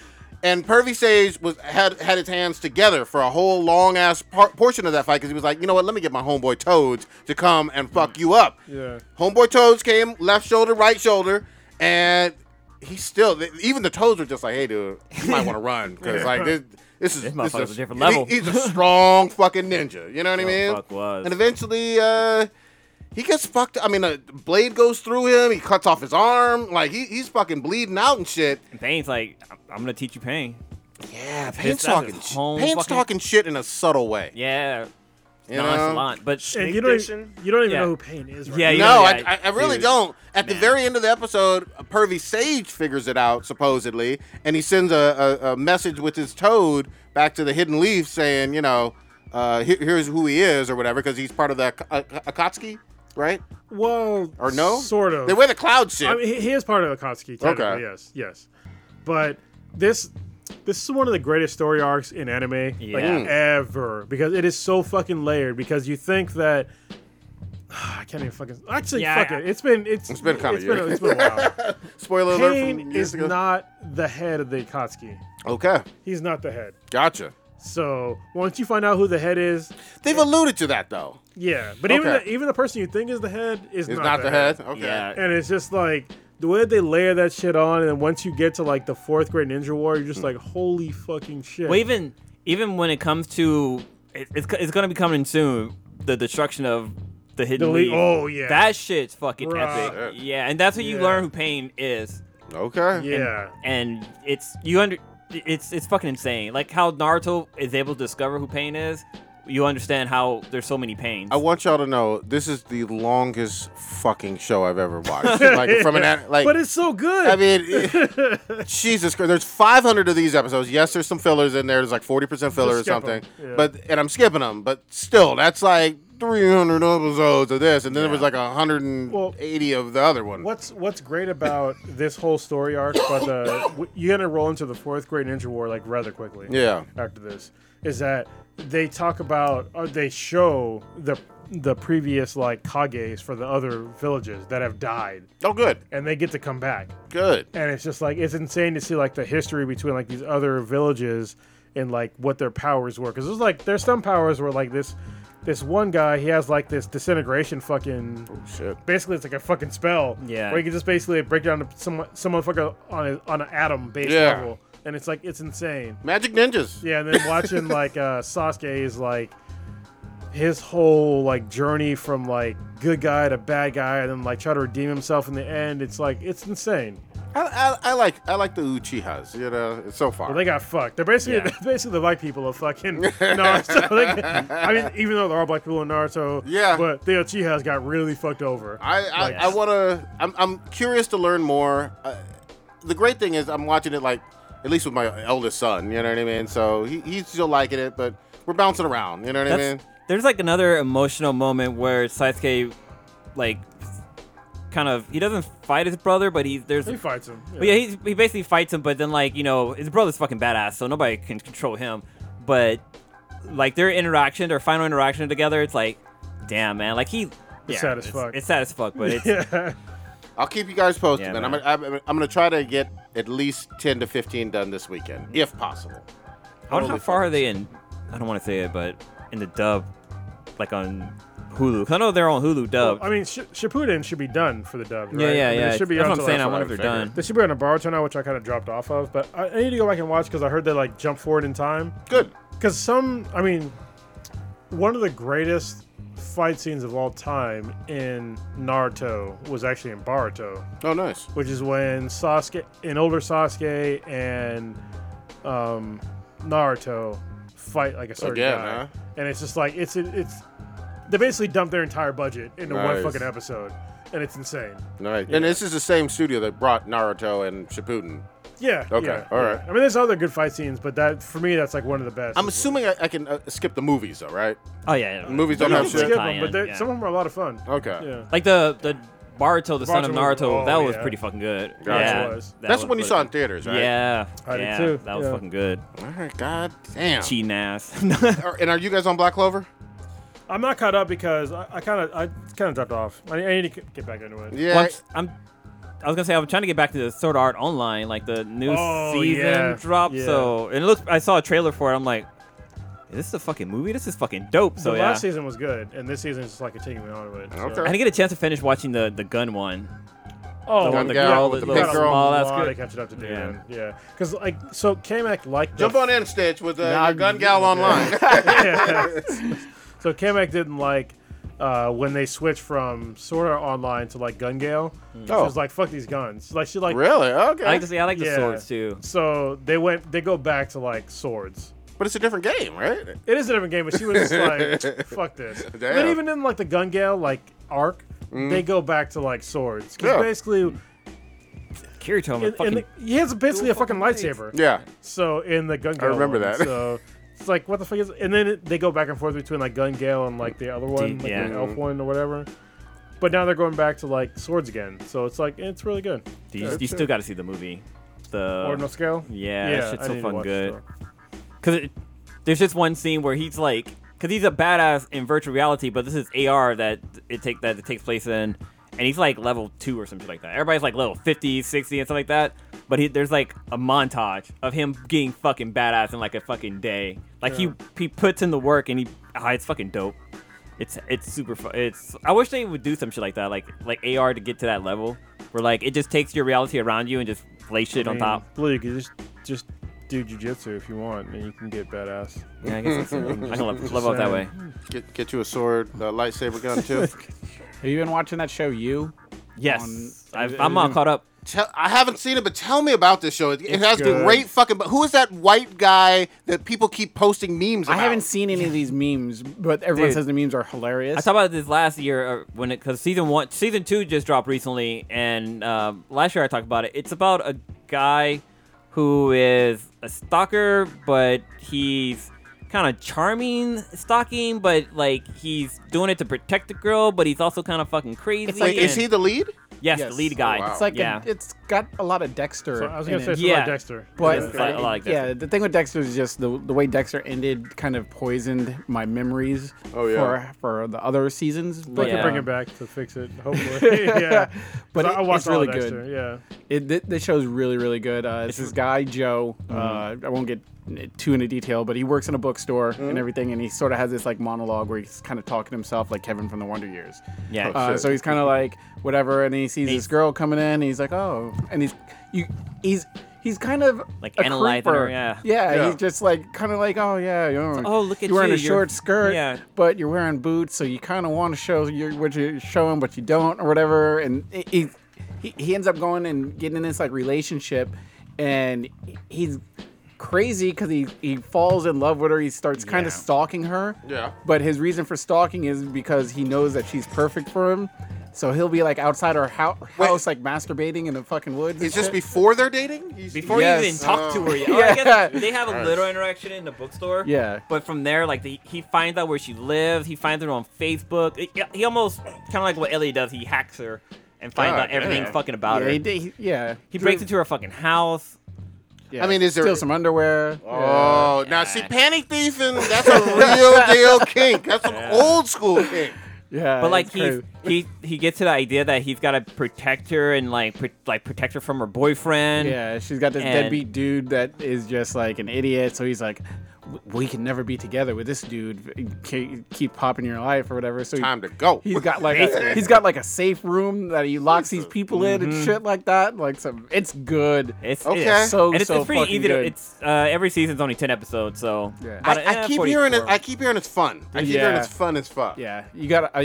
S4: And Pervy Sage was had had his hands together for a whole long ass par- portion of that fight because he was like, you know what, let me get my homeboy Toads to come and fuck you up.
S6: Yeah.
S4: Homeboy Toads came, left shoulder, right shoulder, and he still th- even the Toads were just like, hey dude, you might want to run because like this. This is
S8: This
S4: this is-
S8: motherfucker's a different
S4: he-
S8: level.
S4: he's a strong fucking ninja. You know what I
S8: Oh,
S4: mean?
S8: fuck was.
S4: And eventually, uh, he gets fucked. I mean, a blade goes through him. He cuts off his arm. Like he, he's fucking bleeding out and shit.
S8: And Pain's like, I'm, I'm gonna teach you pain.
S4: Yeah, Pain's
S8: pissed off his
S4: talking. sh-
S8: home
S4: Pain's
S8: fucking-
S4: talking shit in a subtle way.
S8: Yeah.
S4: You know?
S8: nonchalant, but
S6: And
S7: Snake
S6: you don't, e-
S7: Dixon?
S6: you don't even
S8: Yeah.
S6: know who Pain is. Right
S8: Yeah,
S6: now.
S8: you
S4: No,
S8: know,
S4: I, I, I really
S8: dude.
S4: don't. At the very end of the episode, Pervy Sage figures it out supposedly, and he sends a, a, a message with his toad back to the Hidden Leaf saying, you know, uh, he- here's who he is or whatever, because he's part of the Ak- Ak- Akatsuki, right?
S6: Well,
S4: Or no?
S6: sort of.
S4: They wear the cloud ship.
S6: I mean, he, he is part of the Kotsky.
S4: Okay.
S6: Okay. Yes, yes. But this this is one of the greatest story arcs in anime like
S8: Yeah.
S6: ever because it is so fucking layered. Because you think that I can't even fucking actually
S8: Yeah,
S6: fuck
S8: I-
S6: it. It's been it's
S4: It's been a couple
S6: it's been, a-
S4: years.
S6: it's been a while.
S4: Spoiler alert from
S6: Pain
S4: years
S6: is
S4: ago.
S6: not the head of the Kotsky.
S4: okay,
S6: He's not the head.
S4: gotcha.
S6: So once you find out who the head is,
S4: They've alluded to that though.
S6: yeah. But even
S4: Okay.
S6: the, even the person you think is the head is
S4: It's
S6: not,
S4: not, the head. Okay.
S8: Yeah.
S6: and it's just like the way that they layer that shit on, and then once you get to like the fourth grade Ninja War, you're just like, holy fucking shit.
S8: Well, even even when it comes to it, it's co- it's gonna be coming soon. The destruction of the hidden
S6: The lea-
S8: leaf.
S6: oh, yeah.
S8: that shit's fucking
S6: Bruh.
S8: epic. Yeah, and that's when you
S6: Yeah.
S8: learn who pain is,
S4: Okay.
S6: yeah,
S8: and it's you under it's it's fucking insane. Like how Naruto is able to discover who pain is. You understand how there's so many pains.
S4: I want y'all to know this is the longest fucking show I've ever watched. like from an an- like
S6: but it's so good.
S4: I mean, it- Jesus Christ! There's 500 of these episodes. Yes, there's some fillers in there. There's like 40 percent filler or
S6: skip 'em.
S4: something.
S6: Yeah.
S4: But and I'm skipping them. But still, that's like 300 episodes of this, and then there was
S6: Yeah.
S4: like 180
S6: Well,
S4: of the other one.
S6: What's What's great about this whole story arc, but the w- you're gonna roll into the fourth grade ninja war like rather quickly.
S4: Yeah.
S6: After this, is that they talk about or they show the the previous like kages for the other villages that have died,
S4: Oh, good,
S6: and they get to come back.
S4: good.
S6: and it's just like it's insane to see like the history between like these other villages and like what their powers were because there's like there's some powers where like this this one guy he has like this disintegration fucking
S4: Oh, Shit.
S6: basically it's like a fucking spell
S8: Yeah.
S6: where he can just basically break down to some some motherfucker on a, on an atom based
S4: Yeah.
S6: level and it's like it's insane
S4: Magic Ninjas.
S6: yeah, and then watching like uh, Sasuke is like his whole like journey from like good guy to bad guy, and then like try to redeem himself in the end. It's like it's insane.
S4: I, I, I like I like the Uchihas. You know, so far.
S6: But they got fucked. They're basically
S8: Yeah.
S6: they're basically the black people of fucking Naruto. Like, I mean, even though there are black people in Naruto,
S4: Yeah.
S6: But the Uchihas got really fucked over.
S4: I I,
S8: Like-
S4: I want to. I'm, I'm curious to learn more. Uh, the great thing is I'm watching it like at least with my eldest son. You know what I mean? So he, he's still liking it, but we're bouncing around. You know what I mean?
S8: That's- There's like another emotional moment where Sasuke, like, kind of he doesn't fight his brother, but he there's
S6: He fights him.
S8: But yeah, he's, he basically fights him, but then like you know his brother's fucking badass, so nobody can control him. But like their interaction, their final interaction together, it's like, damn man, like he. yeah,
S6: sad as
S8: it's,
S6: fuck.
S8: It's sad as fuck, but it's
S6: yeah.
S4: I'll keep you guys posted,
S8: Yeah,
S4: man.
S8: man.
S4: I'm, gonna- I'm, I'm going to try to get at least 10 to 15 done this weekend, if possible.
S8: I wonder how
S4: Holy
S8: far are
S4: fuck.
S8: they in. I don't want to say it, but in the dub, like on Hulu. 'Cause I know they're on Hulu dub.
S6: I mean, Sh- Shippuden should be done for the dub. Right?
S8: uh, yeah, yeah,
S6: I mean,
S8: yeah.
S6: It should be
S8: That's
S6: out
S8: what
S6: till
S8: I'm saying. I
S6: like
S8: wonder if they're done.
S6: They should be on a Naruto now, which I kind of dropped off of, but I, I need to go back and watch because I heard they like jump forward in time.
S4: Good.
S6: Because some, I mean, one of the greatest fight scenes of all time in Naruto was actually in Baruto,
S4: Oh, nice.
S6: which is when Sasuke, an older Sasuke, and um, Naruto fight like a certain
S4: Again,
S6: guy,
S4: huh?
S6: and it's just like it's it's they basically dumped their entire budget into
S4: Nice.
S6: one fucking episode, and it's insane.
S4: Nice. And this is the same studio that brought Naruto and Shippuden.
S6: Yeah.
S4: Okay,
S6: yeah,
S4: all
S6: yeah.
S4: right.
S6: I mean, there's other good fight scenes, but that for me, that's like one of the best.
S4: I'm assuming I, I can uh, skip the movies, though, right?
S8: Oh yeah, yeah.
S4: Movies
S8: They're
S4: don't have
S8: not
S6: It's a
S4: shit.
S8: really
S6: good
S8: tie-in,
S6: one, but they're-
S8: yeah.
S6: some of them are a lot of fun.
S4: Okay.
S6: Yeah.
S8: like the the Baruto, the son of
S6: Baruto,
S8: Naruto,
S6: oh,
S8: that was
S6: yeah.
S8: pretty fucking good.
S4: Gotcha.
S8: Yeah,
S6: Was.
S8: that
S4: That's
S8: was
S4: when you
S8: really
S4: saw in
S8: good.
S4: theators, right?
S8: Yeah,
S6: I did
S8: yeah,
S6: too,
S8: that was
S6: yeah.
S8: fucking good.
S4: All right, god damn.
S8: Cheating ass.
S4: Are- And are you guys on Black Clover?
S6: I'm not caught up because I, I kind of I kind of dropped off. I, I need to get back into it.
S4: Yeah.
S8: Well, I'm, I'm- i was gonna say I'm trying to get back to the Sword Art Online, like the new
S6: Oh,
S8: season
S6: yeah.
S8: dropped.
S6: Yeah.
S8: So and it looks, I saw a trailer for it. I'm like, is this a fucking movie? This is fucking dope. So
S6: the
S8: yeah,
S6: last season was good, and this season is just like continuing on with it. so-
S4: Okay.
S8: I didn't get a chance to finish watching the the gun one.
S6: Oh,
S4: The one
S6: the
S4: guy
S6: girl
S4: with
S6: that
S4: the
S6: you
S4: big
S6: got
S4: girl.
S6: A
S8: Oh, that's
S6: lot
S8: good.
S6: of catching up to do.
S8: Yeah.
S6: man. Yeah. Because like so, Kamek liked
S4: Jump
S6: the,
S4: on in, Stitch, with uh,
S6: Nah,
S4: your gun gal online.
S6: So Kamek didn't like uh, when they switched from Sword Art Online to like Gun Gale. She was like, "Fuck these guns!" Like she like
S4: Hmm. Oh. really? Okay.
S8: I like to see. I like the
S6: Yeah.
S8: swords too.
S6: So they went. They go back to like swords.
S4: But it's a different game, right?
S6: It is a different game, but she was just like, "Fuck this." But
S4: Damn. Hmm.
S6: even in like the Gun Gale like arc, they go back to like swords. 'Cause
S4: Yeah.
S6: basically,
S8: Kirito, I'm a
S6: in, in
S8: fucking.
S6: the, he has basically a fucking lightsaber.
S4: Yeah.
S6: So in the Gun Gale,
S4: remember
S6: one,
S4: that.
S6: So it's like, what the fuck is? And then it, they go back and forth between like Gun Gale and like the other one, like
S8: yeah.
S6: the elf one or whatever. But now they're going back to like swords again. So it's like it's really good.
S8: you you still got to see the movie. The
S6: Ordinal scale.
S8: Oh. yeah, that shit's
S6: I
S8: so
S6: need to
S8: fucking
S6: watch
S8: good.
S6: that.
S8: Because there's just one scene where he's like, because he's a badass in virtual reality, but this is AR that it take that it takes place in, and he's like level two or something like that. Everybody's like level 50, 60, and stuff like that. But he, there's like a montage of him getting fucking badass in like a fucking day. Like he he puts in the work and he ah, it's fucking dope. It's it's super fun. It's I wish they would do some shit like that, like like AR to get to that level where like it just takes your reality around you and just lay shit
S6: I
S8: on
S6: mean,
S8: top.
S6: Blue, you can just just do jujitsu if you want, and you can get badass.
S8: Yeah, I guess that's, I can level, level up that way.
S4: Get, get you a sword, a lightsaber gun too.
S5: Have you been watching that show? You?
S8: Yes,
S5: on-
S8: I've, I'm all caught up.
S4: tell, I haven't seen it, but tell me about this show. It, it has
S6: good.
S4: great fucking. But who is that white guy that people keep posting memes?
S5: I
S4: about?
S5: haven't seen any of these memes, but everyone
S8: Dude.
S5: says the memes are hilarious.
S8: I talked about this last year uh, when it because season one, season two just dropped recently, and um, last year I talked about it. It's about a guy who is a stalker, but he's kind of charming stalking, but like he's doing it to protect the girl, but he's also kind of fucking crazy.
S4: Wait, is he
S8: and-
S4: the lead?
S8: yes,
S5: Yes.
S8: the lead guy?
S4: wow.
S5: It's like a-
S8: yeah.
S5: it's got a lot of Dexter.
S6: So I was
S5: in
S6: gonna say
S5: it.
S6: something
S8: Yeah.
S6: about Dexter.
S5: But
S8: Yeah, it's like- I like
S5: yeah, the thing with Dexter is just the the way Dexter ended kind of poisoned my memories
S4: Oh, yeah.
S5: for for the other seasons. But
S8: Yeah.
S6: bring it back to fix it, hopefully. yeah, 'Cause
S5: But it-
S6: I watched
S5: it's
S6: all
S5: really
S6: of Dexter,
S5: good.
S6: Yeah,
S5: it, th- this show's really really good. Uh, it's this guy Joe.
S8: Mm-hmm.
S5: Uh, I won't get n- too into detail, but he works in a bookstore and everything, and he sort of has this like monologue where he's kind of talking to himself like Kevin from the Wonder Years.
S8: Yeah. Oh,
S5: Uh,
S4: shit.
S5: so he's kind of like whatever, and he sees
S8: He's-
S5: this girl coming in, and he's like, oh, and he's you, he's he's kind of
S8: Like
S5: a
S8: analyzing
S5: creeper.
S8: her, yeah.
S5: yeah.
S4: Yeah.
S5: He's just like kind of like, oh yeah, you know,
S8: oh, look at
S5: you're wearing
S8: you,
S5: a
S8: you're-
S5: short skirt,
S8: yeah.
S5: but you're wearing boots, so you kind of want to show your, what you're showing, but you don't, or whatever. And he- he, he he ends up going and getting in this like relationship, and he's crazy because he he falls in love with her. He starts kind
S8: Yeah.
S5: of stalking her.
S4: Yeah.
S5: But his reason for stalking is because he knows that she's perfect for him. So he'll be like outside her hou-
S4: Wait.
S5: house, like masturbating in the fucking woods. and
S4: Is this
S5: shit.
S4: before they're dating? He's-
S8: Before
S5: Yes. Oh.
S8: you even talk to her, yeah.
S5: Yeah.
S8: I guess they have a little interaction in the bookstore.
S5: Yeah.
S8: But from there, like the, he finds out where she lives. He finds her on Facebook. It- yeah, he almost kind of like what Ellie does. He hacks her and finds
S4: God
S8: out everything
S4: damn.
S8: fucking about
S5: Oh, yeah,
S8: her.
S5: he,
S8: He,
S5: did- he- yeah.
S8: breaks into her fucking house.
S5: Yeah.
S4: I mean, is there-
S5: steal some underwear? Yeah.
S4: Oh, now see, panty thieving, that's a real deal kink. That's an old school kink.
S5: Yeah,
S8: But like
S5: it's
S8: he
S5: crazy.
S8: he he gets to the idea that he's got to protect her and like pr- like protect her from her boyfriend.
S5: yeah, she's got this
S8: and-
S5: deadbeat dude that is just like an idiot. So he's like, "W- we can never be together with this dude. Ke- Keep popping your life or whatever. So he-
S4: Time to go.
S5: He's got like a, he's got like a safe room that he locks these people in and shit like that. Like some, it's good.
S8: Mm-hmm. It's
S4: Okay.
S8: it's-
S5: so
S8: and it's,
S5: so
S8: it's pretty
S5: fucking
S8: easy. To,
S5: good.
S8: it's uh, every season's only ten episodes, so
S5: Yeah.
S8: about,
S4: I, I
S8: eh,
S4: keep hearing it.
S8: 44.
S4: I keep hearing it's fun. I keep hearing
S5: Yeah.
S4: it's fun as fuck.
S5: yeah, you got. I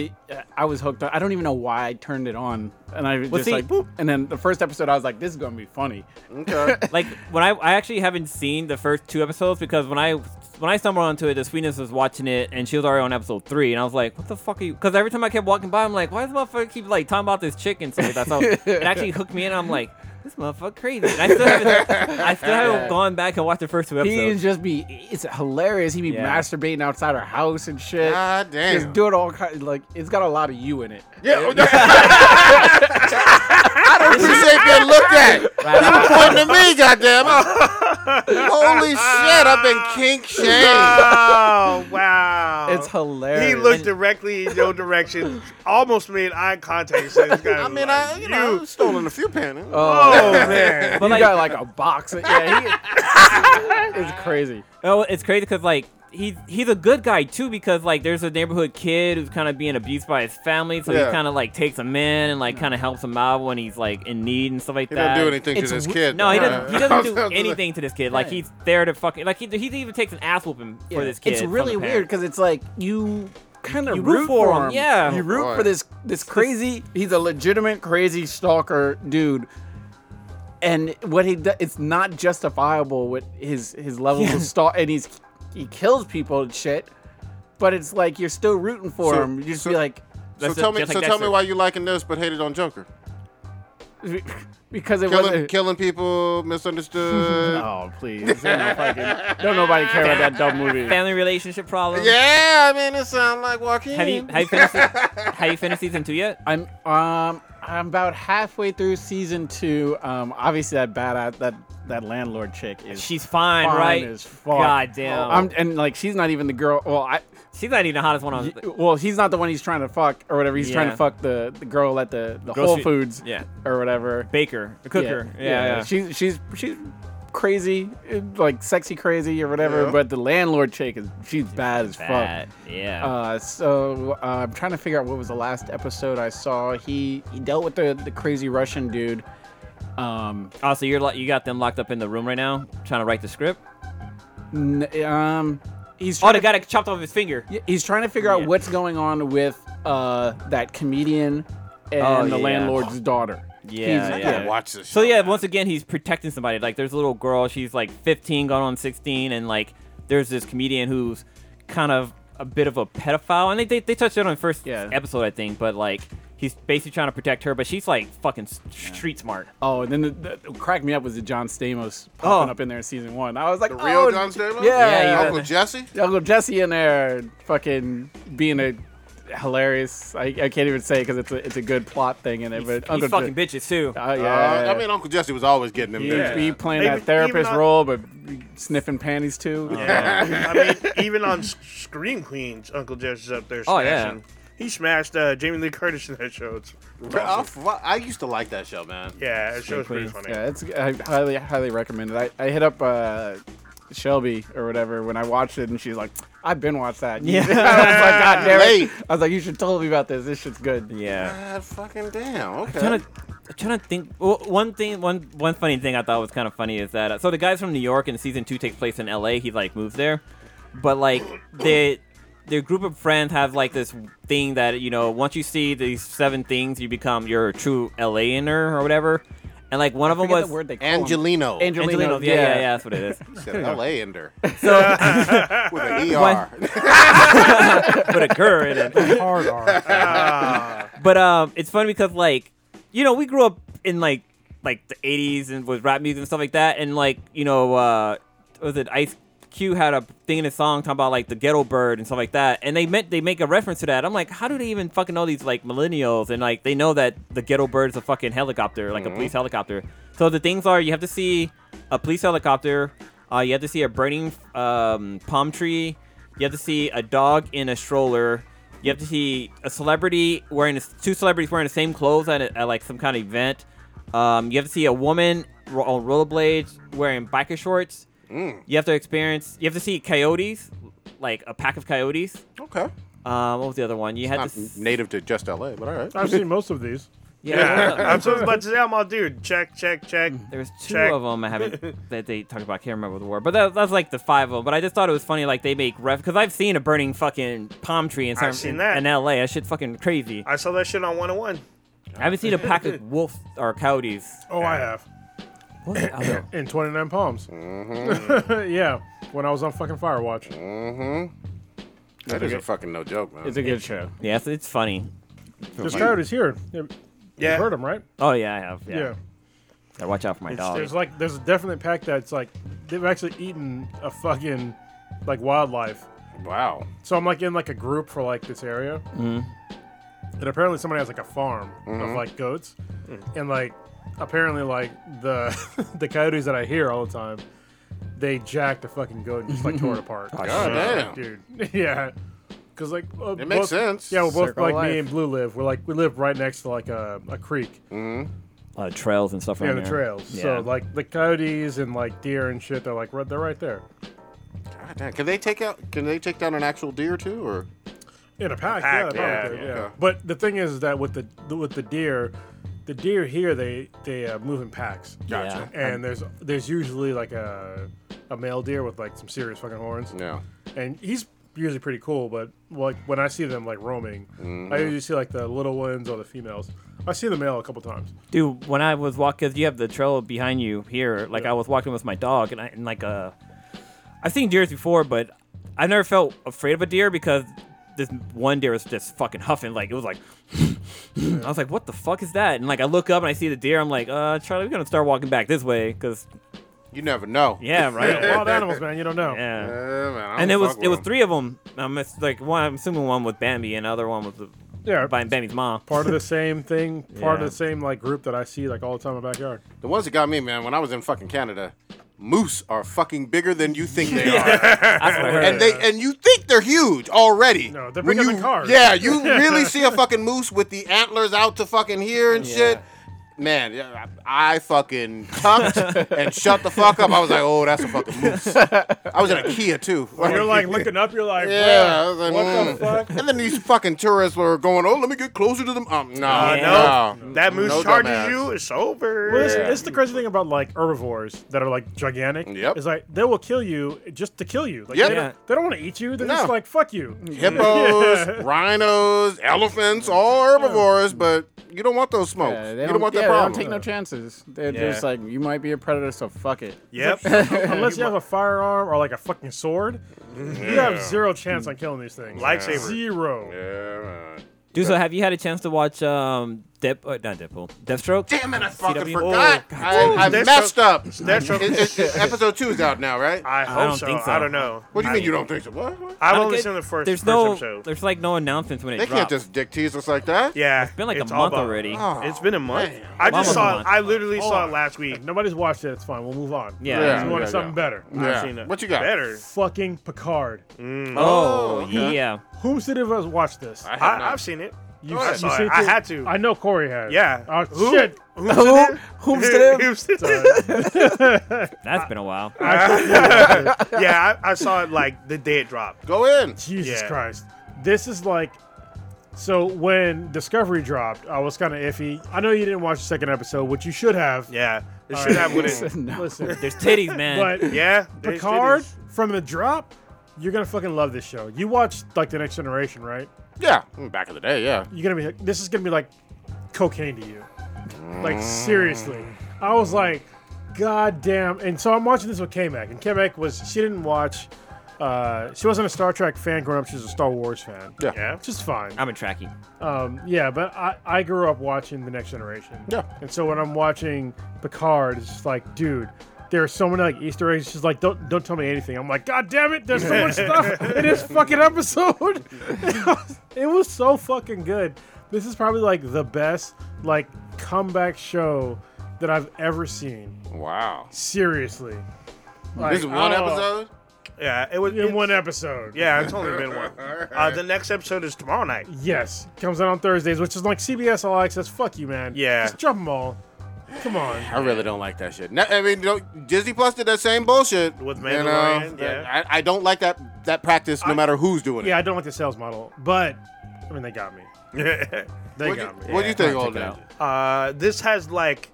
S5: I was hooked. on I don't even know why I turned it on, and I was just
S8: see-
S5: like boop. And then the first episode, I was like, this is gonna be funny.
S4: Okay.
S8: like when I, I actually haven't seen the first two episodes because when I when I stumbled onto it, the sweetness was watching it and she was already on episode three, and I was like, "What the fuck are you?" Because every time I kept walking by, I'm like, "Why does motherfucker keep like talking about this chicken?" So that's how it actually hooked me in. I'm like, "This motherfucker crazy." And I still haven't I still haven't gone back and watched the first two
S5: He would
S8: episodes.
S5: just be. It's hilarious. He'd be
S8: Yeah.
S5: masturbating outside her house and shit.
S4: God damn.
S5: Just doing all kind. Like it's got a lot of you in it.
S4: Yeah. oh, no. I don't appreciate being looked at. People pointing at me, goddamn. Oh. Holy shit, I've been kink shamed.
S7: Oh wow!
S5: It's hilarious.
S7: He looked directly in your direction, almost made eye contact. and said, "This guy
S4: I
S7: was
S4: mean,
S7: like,
S4: I you know, I've stolen a few panties.
S8: Uh,
S7: Oh man!
S5: But you got like a box. Of, yeah, he, it's crazy.
S8: Oh, it's crazy because like he's he's a good guy too because like there's a neighborhood kid who's kind of being abused by his family, so
S4: Yeah.
S8: he kind of like takes him in and like kind of helps him out when he's like in need and stuff like
S4: He
S8: that.
S4: don't do anything to
S5: It's
S4: this
S5: w-
S4: kid. uh,
S8: No, he
S4: though.
S8: doesn't. He doesn't do
S4: Sounds like-
S8: anything to this kid. Like
S5: Yeah.
S8: he's there to fucking like he, he even takes an ass whooping for
S5: Yeah.
S8: this kid.
S5: It's
S8: from
S5: really
S8: the parent.
S5: weird because it's like you kind of
S8: You root for him, yeah.
S5: you root
S4: Right.
S5: for this this crazy. He's a legitimate crazy stalker dude. And what he does, it's not justifiable with his his levels of stalk, and he's he kills people and shit. But it's like you're still rooting for
S4: So-
S5: him. You just
S4: so-
S5: be like,
S4: So
S8: That's
S4: tell
S8: it,
S4: me,
S8: just
S4: so
S8: like
S4: tell me
S8: Dexter.
S4: why you liking this but hated on Joker.
S5: because it
S4: Killing,
S5: wasn't.
S4: killing people, misunderstood.
S5: Oh please! Don't, fucking, don't nobody care about that dumb movie.
S8: family relationship problem.
S4: Yeah, I mean, it sounds like Joaquin.
S8: Have you have you finished se- have you finished season two yet?
S5: I'm um I'm about halfway through season two. Um, obviously that bad that that landlord chick is
S8: She's fine,
S5: fine
S8: right?
S5: as fuck.
S8: God damn.
S5: I'm, and like she's not even the girl. Well, I
S8: She's not even the hottest one on.
S5: well he's not the one he's trying to fuck or whatever. He's trying
S8: Yeah.
S5: to fuck the, the girl at the, the
S8: Girl
S5: Whole
S8: she-
S5: Foods
S8: yeah.
S5: or whatever.
S8: Baker, the cooker. Yeah, yeah.
S5: She's she's she's crazy, eh, like sexy crazy or whatever.
S4: Yeah.
S5: But the landlord chick is she's bad as fuck.
S8: Bad. Yeah.
S5: Uh, so uh, I'm trying to figure out what was the last episode I saw. He he dealt with the, the crazy Russian dude. Um,
S8: also, Oh, you're lo- you got them locked up in the room right now, trying to write the script.
S5: n- um, he's
S8: Oh,
S5: trying
S8: the
S5: to,
S8: guy that chopped off his finger.
S5: yeah, he's trying to figure out
S8: Yeah.
S5: what's going on with uh that comedian and
S8: Oh,
S5: the
S8: yeah.
S5: landlord's daughter.
S8: Yeah,
S5: He's-
S4: I
S8: yeah.
S4: gotta watch this.
S8: So
S4: shit.
S8: yeah, once again, he's protecting somebody. Like there's a little girl, she's like 15, gone on 16, and like there's this comedian who's kind of a bit of a pedophile, and they they, they touched it on the first
S5: Yeah.
S8: episode, I think. But like He's basically trying to protect her, but she's like fucking s- street smart.
S5: Oh, and then the, the, what cracked me up was the John Stamos popping
S8: Oh.
S5: up in there in season one. I was like,
S4: The real
S5: oh,
S4: John Stamos?
S8: Yeah,
S5: Yeah,
S8: you-
S4: Uncle Jesse?
S5: Uncle Jesse in there, fucking being a hilarious. I, I can't even say because it's a it's a good plot thing in it.
S8: He's,
S5: But
S8: he's
S5: Uncle
S8: fucking
S5: Je-
S8: bitches too.
S5: Uh, yeah,
S4: Uh, I mean, Uncle Jesse was always getting them.
S5: he
S4: dudes.
S5: be playing
S7: Even-
S5: that therapist
S7: even on-
S5: role, but sniffing panties
S4: Oh,
S5: too.
S7: I mean, even on S- Scream Queens, Uncle Jess is up there
S8: Oh, yeah.
S7: smashing. He smashed uh, Jamie Lee Curtis in that show. It's
S4: I, I- I used to like that show, man.
S7: yeah, that show's pretty
S8: Queens,
S7: funny.
S5: Yeah, it's I highly highly recommend it. I, I hit up uh, Shelby or whatever when I watched it, and she's like, "I've been watched that." Yeah, I was like, "God damn
S4: Late.
S5: it!" I was like, "You should tell me about this. This shit's good."
S8: Yeah.
S4: God fucking damn.
S8: I'm trying
S4: Okay.
S8: to, I'm trying to think. Well, one thing, one one funny thing I thought was kind of funny is that uh, so the guy's from New York and season two takes place in L.A. He like moves there, but like they their group of friends have like this thing that you know once you see these seven things you become your true L.A.iner or whatever, and like one of them
S5: Forget
S8: was
S5: the word they call 'em.
S4: Angelino.
S5: Angelino.
S8: Angelino. Yeah, yeah, yeah, that's what it is.
S4: Said L.A. Ender.
S8: So
S4: With an ER.
S8: put a girl in it.
S6: Hard R.
S8: But um, it's funny because like, you know, we grew up in like like the '80s and with rap music and stuff like that, and like you know, uh, was it Ice Cube had a thing in his song talking about like the ghetto bird and stuff like that, and they meant they make a reference to that. I'm like, how do they even fucking know these like millennials and like they know that the ghetto bird is a fucking helicopter, like a police helicopter. So the things are you have to see a police helicopter, uh, you have to see a burning um, palm tree, you have to see a dog in a stroller. You have to see a celebrity wearing two celebrities wearing the same clothes at, a, at like some kind of event. Um, you have to see a woman ro- on rollerblades wearing biker shorts.
S7: Mm.
S8: You have to experience. You have to see coyotes, like a pack of coyotes.
S4: okay.
S8: Um, what was the other one? You had
S4: Not
S8: to. s-
S4: native to just L.A., but all right.
S6: I've seen most of these.
S8: yeah, what was
S7: I'm so about to say, I'm all dude. Check, check, check.
S8: There was two
S7: Check.
S8: of them I haven't that they talked about. I can't remember the word, but that, that's like the five of them. But I just thought it was funny, like they make ref because I've seen a burning fucking palm tree in some
S7: I've seen
S8: in,
S7: that.
S8: in L.A. That shit fucking crazy.
S7: I saw that shit on 101.
S8: I haven't seen a pack of wolf or coyotes.
S6: Oh, I have.
S8: What was the other?
S6: In 29 Palms.
S4: Mm-hmm.
S6: yeah, when I was on fucking Firewatch.
S4: That is a fucking no joke, man.
S5: It's a good show.
S8: Yeah, it's, it's funny.
S6: This coyote's here. You've
S7: Yeah.
S6: heard him, right?
S8: Oh yeah, I have. Yeah,
S6: yeah.
S8: Gotta watch out for my
S4: Um,
S6: It's-
S8: dog.
S6: there's like there's a definite pack that's like they've actually eaten a fucking like wildlife.
S4: Wow.
S6: So I'm like in like a group for like this area,
S4: Mm-hmm.
S6: and apparently somebody has like a farm of like goats,
S4: Mm.
S6: and like apparently like the the coyotes that I hear all the time, they jacked a fucking goat and just like tore it apart.
S4: God damn.
S6: dude. yeah, because like uh,
S4: It makes
S6: both-
S4: sense.
S6: Yeah, well, both
S5: Circle of
S6: like me
S5: life.
S6: and Blue live. We're like we live right next to like a, a creek.
S8: a lot of trails and stuff.
S6: Yeah,
S8: around
S6: the
S8: there.
S6: trails.
S8: Yeah.
S6: So like the coyotes and like deer and shit, they're like right, they're right there
S4: God damn. Can they take out? Can they take down an actual deer too? Or
S6: in a pack.
S7: pack,
S6: yeah,
S7: yeah,
S6: they're right there,
S4: yeah.
S6: But the thing is that with the with the deer, the deer here they they uh, move in packs.
S8: Gotcha.
S6: And there's there's usually like a a male deer with like some serious fucking horns.
S4: no.
S6: and he's usually pretty cool. But like when I see them like roaming,
S7: Mm-hmm.
S6: I usually see like the little ones or the females. I see the male a couple times.
S8: Dude, when I was walking, because you have the trail behind you here, like I was walking with my dog, and, I, and like uh, I've seen deers before, but I never felt afraid of a deer because this one deer was just fucking huffing, like it was like, I was like, what the fuck is that? And like I look up and I see the deer, I'm like, uh, Charlie, we're gonna start walking back this way, cause
S4: You never know.
S8: yeah, right,
S6: Yeah, wild animals, man. You don't know.
S4: Yeah,
S8: yeah.
S4: man, I don't
S8: and it was
S4: fuck
S8: it
S4: with
S8: was
S4: 'em.
S8: three of them. I'm ass- like one. I'm assuming one was Bambi, and the other one was the,
S6: Yeah.
S8: by Bambi's mom.
S6: Part of the same thing. Part
S8: Yeah.
S6: of the same like group that I see like all the time in my backyard.
S4: The ones that got me, man, when I was in fucking Canada, moose are fucking bigger than you think they are.
S8: That's what I heard.
S4: And they and you think they're huge already.
S6: No, they're
S4: When
S6: bigger
S4: you,
S6: than cars.
S4: Yeah, you really see a fucking moose with the antlers out to fucking here and shit. Man, yeah, I I fucking cucked and shut the fuck up. I was like, oh, that's a fucking moose. I was in a Kia too.
S6: You're like looking up. You're like,
S4: yeah. I was like,
S6: what
S4: mm.
S6: the fuck?
S4: And then these fucking tourists were going, oh, let me get closer to them. Um, no,
S6: Uh,
S7: no.
S4: no.
S7: That moose
S4: No
S7: charges
S4: dumbass.
S7: you. It's over.
S6: Well, this, this is the crazy thing about like herbivores that are like gigantic.
S4: Yep.
S6: Is like they will kill you just to kill you. Like,
S4: Yep.
S6: They
S8: Yeah.
S6: don't, they don't want to eat you. They're just
S4: No.
S6: like fuck you.
S4: hippos, rhinos, elephants, all herbivores, but you don't want those smokes. Oh,
S5: Yeah, they
S4: you
S5: don't,
S4: don't want
S5: yeah,
S4: that
S5: they don't
S4: problem.
S5: take no chances. They're
S7: Yeah.
S5: just like, you might be a predator, so fuck it.
S7: yep.
S6: Unless you have a firearm or like a fucking sword, you have zero chance on killing these things.
S7: Lightsaber.
S6: Zero.
S4: Yeah, man.
S8: Duso, have you had a chance to watch um, Depp? Uh, not Deadpool. Deathstroke.
S4: Damn it, I fucking
S8: CW?
S4: forgot.
S7: Whoa,
S4: I, I
S7: that's
S4: messed
S7: so-
S4: up.
S7: that's so-
S4: It- it- it- episode two is out now, right?
S7: I hope
S8: don't
S7: so.
S8: think so.
S7: I don't know.
S4: What do you mean you don't think so? What? what?
S7: I've
S8: I don't
S7: only
S8: get-
S7: seen the first,
S8: There's
S7: first
S8: no.
S7: episode.
S8: There's like no announcements when it
S4: They can't
S8: dropped.
S4: just dick tease us like that.
S7: yeah,
S8: it's been like
S7: it's
S8: a
S7: all
S8: month
S7: about-
S8: already.
S4: Oh.
S7: It's been a month.
S4: Man.
S7: I
S8: Mama
S7: just saw. it.
S8: month.
S7: I literally saw
S6: Oh.
S7: it last week.
S6: Nobody's watched it. It's fine. We'll move on.
S8: Yeah.
S6: If you wanted something better.
S4: Yeah.
S7: I've seen it.
S4: What you got?
S7: Better.
S6: Fucking Picard.
S8: Oh,
S4: Oh, okay.
S8: yeah.
S6: Who should have us watched this?
S4: I have
S7: I,
S4: not.
S7: I've seen it.
S6: You,
S7: I
S6: you
S7: saw it.
S6: seen
S7: I
S6: it?
S7: had to.
S6: I know Corey has.
S7: Yeah.
S6: Oh
S7: Who?
S6: shit.
S7: Who's it?
S5: Who's it?
S7: Who's it?
S8: That's been a while.
S7: Yeah, I, I saw it like the day it dropped.
S4: Go in.
S6: Jesus
S7: Yeah.
S6: Christ. This is like so when Discovery dropped, I was kind of iffy. I know you didn't watch the second episode, which you should have.
S7: Yeah, it should have when it.
S6: Listen,
S8: There's titties, man.
S6: but
S7: Yeah, there's
S6: Picard
S7: titties.
S6: from the drop, you're gonna fucking love this show. You watched like the Next Generation, right?
S4: Yeah. Mm, Back in the day, yeah.
S6: You're gonna be. This is gonna be like cocaine to you. Like seriously, I was like, God damn. And so I'm watching this with K-Mac, and K-Mac was she didn't watch. Uh, she wasn't a Star Trek fan growing up. She was a Star Wars fan.
S4: Yeah.
S7: Yeah.
S6: Which is fine.
S8: I'm a tracky.
S6: Um, yeah, but I, I grew up watching The Next Generation.
S4: Yeah.
S6: And so when I'm watching Picard, it's just like, dude, there are so many like Easter eggs. She's like, don't don't tell me anything. I'm like, God damn it, there's so much stuff in this fucking episode. it, was, it was so fucking good. This is probably like the best like comeback show that I've ever seen.
S4: Wow.
S6: Seriously. Like,
S4: This is one
S6: I
S7: oh.
S6: don't know.
S4: episode.
S7: Yeah, it was
S6: In one episode.
S7: Yeah, it's only been one. Uh, the next episode is tomorrow night.
S6: Yes, comes out on Thursdays, which is like CBS All Access. Fuck you, man.
S7: Yeah.
S6: just drop them all. Come on.
S4: I really don't like that shit. No, I mean, don't- Disney Plus did that same bullshit
S7: With
S4: you
S7: Mandalorian,
S4: know?
S7: yeah.
S4: I, I don't like that that practice, no matter who's doing it.
S6: Yeah, I don't like the sales model, but I mean they got me. They
S4: What do you,
S6: got me.
S4: what do you think, all
S8: it
S4: that?
S7: uh, this has like,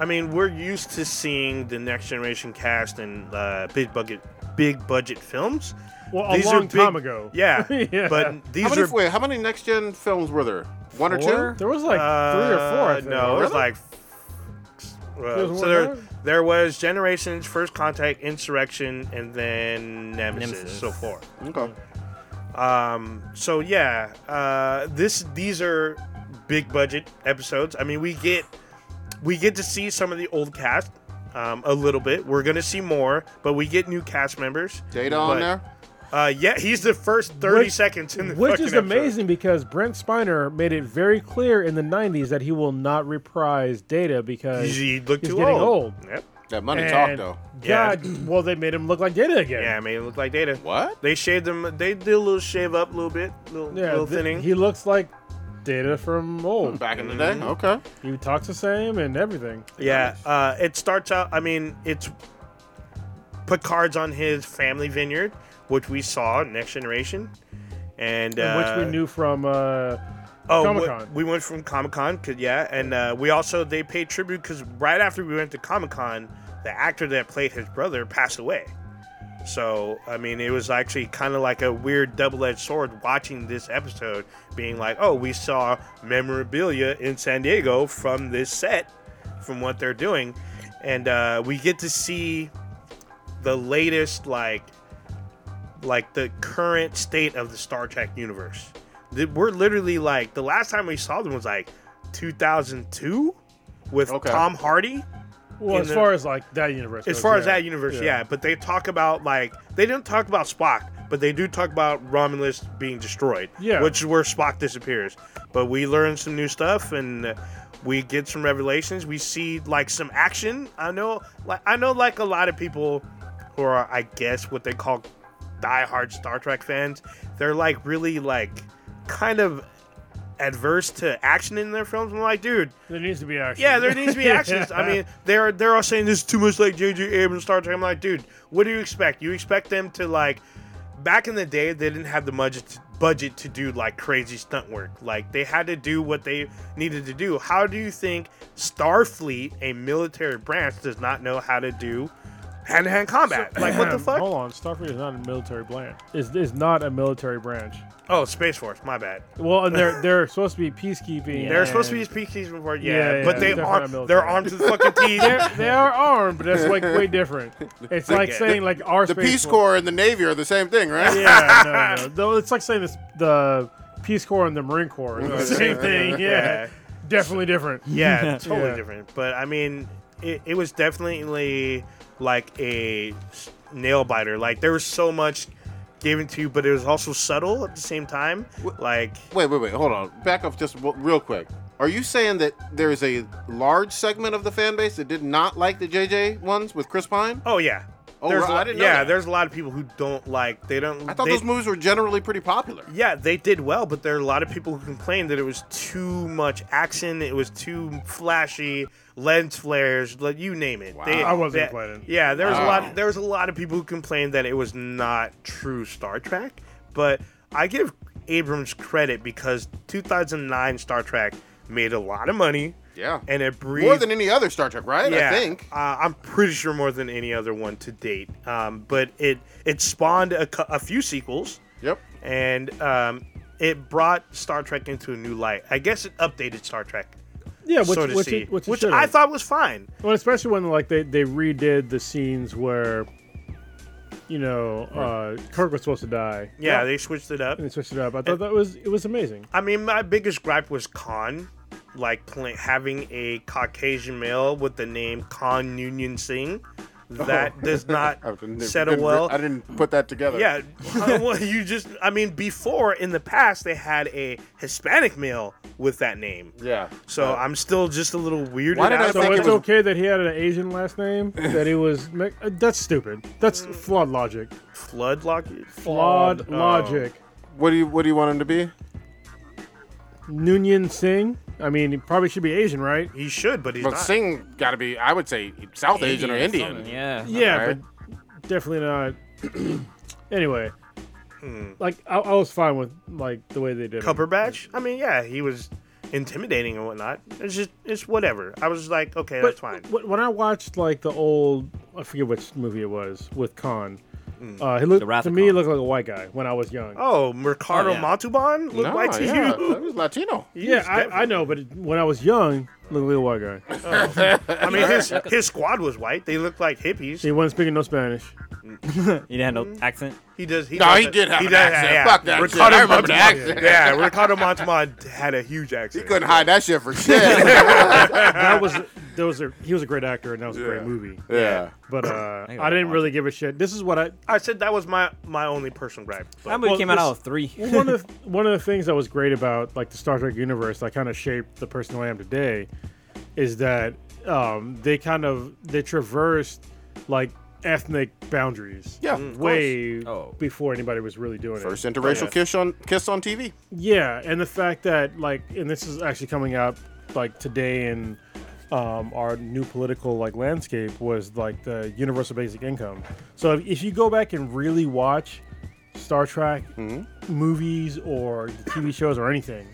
S7: I mean, we're used to seeing the next generation cast in uh, big budget, big budget films.
S6: Well, a long
S7: big-
S6: time ago.
S7: Yeah,
S6: Yeah.
S7: but these
S4: How many,
S7: are
S4: wait, how many next gen films were there? One or
S8: Four?
S4: two?
S6: There was like three or four. I
S7: Uh,
S6: think.
S7: No, it was
S4: Really?
S7: like. well,
S6: There's
S7: so
S6: one
S7: there,
S6: more?
S7: there was Generations, First Contact, Insurrection, and then Nemesis,
S8: Nemesis.
S7: so forth.
S4: Okay.
S7: Um, so yeah, uh, this these are big budget episodes. I mean, we get we get to see some of the old cast um, a little bit. We're gonna see more, but we get new cast members.
S4: Data on
S7: But,
S4: there.
S7: Uh, yeah, he's the first thirty
S6: Which-
S7: seconds in the
S6: Which
S7: fucking
S6: is
S7: episode.
S6: amazing because Brent Spiner made it very clear in the '90s that he will not reprise Data because
S7: He looked
S6: he's
S7: too
S6: getting
S7: old.
S6: old.
S7: Yep.
S4: That money talk
S6: And
S4: though.
S7: Yeah.
S6: God, well, they made him look like Data again.
S7: Yeah, I mean, it looked like Data.
S4: What?
S7: They shaved him. They did a little shave up, a little bit, little,
S6: yeah.
S7: little
S6: th-
S7: thinning.
S6: he looks like Data from old.
S4: Back in the day.
S7: Mm-hmm.
S4: Okay.
S6: He talks the same and everything.
S7: yeah, uh, it starts out. I mean, it's Picard's on his family vineyard, which we saw in Next Generation, and, uh,
S6: which we knew from uh,
S7: oh, wh-
S6: Comic-Con.
S7: We went from Comic Con, yeah, and uh, we also they paid tribute because right after we went to Comic Con, the actor that played his brother passed away. So I mean, it was actually kind of like a weird double-edged sword watching this episode, being like, "Oh, we saw memorabilia in San Diego from this set, from what they're doing," and uh, we get to see the latest, like, like the current state of the Star Trek universe. Th- We're literally like the last time we saw them was like 2002 with
S4: Okay.
S7: Tom Hardy
S6: Well,
S7: in
S6: as
S7: the-
S6: far as like that universe.
S7: as
S6: goes,
S7: far as
S6: yeah.
S7: that universe, yeah. But they talk about like they didn't talk about Spock, but they do talk about Romulus being destroyed.
S6: Yeah.
S7: which is where Spock disappears. But we learn some new stuff and uh, we get some revelations. We see like some action. I know, like I know, like a lot of people who are, I guess, what they call diehard Star Trek fans. They're like really like kind of adverse to action in their films. I'm like, dude,
S6: There needs to be action.
S7: yeah, there needs to be actions. I mean, they're they're all saying this is too much like J.J. Abrams Star Trek. I'm like, dude, what do you expect? You expect them to like? Back in the day, they didn't have the budget budget to do like crazy stunt work. Like they had to do what they needed to do. How do you think Starfleet, a military branch, does not know how to do hand to hand combat? like what the fuck?
S6: Hold on, Starfleet is not a military branch. Is is not a military branch.
S7: Oh, Space Force. My bad.
S6: Well, and they're they're supposed to be peacekeeping.
S7: They're supposed to be peacekeepers before, yeah,
S6: Yeah, yeah,
S7: but they
S6: they're
S7: are
S6: not military.
S7: they're armed to the fucking teeth.
S6: They are armed, but that's like way different. It's like
S7: the-
S6: saying like our
S4: The
S6: space
S4: Peace
S6: force-
S4: Corps and the Navy are the same thing, right?
S6: Yeah, no, no, no. Though It's like saying this the Peace Corps and the Marine Corps. It's the same thing. Yeah. Definitely different.
S7: Yeah, totally
S6: Yeah.
S7: different. But I mean, it, it was definitely like a s- nail biter. Like there was so much given to you, but it was also subtle at the same time. Like
S4: Wait, wait, wait. Hold on. Back up just w- real quick. Are you saying that there is a large segment of the fan base that did not like the JJ ones with Chris Pine?
S7: oh yeah,
S4: Oh,
S7: there's
S4: right,
S7: a-
S4: I didn't know
S7: yeah,
S4: that.
S7: there's a lot of people who don't like they don't.
S4: I thought
S7: they-
S4: those movies were generally pretty popular.
S7: Yeah, they did well, but there are a lot of people who complained that it was too much action, it was too flashy, lens flares, like, you name it. They-
S6: I wasn't
S7: they-
S6: complaining.
S7: Yeah, there was a
S4: Wow.
S7: lot. There was a lot of people who complained that it was not true Star Trek, but I give Abrams credit because 2009 Star Trek made a lot of money.
S4: Yeah.
S7: and it breathed
S4: More than any other Star Trek, right? I think.
S7: uh, I'm pretty sure more than any other one to date. Um, but it it spawned a, cou- a few sequels
S4: Yep.
S7: and um, it brought Star Trek into a new light. I guess it updated Star Trek,
S6: Yeah, which,
S7: so to
S6: which,
S7: see,
S6: it- which, it
S7: which
S6: should've.
S7: I thought was fine.
S6: Well, especially when like they, they redid the scenes where, you know, uh, Kirk was supposed to die.
S7: Yeah, they switched it up.
S6: and they switched it up. I thought that was it was amazing.
S7: I mean, my biggest gripe was Khan, like play, having a Caucasian male with the name Khan Noonien Singh. That does not
S4: Oh. I didn't-
S7: settle
S4: didn't re-
S7: well.
S4: I didn't put that together.
S7: Yeah, uh, well, you just. I mean, before in the past they had a Hispanic male with that name.
S4: Yeah. Uh,
S7: So I'm still just a little weirded
S4: Why did I
S7: out.
S6: So
S4: think it
S6: it's
S4: was-
S6: okay that he had an Asian last name. That he was me- uh, that's stupid. That's flawed logic.
S7: Flood logic.
S6: Flawed
S7: Oh.
S6: logic.
S4: What do you What do you want him to be?
S6: Noonien Singh. I mean, he probably should be Asian, right?
S7: He should, but he's
S4: But
S7: not.
S4: Singh got to be. I would say South Asian or Indian.
S8: something, Yeah.
S6: Yeah,
S4: Alright.
S6: but definitely not. anyway, like I, I was fine with like the way they did it.
S7: Cumberbatch. I mean, yeah, he was intimidating and whatnot. It's just, it's whatever. I was like, okay, that's fine.
S6: wh- When I watched like the old, I forget which movie it was with Khan. Uh, he looked
S8: The Wrath
S6: to
S8: of
S6: me he
S8: Khan.
S6: looked like a white guy when I was young.
S7: Mm. Oh, Mercado
S8: Oh, yeah.
S7: Montalban looked
S4: No,
S7: white to
S4: yeah,
S7: you.
S4: that was Latino.
S6: yeah, I, I know, but it, when I was young, looked like a white guy.
S7: I mean, his his squad was white. They looked like hippies.
S6: He wasn't speaking no Spanish.
S8: You didn't have no
S4: Mm-hmm.
S8: accent.
S7: He does. He
S4: No,
S7: does
S4: he did have an accent.
S7: yeah.
S4: Fuck that shit.
S7: Ricardo
S4: I remember the
S7: Montalban-
S4: accent.
S7: Yeah, Ricardo Montalban had a huge accent.
S4: He couldn't hide that shit for shit.
S6: That was that was a, he was a great actor, and that was a great
S4: Yeah.
S6: movie.
S4: yeah.
S6: But uh,
S8: I
S6: I,
S8: gotta
S6: didn't
S8: watch
S6: really give a shit. This is what I
S7: I said that was my my only personal gripe.
S8: That
S7: But
S8: movie
S6: Well,
S8: came out
S6: this-
S8: out of three.
S6: Well, one of the, one of the things that was great about like the Star Trek universe that kind of shaped the person who I am today is that um, they kind of they traversed like ethnic boundaries
S4: Yeah, of
S6: way
S8: Oh.
S6: before anybody was really doing it
S4: First interracial kiss on kiss on TV.
S6: yeah and the fact that like and this is actually coming out like today in um, our new political like landscape was like the universal basic income so if, if you go back and really watch star trek
S7: Mm-hmm.
S6: movies or the tv shows or anything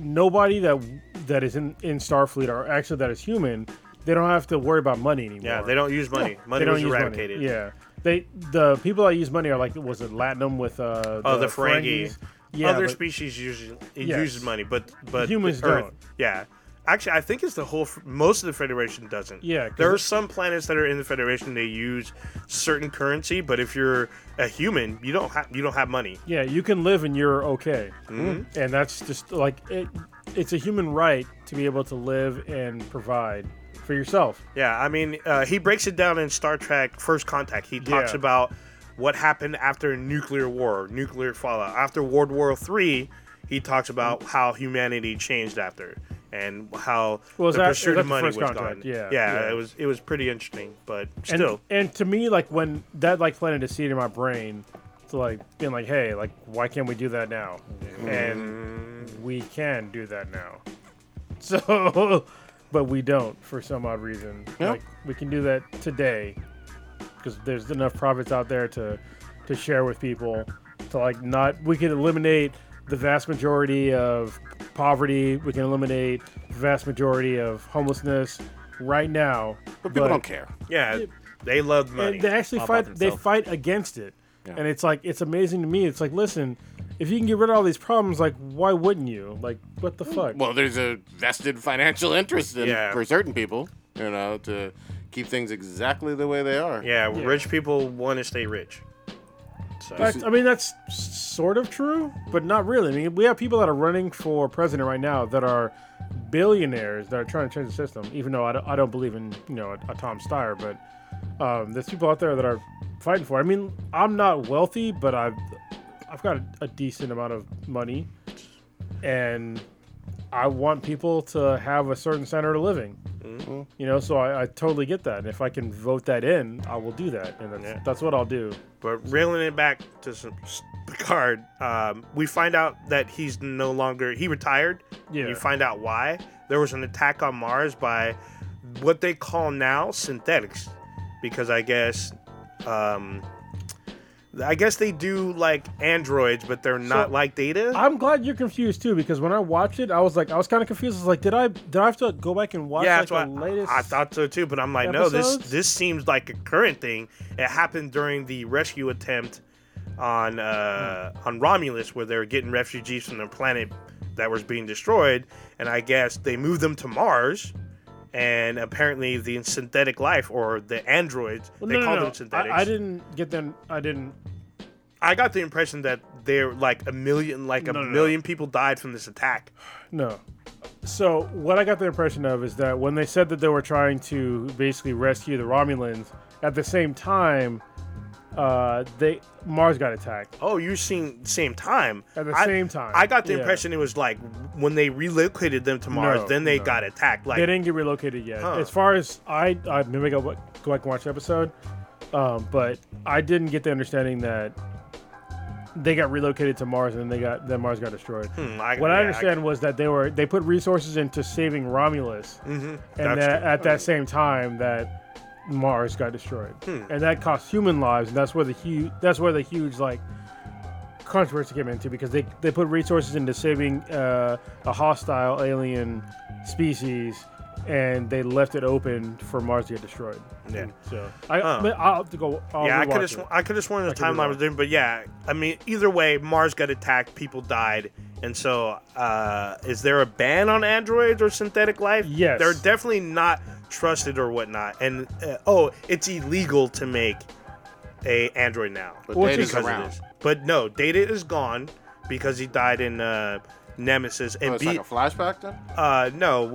S6: nobody that that is in, in starfleet or actually that is human they don't have to worry about money anymore
S7: yeah, they don't use money. Money
S6: they don't
S7: was
S6: use
S7: eradicated.
S6: Money. Yeah, they the people that use money are like was it Latinum with uh
S7: Oh, the Ferengi.
S6: Yeah,
S7: Other
S6: but-
S7: species usually it
S6: Yes.
S7: uses money, but but
S6: Humans
S7: the Earth-
S6: don't.
S7: Yeah, actually, I think it's the whole. f- Most of the Federation doesn't.
S6: Yeah, 'cause
S7: there are
S6: it-
S7: some planets that are in the Federation. They use certain currency, but if you're a human, you don't have you don't have money.
S6: yeah, you can live and you're okay,
S7: Mm-hmm.
S6: and that's just like it. It's a human right to be able to live and provide for yourself.
S7: Yeah, I mean, uh, he breaks it down in Star Trek First Contact. He talks
S6: Yeah.
S7: about what happened after nuclear war, nuclear fallout. After World War Three, he talks about how humanity changed after and how
S6: Well, is
S7: the
S6: that- is
S7: pursuit
S6: that
S7: of
S6: the
S7: money was
S6: First Contact?
S7: gone.
S6: Yeah,
S7: yeah,
S6: yeah.
S7: it was it was pretty interesting, but
S6: And,
S7: still,
S6: and to me, like when that like planted a seed in my brain to like being like, hey, like why can't we do that now?
S4: Mm.
S6: And we can do that now. So, but we don't for some odd reason.
S4: Yeah.
S6: Like we can do that today because there's enough profits out there to to share with people to like not. We can eliminate the vast majority of poverty. We can eliminate the vast majority of homelessness right now.
S4: But people don't care.
S7: yeah, they loved money.
S6: And they actually
S8: All about
S6: fight. They
S8: themselves.
S6: fight against it, and it's like it's amazing to me. It's like, listen, if you can get rid of all these problems, like why wouldn't you? Like what the fuck?
S4: Well, there's a vested financial interest in
S7: Yeah.
S4: for certain people, you know, to keep things exactly the way they are.
S7: yeah, rich people want to stay rich. So
S6: That's, I mean, that's sort of true, but not really. I mean, we have people that are running for president right now that are billionaires that are trying to change the system. Even though I don't, I don't believe in you know a, a Tom Steyer, but um, there's people out there that are fighting for. it. I mean, I'm not wealthy, but I've I've got a, a decent amount of money, and I want people to have a certain standard of living. You know, so I, I totally get that. And if I can vote that in, I will do that, and that's,
S7: Yeah.
S6: that's what I'll do.
S7: But reeling it back to some, s- Picard, um, we find out that he's no longer he retired.
S6: Yeah.
S7: You find out why there was an attack on Mars by what they call now synthetics, because I guess, um, I guess they do like androids, but they're not like Data.
S6: I'm glad you're confused too, because when I watched it, I was like, I was kind of confused. I was like, did I did I have to go back and watch
S7: yeah,
S6: like
S7: that's
S6: the
S7: what I-
S6: latest?
S7: I thought so too. But I'm like, no, this
S6: episodes?
S7: this seems like a current thing. It happened during the rescue attempt on uh,
S6: Hmm.
S7: on Romulus, where they were getting refugees from the planet that was being destroyed, and I guess they moved them to Mars. And apparently, the synthetic life or the androids,
S6: Well,
S7: they
S6: no, no,
S7: call
S6: no.
S7: them synthetics.
S6: I, I didn't get them. I didn't.
S7: I got the impression that they're like a million, like a
S6: No, no, no.
S7: million people died from this attack.
S6: No. So what I got the impression of is that when they said that they were trying to basically rescue the Romulans, at the same time, uh, they Mars got attacked.
S7: Oh, you seen same time.
S6: At the
S7: I-
S6: same time,
S7: I got the
S6: yeah.
S7: impression it was like when they relocated them to Mars,
S6: No,
S7: then they
S6: no.
S7: got attacked. Like
S6: they didn't get relocated yet.
S7: Huh.
S6: As far as I, I maybe go back- go back and watch the episode, um, but I didn't get the understanding that they got relocated to Mars and they got then Mars got destroyed.
S7: Hmm, I-
S6: what I
S7: yeah,
S6: understand was that they were they put resources into saving Romulus, and
S7: Mm-hmm. That's
S6: that,
S7: true.
S6: at that same time that Mars got destroyed,
S7: Hmm.
S6: and that cost human lives, and that's where the huge that's where the huge like controversy came into because they, they put resources into saving uh, a hostile alien species and they left it open for Mars to get destroyed.
S7: Yeah.
S6: So I
S7: Huh.
S6: but I'll have to go. I'll
S7: yeah,
S6: rewatch
S7: I could have
S6: it.
S7: sworn, I could have sworn the
S6: I could've
S7: timeline was
S6: rewatched
S7: different, but yeah, I mean, either way, Mars got attacked, people died, and so uh, is there a ban on androids or synthetic life?
S6: Yes.
S7: they're definitely not trusted or whatnot, and uh, oh, it's illegal to make a android now.
S4: But
S6: Which
S4: Data's
S6: is-
S7: because of
S4: around. Oh,
S7: this. But no, Data is gone because he died in uh, Nemesis,
S4: Oh,
S7: and
S4: it's
S7: B-
S4: like a flashback then?
S7: Uh, no. Uh,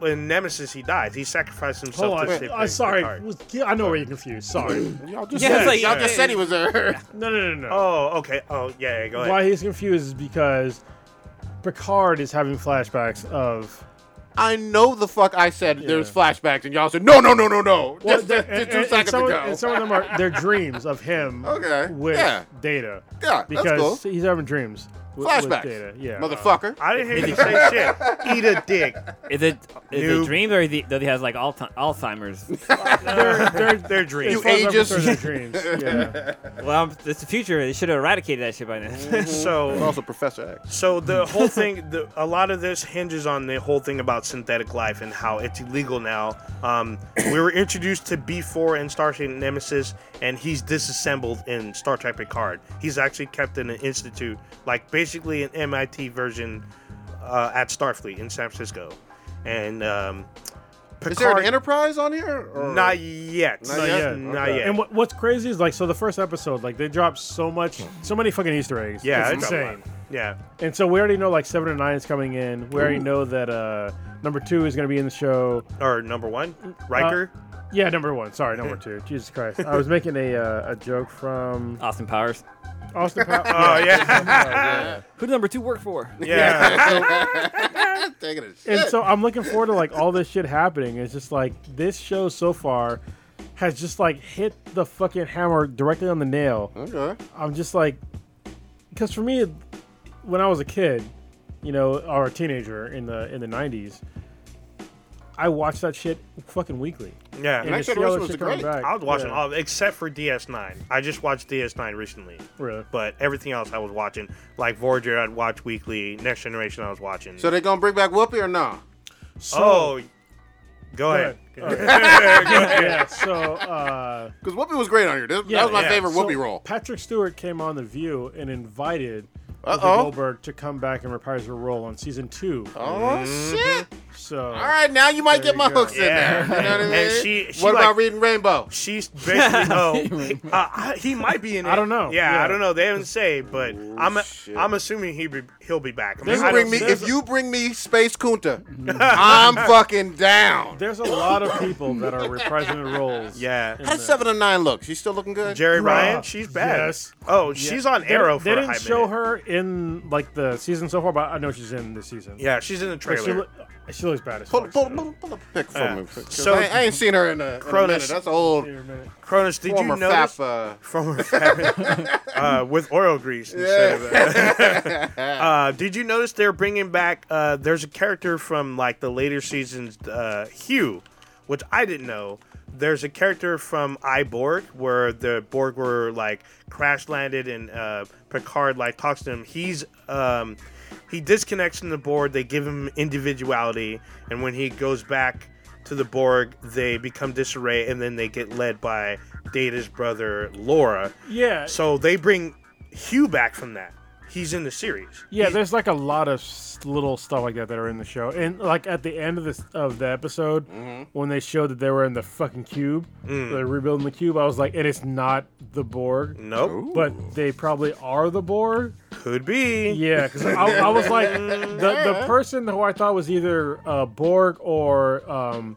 S7: Well, in Nemesis, he dies. He sacrificed himself
S6: Hold
S7: to
S6: on,
S7: save
S6: I'm
S7: the
S6: sorry.
S7: card.
S6: Was, I know where you're confused. Sorry.
S4: Y'all just,
S8: Yeah,
S4: said,
S8: it's like-
S4: y'all just said he was there.
S6: No, no, no, no.
S7: Oh, okay. Oh, yeah. yeah go ahead.
S6: Why he's confused is because Picard is having flashbacks of.
S4: I know the fuck I said there's flashbacks, and y'all said, no, no, no, no, no.
S6: Well,
S4: just, just, just
S6: and-
S4: two
S6: and- and
S4: seconds
S6: some of-
S4: ago.
S6: and some of them are their dreams of him
S4: Okay,
S6: with
S4: yeah.
S6: Data.
S4: Yeah, that's
S6: because
S4: cool.
S6: he's having dreams. With, with
S4: flashbacks.
S6: Data. Yeah. Uh,
S4: Motherfucker.
S7: I didn't hear you say shit. Eat a dick.
S8: Is it is
S7: Nope.
S8: it dreams or is he, does he has like Alti- Alzheimer's?
S7: They're, they're, they're dreams.
S4: You
S6: As far as I'm
S4: ageist.
S6: concerned, they're dreams. Yeah.
S8: well, I'm- it's the future. They should have eradicated that shit by now.
S4: It's
S7: So,
S4: also Professor X.
S7: so the whole thing, the, a lot of this hinges on the whole thing about synthetic life and how it's illegal now. Um, we were introduced to B4 in Starship Nemesis, and he's disassembled in Star Trek Picard. He's actually kept in an institute, like basically an MIT version uh, at Starfleet in San Francisco. And um, Picard,
S4: Is there an Enterprise on here? Or?
S7: Not yet.
S4: Not yet?
S7: Not
S4: Okay.
S7: yet.
S6: And what, what's crazy is like so the first episode like they dropped so much so many fucking Easter eggs.
S7: yeah,
S6: it's
S7: it's a lot.
S6: insane.
S7: Yeah.
S6: And so we already know like seven and nine is coming in. We already know that uh number two is gonna be in the show.
S7: or number one, Riker.
S6: Uh, Yeah, number one. Sorry, number two. Jesus Christ, I was making a uh, a joke from
S8: Austin Powers.
S6: Austin. Pow-
S7: oh yeah,
S8: Who did number two work for?
S7: yeah.
S4: Taking a shit.
S6: and so I'm looking forward to like all this shit happening. It's just like this show so far has just like hit the fucking hammer directly on the nail.
S4: okay.
S6: I'm just like, because for me, when I was a kid, you know, or a teenager in the in the '90s, I watched that shit fucking weekly.
S7: yeah.
S6: And to
S4: Next
S6: see all
S4: Generation
S6: that
S4: was
S6: shit
S4: great.
S6: coming back-
S7: I was watching
S6: yeah.
S7: all except for DS9. I just watched DS9 recently,
S6: Really?
S7: but everything else I was watching, like Voyager, I'd watch weekly. Next Generation, I was watching.
S4: So they gonna bring back Whoopi or no?
S7: oh, go ahead.
S6: yeah. So. uh
S4: Because Whoopi was great on here. This,
S6: Yeah,
S4: that was my
S7: yeah.
S4: favorite
S6: So
S4: Whoopi role.
S6: Patrick Stewart came on The View and invited
S4: Uh
S6: Whoopi
S4: oh.
S6: Goldberg to come back and reprise her role on season two.
S4: Oh
S7: Mm-hmm.
S4: shit!
S6: So
S4: All right, now you might
S6: There
S4: get
S6: you
S4: my
S6: go.
S4: hooks
S7: Yeah.
S4: in there. You know what I
S7: And
S4: mean?
S7: she- she
S4: what about
S7: like-
S4: reading Rainbow?
S7: She's basically oh, uh, I- he might be in it.
S6: I don't know.
S7: Yeah, I
S6: Yeah. Oh,
S7: don't know. They haven't say, but I'm
S4: shit.
S7: I'm assuming he be, he'll be back. I mean,
S4: You
S7: I
S4: bring
S7: don't-
S4: me
S6: there's
S4: if
S6: a-
S4: you bring me Space Kunta, I'm fucking down.
S6: There's a lot of people that are reprising the roles.
S7: Yeah,
S4: How does seven of nine look? She's still looking good.
S7: Jerry
S6: Bruh.
S7: Ryan, she's bad.
S6: Yes.
S7: Oh, she's on
S6: They-
S7: Arrow for
S6: They
S7: a
S6: didn't
S7: high
S6: show
S7: minute.
S6: her in like the season so far, but I know she's in this season.
S7: Yeah, she's in the
S6: But she,
S7: trailer.
S6: loo- she looks bad as
S4: Pull,
S6: fuck.
S4: pull, pull, pull up a pic for
S7: Yeah.
S4: me. 'cause
S7: So-
S4: I, I ain't seen her in a, in a
S7: Cronus-
S4: minute. That's old
S6: Here, a minute.
S7: Cronus, did
S4: former
S7: you notice?
S4: FAP. Uh,
S7: From her uh, with oil grease instead of uh, did you notice they're bringing back? Uh, there's a character from like the later seasons, uh, Hugh, which I didn't know. There's a character from I Borg where the Borg were like crash landed and uh, Picard like talks to him. He's um, he disconnects from the Borg. They give him individuality, and when he goes back to the Borg, they become disarray, and then they get led by Data's brother Laura.
S6: Yeah.
S7: So they bring Hugh back from that. He's in the series.
S6: Yeah, there's like a lot of s- little stuff like that that are in the show, and like at the end of this of the episode,
S4: Mm-hmm.
S6: when they showed that they were in the fucking cube,
S4: Mm.
S6: they're rebuilding the cube. I was like, and it's not the Borg,
S7: Nope.
S6: but they probably are the Borg.
S7: Could be.
S6: Yeah, because I, I was like, the, the person who I thought was either uh, Borg or um,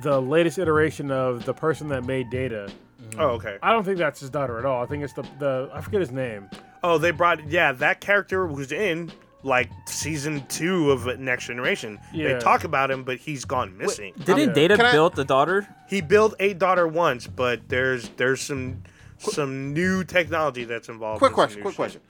S6: the latest iteration of the person that made Data.
S7: Oh, okay.
S6: I don't think that's his daughter at all. I think it's the the I forget his name.
S7: Oh, they brought yeah that character was in like season two of Next Generation. They
S6: Yeah.
S7: talk about him, but he's gone missing.
S8: Didn't Data
S4: Can I-
S8: build the daughter?
S7: He built a daughter once, but there's there's some some new technology that's involved.
S4: quick
S7: in some
S4: question.
S7: new
S4: Quick
S7: shit.
S4: question.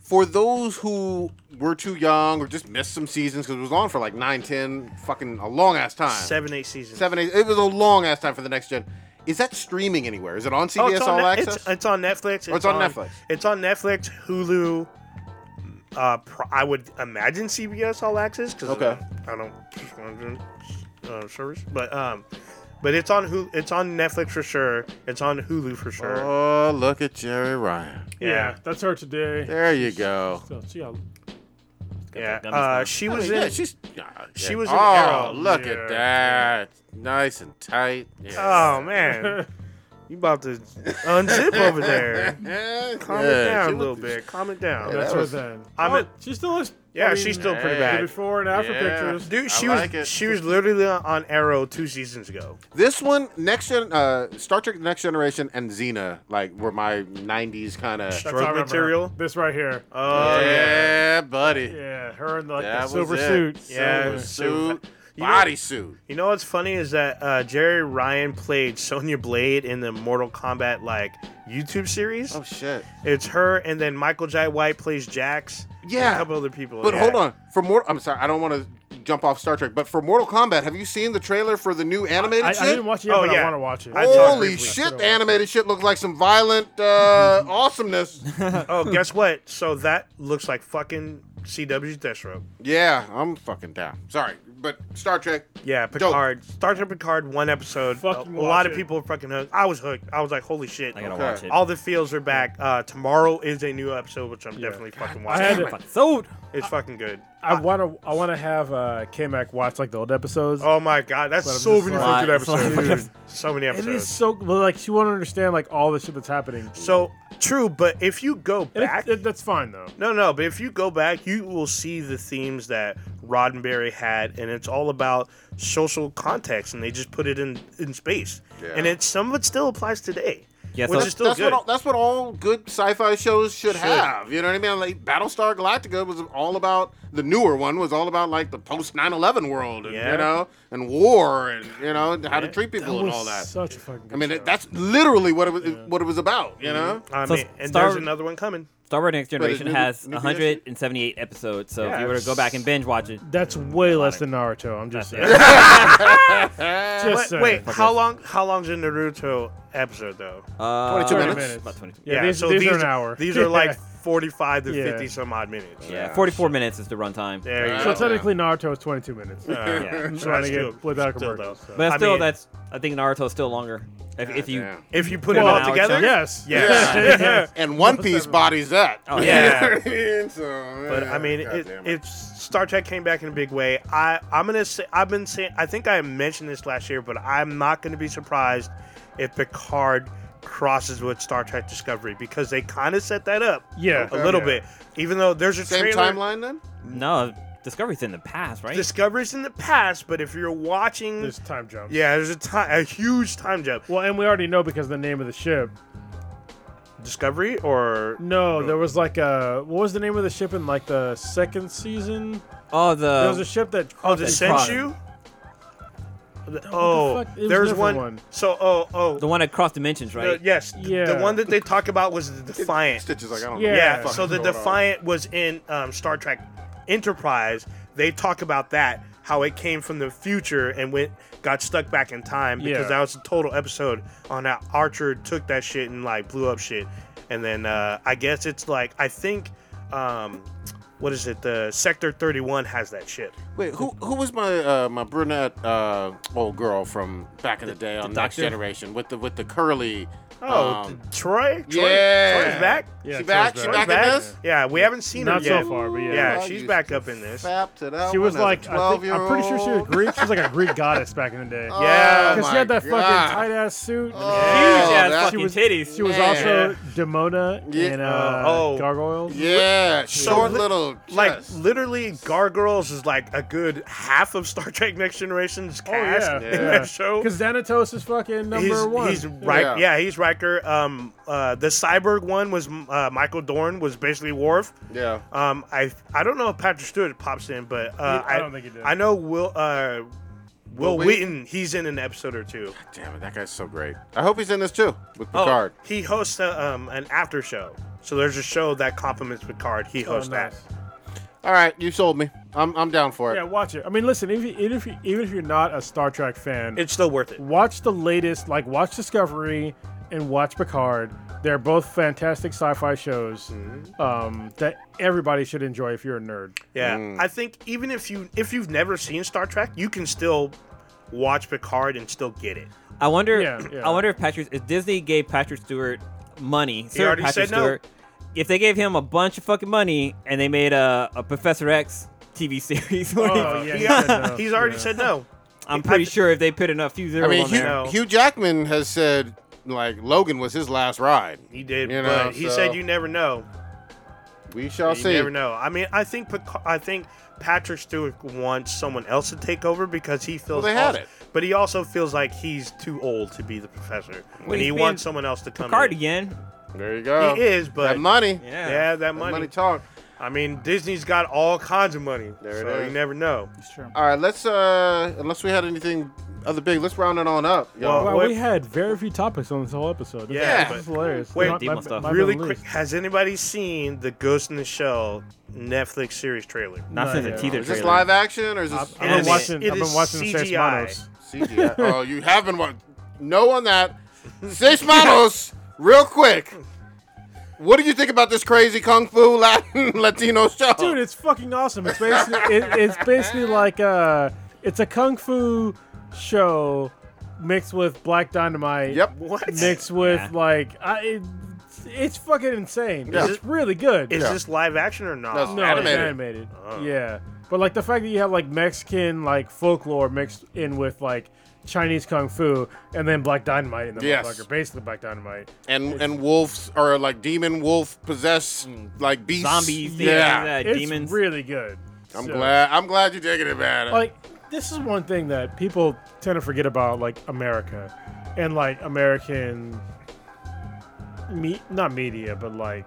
S4: For those who were too young or just missed some seasons because it was on for like nine, ten, fucking a long ass time.
S7: Seven eight seasons.
S4: seven, eight. It was a long ass time for the next gen. Is that streaming anywhere? Is it on CBS
S7: Oh, it's on,
S4: All
S7: Ne-
S4: Access? Oh,
S7: It's, it's on Netflix. It's,
S4: it's on Netflix.
S7: It's on Netflix, Hulu. Uh, pro- I would imagine CBS All Access because
S4: Okay.
S7: I don't subscribe to, uh, service, but um, but it's on Hulu. It's on Netflix for sure. It's on Hulu for sure.
S4: oh, look at Jerry Ryan.
S7: yeah, yeah.
S6: that's her today.
S4: There you go.
S6: So, so yeah,
S8: that
S7: Uh,
S8: dummies
S7: she
S4: I
S7: was
S4: mean, Oh, yeah,
S7: in.
S4: she's, yeah,
S7: she
S4: yeah.
S7: was
S4: Oh,
S7: in Arrow.
S4: look
S6: Yeah.
S4: at that. Nice and tight. Yeah.
S7: Oh man, you about to unzip over there?
S4: Yeah,
S7: Calm it
S4: yeah,
S7: down
S4: she
S7: a little
S4: was-
S7: bit. Calm it down.
S6: that's
S4: was-
S6: her then.
S7: I'm
S6: oh,
S7: a-
S6: she still looks.
S7: yeah,
S6: I mean,
S7: she's still pretty
S4: yeah.
S6: the
S7: bad.
S6: before and after
S4: Yeah.
S6: pictures.
S7: Dude, she
S4: I
S7: was
S4: like it.
S7: she was literally on Arrow two seasons ago.
S4: This one, next gen, uh, Star Trek: The Next Generation, and Xena, like were my '90s kind of.
S6: That's how I
S7: drug
S6: remember her.
S7: material?
S6: This right here. Uh,
S7: Oh
S4: yeah, buddy.
S6: yeah, her in the, like,
S4: That
S6: the
S4: was
S6: silver
S4: it.
S6: suit.
S7: Yeah, it
S4: Silver
S7: was
S4: suit,
S7: silver. You know-
S4: body suit.
S7: You know what's funny is that uh, Jerry Ryan played Sonya Blade in the Mortal Kombat like YouTube series.
S4: Oh shit.
S7: It's her, and then Michael J. White plays Jax. and
S4: Yeah.
S7: a couple other people.
S4: But
S7: Yeah.
S4: hold on, for more, I'm sorry, I don't want to jump off Star Trek, but for Mortal Kombat, have you seen the trailer for the new animated
S6: I, I
S4: shit?
S6: didn't watch it yet,
S7: Oh,
S6: but
S7: yeah.
S6: I want to watch it.
S7: I saw it
S4: Holy
S7: briefly.
S4: shit, the animated shit looks like some violent uh, awesomeness.
S7: Oh, guess what? So that looks like fucking CW's Deathstroke.
S4: Yeah, I'm fucking down. Sorry, but Star Trek.
S7: Yeah, Picard. Star Trek Picard, one episode.
S6: Fucking
S7: a, a lot
S6: watch
S7: of
S6: it.
S7: people were fucking hooked. I was hooked. I was like, holy shit.
S8: I gotta
S4: Okay.
S8: watch it.
S7: All the feels are back. Uh, tomorrow is a new episode, which I'm definitely fucking
S6: I
S7: watching.
S6: had to,
S8: Fuck, sold.
S7: it's fucking good.
S6: I want to. I want to have uh, K-Mac watch like the old episodes.
S7: Oh my god, that's
S6: But I'm
S7: so
S6: just
S7: many
S8: like-
S7: fucking
S8: Lot- lot of
S7: episodes.
S8: fucking-
S7: So many
S6: it
S7: episodes.
S6: is so well, like she won't understand like all the shit that's happening.
S7: So true, but if you go
S6: And it-
S7: back,
S6: it- that's fine though.
S7: no, no, but if you go back, you will see the themes that Roddenberry had, and it's all about social context, and they just put it in in space,
S4: Yeah.
S7: and it's some of it still applies today,
S8: Yeah,
S7: which
S8: so-
S7: is still
S4: that's
S7: good.
S4: what all, that's what all good sci-fi shows should have. You know what I mean? Like Battlestar Galactica was all about the newer one was all about like the post 9/11 world, and,
S7: Yeah.
S4: you know, and war, and you know and how to treat people and
S6: was
S4: all that.
S6: Such a fucking. Good
S4: I mean,
S6: show.
S4: it, that's literally what it was what it was about. You know?
S7: I
S8: So
S7: mean, and
S8: Star-
S7: there's another one coming.
S8: Star Wars Next
S4: it's
S8: Generation
S4: new-
S8: has
S4: new condition?
S8: 178 episodes, so
S7: Yeah,
S8: if you were to go back and binge watch it,
S6: that's way less than Naruto. I'm just saying.
S7: Wait,
S6: just saying.
S7: wait, how long? How long's in Naruto episode though?
S8: uh,
S4: 22
S6: 30
S4: minutes.
S6: minutes.
S8: About 22.
S6: Yeah, these,
S7: so
S6: these,
S7: these
S6: are an hour.
S7: These are like
S6: Yeah.
S7: 45 to
S6: Yeah.
S7: 50 some odd minutes.
S8: Yeah, 44 minutes is the runtime.
S7: There you
S6: So
S7: go.
S6: technically, Naruto is 22 minutes.
S8: Yeah.
S7: So
S6: trying
S7: that's
S6: to
S7: still,
S6: get playback
S7: still
S6: commercials,
S7: though.
S6: so.
S8: But that's
S7: I
S8: still
S7: mean-
S8: that's I think Naruto's still longer. If, if you
S4: Goddamn.
S7: If you put it
S8: Well,
S7: all together,
S6: yes.
S7: yes.
S6: Yeah.
S4: And One Piece bodies that.
S8: Oh,
S7: yeah.
S4: You know what I mean? So,
S7: But
S4: yeah,
S7: I mean,
S4: God
S7: it,
S4: damn
S7: it's Star Trek came back in a big way. I I'm gonna say I've been saying I think I mentioned this last year, but I'm not gonna be surprised if Picard crosses with Star Trek Discovery because they kind of set that up.
S6: Yeah.
S7: a little
S6: Yeah.
S7: bit. Even though there's a
S4: Oh, same
S7: trailer,
S4: timeline then.
S8: no Discovery's in the past, right?
S7: Discovery's in the past, but if you're watching,
S6: There's time jumps.
S7: yeah, there's a time a huge time jump.
S6: Well, and we already know because of the name of the ship.
S7: Discovery or
S6: No, there was like a what was the name of the ship in like the second season?
S8: oh,
S6: there was a
S8: the
S6: ship that
S7: oh,
S6: crossed
S7: the
S6: the
S7: Senshu. Oh,
S6: fuck? It was
S7: there's
S6: different
S7: one.
S6: one.
S7: So oh oh.
S8: the one that crossed dimensions, right?
S7: Uh, yes, th- the
S6: Yeah.
S7: one that they talk about was the Defiant.
S4: Stitch is like I don't
S6: Yeah.
S4: know.
S7: Yeah,
S6: fuck
S7: so the
S4: going on.
S7: Defiant was in um, Star Trek Enterprise. They talk about that, how it came from the future and went got stuck back in time because
S6: Yeah.
S7: that was a total episode on how Archer took that shit and like blew up shit. And then uh, I guess it's like I think um, what is it? The Sector 31 has that ship.
S4: Wait, who who was my uh, my brunette uh, old girl from back in the day on Next
S8: doctor?
S4: Generation with the with the curly?
S7: Oh,
S4: um,
S7: th- Troy? Troy?
S4: yeah.
S7: Troy's back?
S6: Yeah,
S4: she back?
S6: Troy's
S4: She
S6: back.
S4: back,
S7: Troy's back?
S4: in this?
S7: Yeah, we haven't seen
S6: Not
S7: her
S6: so
S7: yet.
S6: far, but yeah.
S7: Yeah,
S4: I
S7: she's
S4: used
S7: back
S4: to
S7: up in this.
S4: Fap to that
S6: She was
S4: one as a
S6: like, I
S4: 12
S6: think, I'm
S4: year
S6: pretty sure she was
S4: old.
S6: Greek. She was like a Greek goddess back in the day.
S7: Yeah.
S4: Oh
S6: Because she had
S4: my
S6: that
S4: God.
S6: fucking tight ass suit.
S4: Oh,
S8: Huge ass
S4: that-
S8: fucking
S6: was-
S8: titties.
S6: She was
S4: man.
S6: also Demona
S4: Yeah.
S6: in
S7: Uh,
S6: uh,
S7: oh.
S6: Gargoyles.
S4: Yeah, short
S7: li-
S4: little.
S7: Like
S4: chest.
S7: literally, Gargoyles is like a good half of Star Trek Next Generation's cast
S6: Oh, yeah.
S7: in
S4: Yeah.
S7: that show.
S6: Because Xanatos is fucking number
S7: he's,
S6: one.
S7: he's Ri-
S4: Yeah.
S7: yeah. he's Riker. Um, uh, the cyborg one was uh, Michael Dorn was basically Worf.
S4: yeah.
S7: Um, I I don't know if Patrick Stewart pops in, but uh,
S6: I don't think he did.
S7: I know Will uh, Will,
S4: Will
S7: Wheaton. He's in an episode or two.
S4: Damn it, that guy's so great. I hope he's in this too with Picard.
S7: He hosts a, um, an after show. So there's a show that compliments Picard. He
S6: Oh,
S7: hosts
S6: nice.
S7: that.
S4: All right, you sold me. I'm I'm down for it.
S6: Yeah, watch it. I mean, listen, even if, you, even if you, even if you're not a Star Trek fan,
S7: It's still worth it.
S6: watch the latest. Like, watch Discovery and watch Picard. They're both fantastic sci-fi shows
S7: Mm-hmm.
S6: um, that everybody should enjoy if you're a nerd.
S7: Yeah,
S4: Mm.
S7: I think even if you if you've never seen Star Trek, you can still watch Picard and still get it.
S8: I wonder.
S6: Yeah, yeah.
S8: I wonder if Patrick, if Disney gave Patrick Stewart money, Sir
S7: already
S8: Patrick
S7: said no.
S8: Stewart, if they gave him a bunch of fucking money and they made a, a Professor X TV series, where he-
S6: Oh, yeah,
S7: He-
S6: he said no.
S7: he's already
S6: Yeah.
S7: said no.
S8: I'm pretty
S7: I-
S8: sure if they put enough few zeros
S4: I mean,
S8: on
S4: Hugh,
S8: there,
S7: No.
S4: Hugh Jackman has said like Logan was his last ride.
S7: He did,
S4: You know,
S7: but he
S4: so-
S7: said you never know.
S4: We shall
S7: you
S4: see.
S7: never know. I mean, I think Picard, I think Patrick Stewart wants someone else to take over because he feels
S4: Well, they had
S7: also-
S4: it.
S7: but he also feels like he's too old to be the professor. When
S8: he's
S7: he
S8: being
S7: wants someone else to come
S8: Picard
S7: in.
S8: again.
S4: There you go.
S7: He is, but
S4: that money.
S8: Yeah,
S7: Yeah, that
S4: Money.
S7: money.
S4: talk.
S7: I mean, Disney's got all kinds of money.
S4: There it
S7: so
S4: is.
S7: You never know.
S5: It's true.
S4: All right, let's uh unless we had anything other big, let's round it on up. y'all.
S7: Well,
S6: Wow,
S7: What-
S6: we had very few topics on this whole episode. This is-
S7: Yeah,
S6: this
S7: but-
S6: is hilarious.
S7: Wait,
S6: My-
S8: Demon
S6: my-
S8: stuff.
S6: my
S7: really
S6: bad
S7: quick,
S6: list.
S7: has anybody seen the Ghost in the Shell Netflix series trailer?
S8: Not
S6: No,
S8: since the
S6: yeah.
S8: teaser
S4: is this
S8: trailer.
S4: live action or is this
S6: I've been
S7: is-
S6: watching.
S7: it
S6: I've been
S7: is
S6: watching Seis
S7: CGI.
S6: Manos.
S4: CGI? oh, you have been one. No on that. Six models, real quick. What do you think about this crazy kung fu Latin Latino show?
S6: dude it's fucking awesome it's basically it, it's basically like uh it's a kung fu show mixed with black dynamite
S4: Yep.
S7: What?
S6: mixed with
S8: Yeah.
S6: like i it, it's fucking insane
S4: Yeah.
S6: it's really good
S7: Is
S4: Yeah.
S7: this live action or not?
S4: No, it's
S6: no
S4: Animated.
S6: it's animated yeah but like the fact that you have like mexican like folklore mixed in with like Chinese kung fu and then black dynamite in the
S4: Yes.
S6: motherfucker, basically black dynamite.
S4: and and wolves or like demon wolf possessed
S6: Mm.
S4: like beasts.
S8: Zombies, things
S4: Yeah.
S8: like that,
S6: it's
S8: demons.
S6: really good.
S4: I'm
S6: So-
S4: glad. I'm glad you're digging it, man.
S6: like this is one thing that people tend to forget about like america and like american me not media but like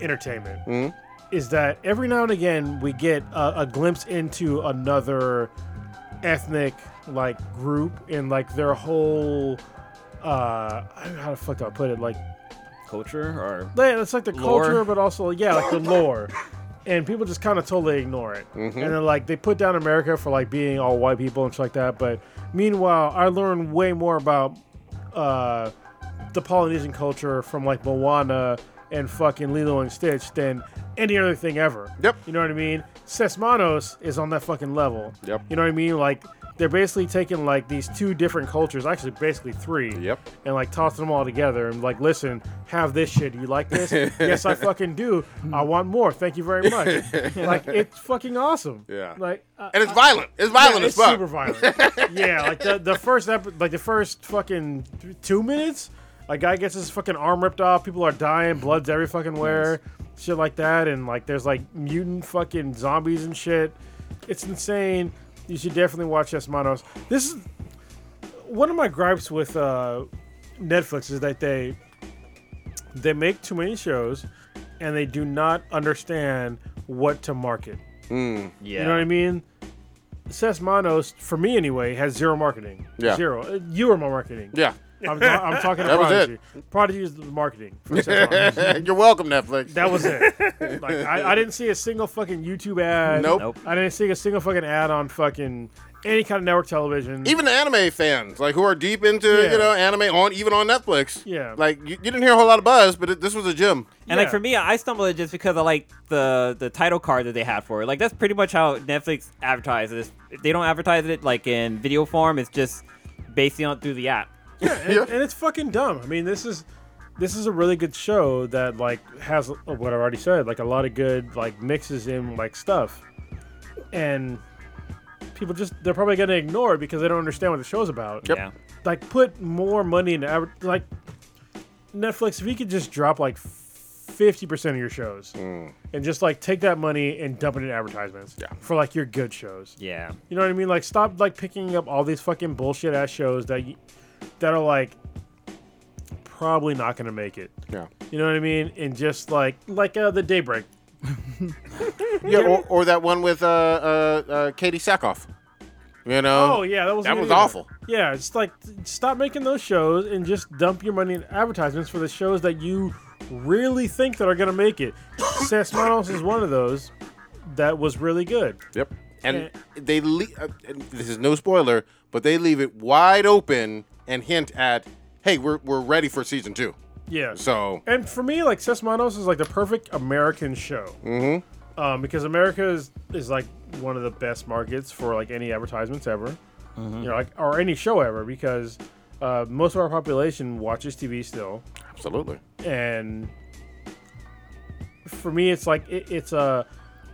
S6: entertainment
S4: Hmm?
S6: is that every now and again we get a, a glimpse into another ethnic like group and like their whole uh I don't know how the fuck do i put it like
S8: culture or
S6: yeah, it's like the
S8: Lore.
S6: culture, but also yeah, like the lore. And people just kind of totally ignore it.
S4: Mm-hmm.
S6: And then like they put down America for like being all white people and shit like that. But meanwhile, I learned way more about uh, the Polynesian culture from like Moana and fucking Lilo and Stitch than any other thing ever.
S4: Yep.
S6: You know what I mean? Sesmanos is on that fucking level.
S4: Yep.
S6: You know what I mean? Like they're basically taking like these two different cultures, actually basically three.
S4: Yep.
S6: And like tossing them all together and like, listen, have this shit. You like this? yes, I fucking do. I want more. Thank you very much. like it's fucking awesome.
S4: Yeah.
S6: Like uh,
S4: and it's violent. It's violent
S6: yeah,
S4: as
S6: it's
S4: fuck.
S6: super violent. yeah, like the, the first epi- like the first fucking th- two minutes, a guy gets his fucking arm ripped off. People are dying, blood's every fucking where, shit like that, and like there's like mutant fucking zombies and shit. It's insane. You should definitely watch Esmanos. This is one of my gripes with uh, Netflix is that they they make too many shows and they do not understand what to market.
S4: Mm.
S8: Yeah.
S6: You know what I mean? Ses Manos, for me anyway, has zero marketing.
S4: Yeah.
S6: Zero. Uh, You were my marketing.
S4: Yeah.
S6: I'm, ta- I'm talking
S4: That
S6: about
S4: was
S6: Prodigy. Prodigy is the marketing for Ses Manos.
S4: You're welcome, Netflix.
S6: That was it. Like I, I didn't see a single fucking YouTube ad.
S4: Nope.
S8: Nope.
S6: I didn't see a single fucking ad on fucking any kind of network television.
S4: even the anime fans, like who are deep into
S6: Yeah.
S4: you know anime on even on Netflix.
S6: Yeah.
S4: Like you, you didn't hear a whole lot of buzz, but it, this was a gem.
S6: Yeah.
S8: And like for me, I stumbled it just because I like the the title card that they had for it. Like that's pretty much how Netflix advertises. If They don't advertise it like in video form. It's just based on through the app.
S6: and, and it's fucking dumb. I mean, this is this is a really good show that like has uh, what I've already said, like a lot of good like mixes in like stuff, and people just they're probably gonna ignore it because they don't understand what the show's about.
S4: Yep.
S8: Yeah.
S6: Like, put more money into adver- like Netflix. If you could just drop like fifty percent of your shows and just like take that money and dump it in advertisements
S4: Hmm. Yeah.
S6: for like your good shows.
S8: Yeah.
S6: You know what I mean? Like, stop like picking up all these fucking bullshit ass shows that y- that are like probably not gonna make it.
S4: Yeah.
S6: You know what I mean? And just like like uh, the Daybreak.
S4: Yeah. Or, or that one with uh, uh, uh, Katie Sackhoff. You know.
S6: Oh yeah, that was
S4: That was awful.
S6: Yeah, it's like stop making those shows and just dump your money in advertisements for the shows that you really think that are gonna make it. Sesmanos is one of those that was really good.
S4: Yep. And they le- uh, and this is no spoiler, but they leave it wide open and hint at, hey, we're we're ready for season two.
S6: Yeah.
S4: So
S6: And for me, like Sesmanos is like the perfect American show. Mm-hmm. Um, because America is, is like one of the best markets for like any advertisements ever, you know, like or any show ever because uh, most of our population watches TV still,
S4: absolutely.
S6: and for me, it's like it, it's a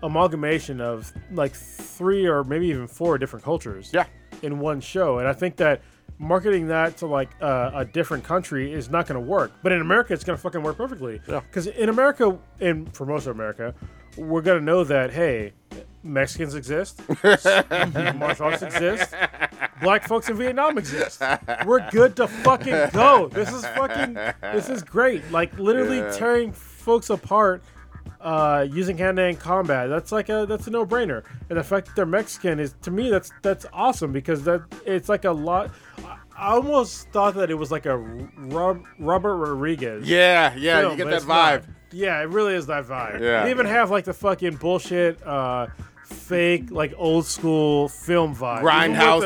S6: amalgamation of like three or maybe even four different cultures
S4: Yeah.
S6: in one show. And I think that marketing that to like uh, a different country is not going to work. But in America, it's going to fucking work perfectly.
S4: Yeah.
S6: Because in America, and for most of America, we're going to know that, hey, Mexicans exist, martial arts exist, black folks in Vietnam exist. We're good to fucking go. This is fucking, this is great. Like literally tearing folks apart uh, using hand-to-hand combat. That's like a that's a no-brainer. And the fact that they're Mexican is to me that's that's awesome because that it's like a lot. I- I almost thought that it was like a Rob, Robert Rodriguez.
S4: Yeah. Yeah.
S6: film,
S4: you get
S6: but
S4: that
S6: it's not.
S4: vibe.
S6: Yeah, it really is that vibe.
S4: Yeah.
S6: They even have like the fucking bullshit. Uh, Fake like old school film vibe, Even with
S4: Grindhouse.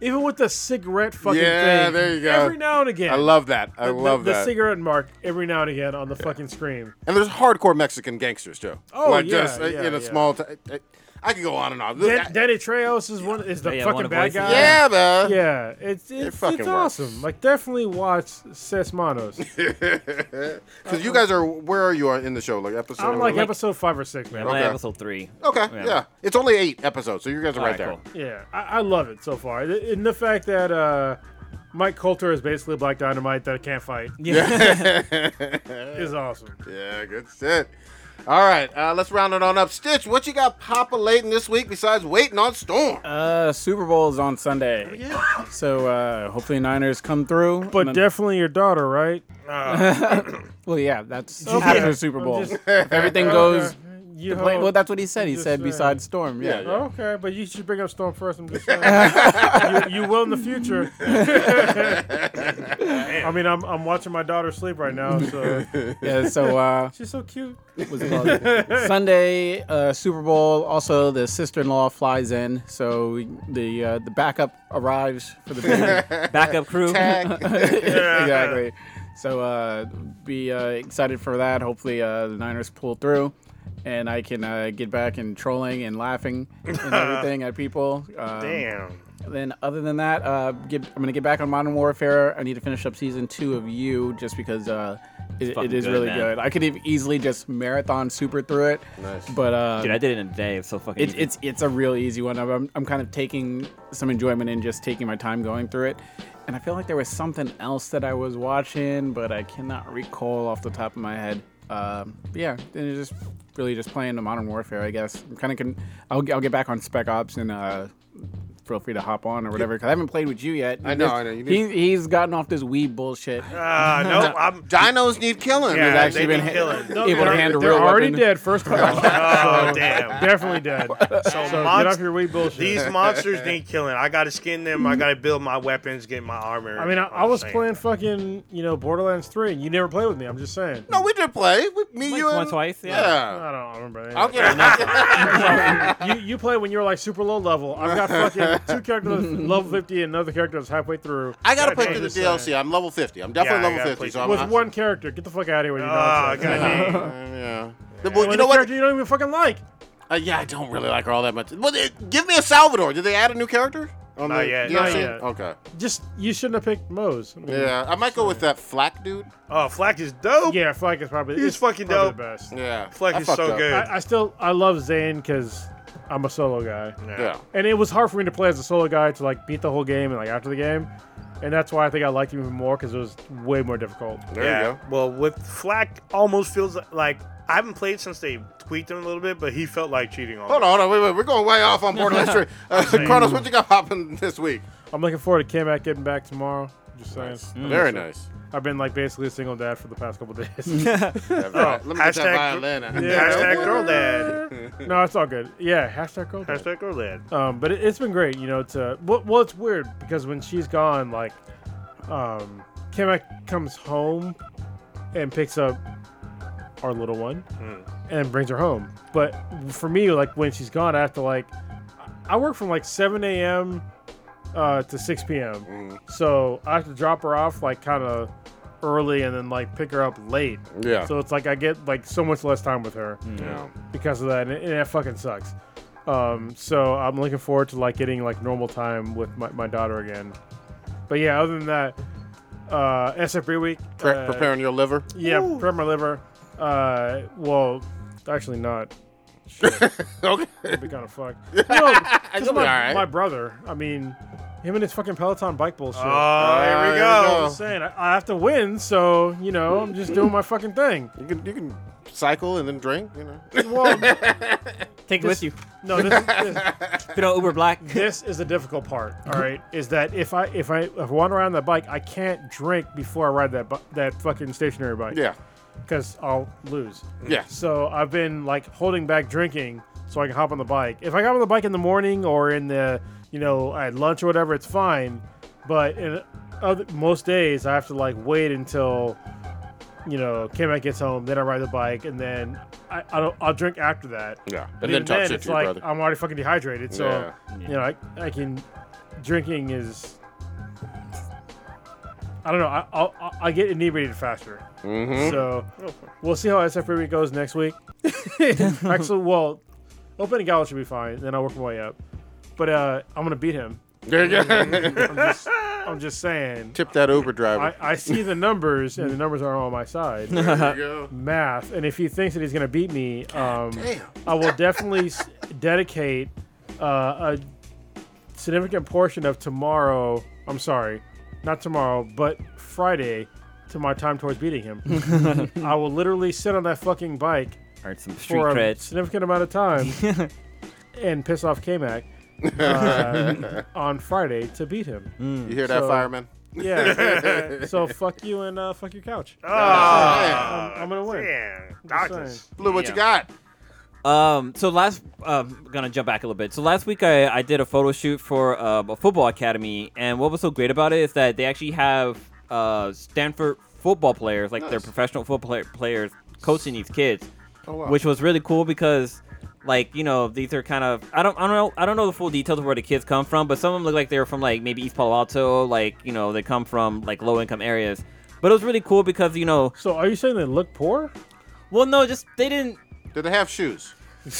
S6: the- even with the cigarette fucking
S4: Yeah,
S6: thing.
S4: there you go.
S6: Every now and again,
S4: I love that. I
S6: the, the-
S4: love
S6: the,
S4: that.
S6: cigarette mark every now and again on the fucking screen.
S4: And there's hardcore Mexican gangsters too.
S6: Oh,
S4: like
S6: yeah,
S4: just uh,
S6: yeah,
S4: in a
S6: yeah.
S4: small. T- I- I could go on and on.
S6: Dan- Danny Trejo is one is the
S8: Yeah, one
S6: fucking
S8: of
S6: bad
S8: voices.
S6: guy.
S4: yeah, man.
S6: uh, Yeah, it's it's,
S4: fucking
S6: it's
S4: works.
S6: awesome. Like definitely watch Sesmanos.
S4: Because you guys are. Where are you on- in the show? Like episode.
S6: I'm like episode five or six, man.
S8: I'm on
S4: Okay.
S8: episode three.
S4: Okay. Yeah.
S8: Yeah.
S4: It's only eight episodes, so you guys are right,
S8: Alright,
S4: there.
S8: cool.
S6: Yeah, I, I love it so far. Th- And the fact that uh, Mike Coulter is basically Black Dynamite that can't fight is awesome.
S4: Yeah. Good shit. All right. Uh, let's round it on up. Stitch, what you got populating this week besides waiting on Storm?
S5: Uh, Super Bowl is on Sunday. So uh, hopefully Niners come through.
S6: Oh, But
S5: And then-
S6: definitely your daughter, right?
S5: well, yeah, that's after Super
S6: I'm
S5: Bowl.
S6: just-
S5: if everything goes,
S6: You
S5: the play-
S6: hope-
S5: well, that's what he said. He
S6: just
S5: said
S6: saying.
S5: besides Storm. Yeah.
S4: Yeah,
S6: Okay, but you should bring up Storm first. I'm just saying. you, you will in the future. I mean, I'm, I'm watching my daughter sleep right now, so
S5: yeah. so uh,
S6: she's so cute.
S5: what's it called? Sunday uh, Super Bowl. Also, the sister-in-law flies in, so the uh, the backup arrives for the baby.
S8: Backup crew.
S4: Tag.
S5: exactly. So uh, be uh, excited for that. Hopefully uh, the Niners pull through, and I can uh, get back and trolling and laughing and everything at people. Um,
S7: Damn.
S5: Then other than that, uh, get, I'm gonna get back on Modern Warfare. I need to finish up season two of you just because uh, it, it
S8: fucking
S5: is
S8: good,
S5: really
S8: man.
S5: good. I could have easily just marathon super through it,
S4: Nice.
S5: but uh,
S8: Dude, I did it in a day. It's so fucking.
S5: it's
S8: easy.
S5: it's it's a real easy one. I'm, I'm kind of taking some enjoyment in just taking my time going through it, and I feel like there was something else that I was watching, but I cannot recall off the top of my head. Um, but yeah, and it's just really just playing the Modern Warfare, I guess. I'm kind of can I'll, I'll get back on Spec Ops and uh, feel free to hop on or whatever because I haven't played with you yet.
S4: I know, I know, you Ah,
S5: he,
S4: did.
S5: he's gotten off this weeb bullshit.
S7: Uh, no, I'm.
S4: Dinos need killing.
S7: Yeah,
S4: There's
S7: they
S4: actually
S7: been
S4: been
S7: killing.
S6: No,
S5: Able to
S6: they're-
S5: handle
S6: they're
S5: real
S6: already
S5: weapon.
S6: dead. First of all,
S7: Oh damn.
S6: definitely dead. So, get
S7: monst-
S6: off your weed bullshit.
S7: These monsters need killing. I gotta skin them. I gotta build my weapons, get my armor.
S6: I mean, I,
S7: I'm
S6: I was
S7: saying.
S6: playing fucking, you know, Borderlands 3, and you never played with me. I'm just saying.
S4: No, we did play. We, me,
S8: Like
S4: you,
S8: once,
S4: and,
S8: twice, yeah.
S6: I don't remember. Anyway.
S4: I'll get enough.
S6: you you play when you're like super low level. I've got fucking two characters level 50 and another character that's halfway through.
S4: I gotta
S6: God
S4: play
S6: damn,
S4: through the
S6: I'm
S4: DLC.
S6: just uh, saying.
S4: I'm level 50. I'm
S7: Yeah, I
S4: definitely
S7: gotta
S4: level 50.
S7: play
S4: So I'm,
S6: With
S4: I'm,
S6: one character, get the fuck out of here with your
S7: Ah,
S6: nonsense.
S7: goddamn.
S4: Uh, yeah. The boy,
S6: When
S4: you
S6: the
S4: know what?
S6: character you don't even fucking like.
S4: Uh, yeah, I don't really like her all that much. Well, they, give me a Salvador. Did they add a new character? On
S7: Not yet,
S4: DLC?
S7: not
S6: yet.
S4: Okay.
S6: Just you shouldn't have picked Moe's. I mean,
S4: Yeah, I might go with that Flack dude.
S7: Oh, Flack is dope.
S6: Yeah, Flack is probably
S7: He's
S6: it's
S7: fucking
S6: probably
S7: dope.
S6: The best.
S4: Yeah.
S7: Flack
S4: I
S7: is
S4: fucked
S7: so
S4: up.
S7: good.
S6: I, I still I love Zane because I'm a solo guy,
S4: Yeah.
S6: and it was hard for me to play as a solo guy to like beat the whole game and like after the game, and that's why I think I liked him even more because it was way more difficult.
S4: There
S7: yeah.
S4: you go.
S7: Well, with Flack, almost feels like I haven't played since they tweaked him a little bit, but he felt like cheating on.
S4: Hold on, hold on, wait, wait. We're going way off on Borderlands 3. Uh, Carlos, what you got popping this week?
S6: I'm looking forward to Kamak getting back tomorrow. Just saying,
S4: Mm. Very nice.
S6: I've been like basically a single dad for the past couple days.
S4: Yeah, right. Let me get
S7: hashtag-
S4: that violin out.
S7: Hashtag girl dad.
S6: no, it's all good. Yeah, hashtag girl. dad.
S7: Hashtag girl dad.
S6: Um, but it, it's been great, you know. To well, well, it's weird because when she's gone, like, um, Kamek comes home and picks up our little one and brings her home. But for me, like when she's gone, I have to like, I work from like 7 a.m. Uh, to 6 p.m. So I have to drop her off like kind of early and then like pick her up late.
S4: Yeah.
S6: So it's like I get like so much less time with her
S4: Yeah.
S6: because of that, and, and that fucking sucks. Um, so I'm looking forward to like getting like normal time with my, my daughter again. But yeah, other than that, uh, SFB week.
S4: Pre-
S6: uh,
S4: preparing your liver.
S6: Yeah, prep my liver. Uh, well, actually not.
S4: okay.
S6: That'd be kind of fucked. No, 'cause
S4: You'll be
S6: my,
S4: alright.
S6: my brother. I mean, him and his fucking Peloton bike bullshit.
S7: Oh, here we go.
S6: I'm just saying, I, I have to win, so you know, I'm just doing my fucking thing.
S4: You can you can cycle and then drink, you know.
S6: Well,
S8: Take it with you.
S6: no, this, this,
S8: Good old Uber Black.
S6: this is the difficult part. All right, is that if I if I if I want to ride on that bike, I can't drink before I ride that bu- that fucking stationary bike.
S4: Yeah.
S6: because I'll lose.
S4: Yeah.
S6: So I've been like holding back drinking so I can hop on the bike. If I got on the bike in the morning or in the you know at lunch or whatever, it's fine. But in other, most days, I have to like wait until you know Kamek gets home, then I ride the bike, and then I, I don't, I'll drink after that.
S4: Yeah. And
S6: But
S4: then
S6: even
S4: talk
S6: then,
S4: shit
S6: it's
S4: to your
S6: like
S4: brother.
S6: I'm already fucking dehydrated, so
S4: Yeah.
S6: you know I, I can drinking is I don't know I I'll, I'll- I get inebriated faster,
S4: Mm-hmm.
S6: so we'll see how SF week goes next week. Actually, well, opening gala should be fine. Then I'll work my way up, but uh, I'm gonna beat him.
S4: There you go.
S6: I'm just saying.
S4: Tip that Uber driver.
S6: I, I see the numbers, and the numbers aren't on my side.
S4: there you go.
S6: math, and if he thinks that he's gonna beat me, um,
S4: damn.
S6: I will definitely s- dedicate uh, a significant portion of tomorrow. I'm sorry, not tomorrow, but Friday, to my time towards beating him. I will literally sit on that fucking bike
S8: Earned some street
S6: for a
S8: cred.
S6: significant amount of time and piss off K-Mac uh, on Friday to beat him.
S4: You hear that,
S6: So-
S4: fireman?
S6: Yeah. so fuck you and uh, fuck your couch.
S4: Ah.
S6: I'm, I'm gonna win.
S7: Damn,
S6: Just
S7: doctors.
S6: saying.
S4: Blue, what
S8: Yeah.
S4: you got?
S8: Um, so last, um, gonna jump back a little bit. So last week I, I did a photo shoot for uh, a football academy, and what was so great about it is that they actually have uh, Stanford football players, like they're professional football player- players, coaching these kids, which was really cool because, like, you know, these are kind of I don't I don't know I don't know the full details of where the kids come from, but some of them look like they're from like maybe East Palo Alto, like you know they come from like low income areas. But it was really cool because you know,
S6: So are you saying they look poor?
S8: well, no, just they didn't.
S4: Did they have shoes?
S8: They,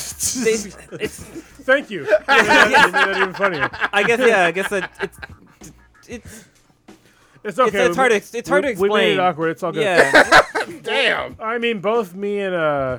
S8: it's,
S6: Thank you. Yeah, that- that made it even funnier.
S8: I guess yeah, I guess that it's it's
S6: It's okay.
S8: it's hard to ex- it's hard to
S6: we- We made it
S8: explain.
S6: awkward. It's all good.
S8: yeah
S4: Damn.
S6: I mean, both me and uh,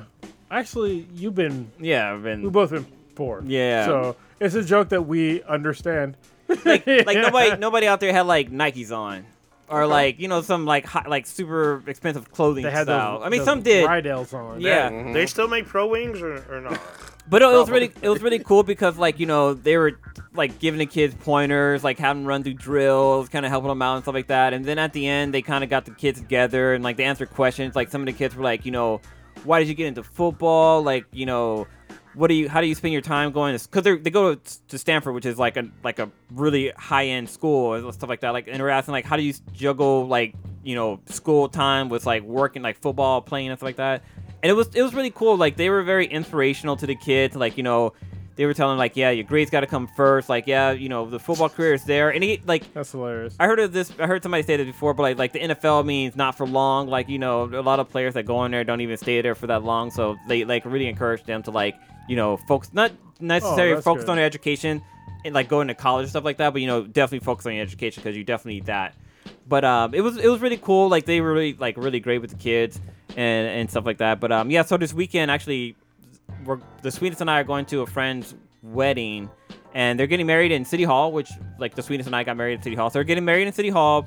S6: actually, you've been
S8: yeah.
S6: we've
S8: And,
S6: both been poor.
S8: Yeah.
S6: So it's a joke that we understand.
S8: like like nobody nobody out there had like Nikes on. Or like you know some like hot, like super expensive clothing
S6: Uh-huh. They had
S8: style.
S6: those.
S8: I mean
S6: those
S8: some did.
S6: Rydell's on.
S8: yeah,
S4: Mm-hmm.
S7: They still make pro wings or, or not?
S8: But it, it was really it was really cool because like you know they were like giving the kids pointers, like having them run through drills, kind of helping them out and stuff like that. And then at the end, they kind of got the kids together and like they answered questions. Like some of the kids were like, you know, why did you get into football? Like you know, what do you how do you spend your time going? Because they they go to, to Stanford, which is like a like a really high end school and stuff like that. Like and they're asking like how do you juggle like you know school time with like working like football playing and stuff like that and it was it was really cool. Like they were very inspirational to the kids. Like you know, they were telling like, yeah, your grades got to come first. Like yeah, you know, the football career is there. And he, like
S6: That's hilarious.
S8: I heard of this. I heard somebody say this before, but like, like the NFL means not for long. Like you know, a lot of players that go in there don't even stay there for that long. So they like really encourage them to like you know focus not necessarily
S6: Oh, that's
S8: focused
S6: good.
S8: on their education and like going to college and stuff like that, but you know definitely focus on your education because you definitely need that. But um, it was it was really cool. Like they were really like really great with the kids and and stuff like that. But um, yeah. So this weekend actually, we're the Sweetest and I are going to a friend's wedding, and they're getting married in City Hall, which like the Sweetest and I got married in City Hall. So they're getting married in City Hall.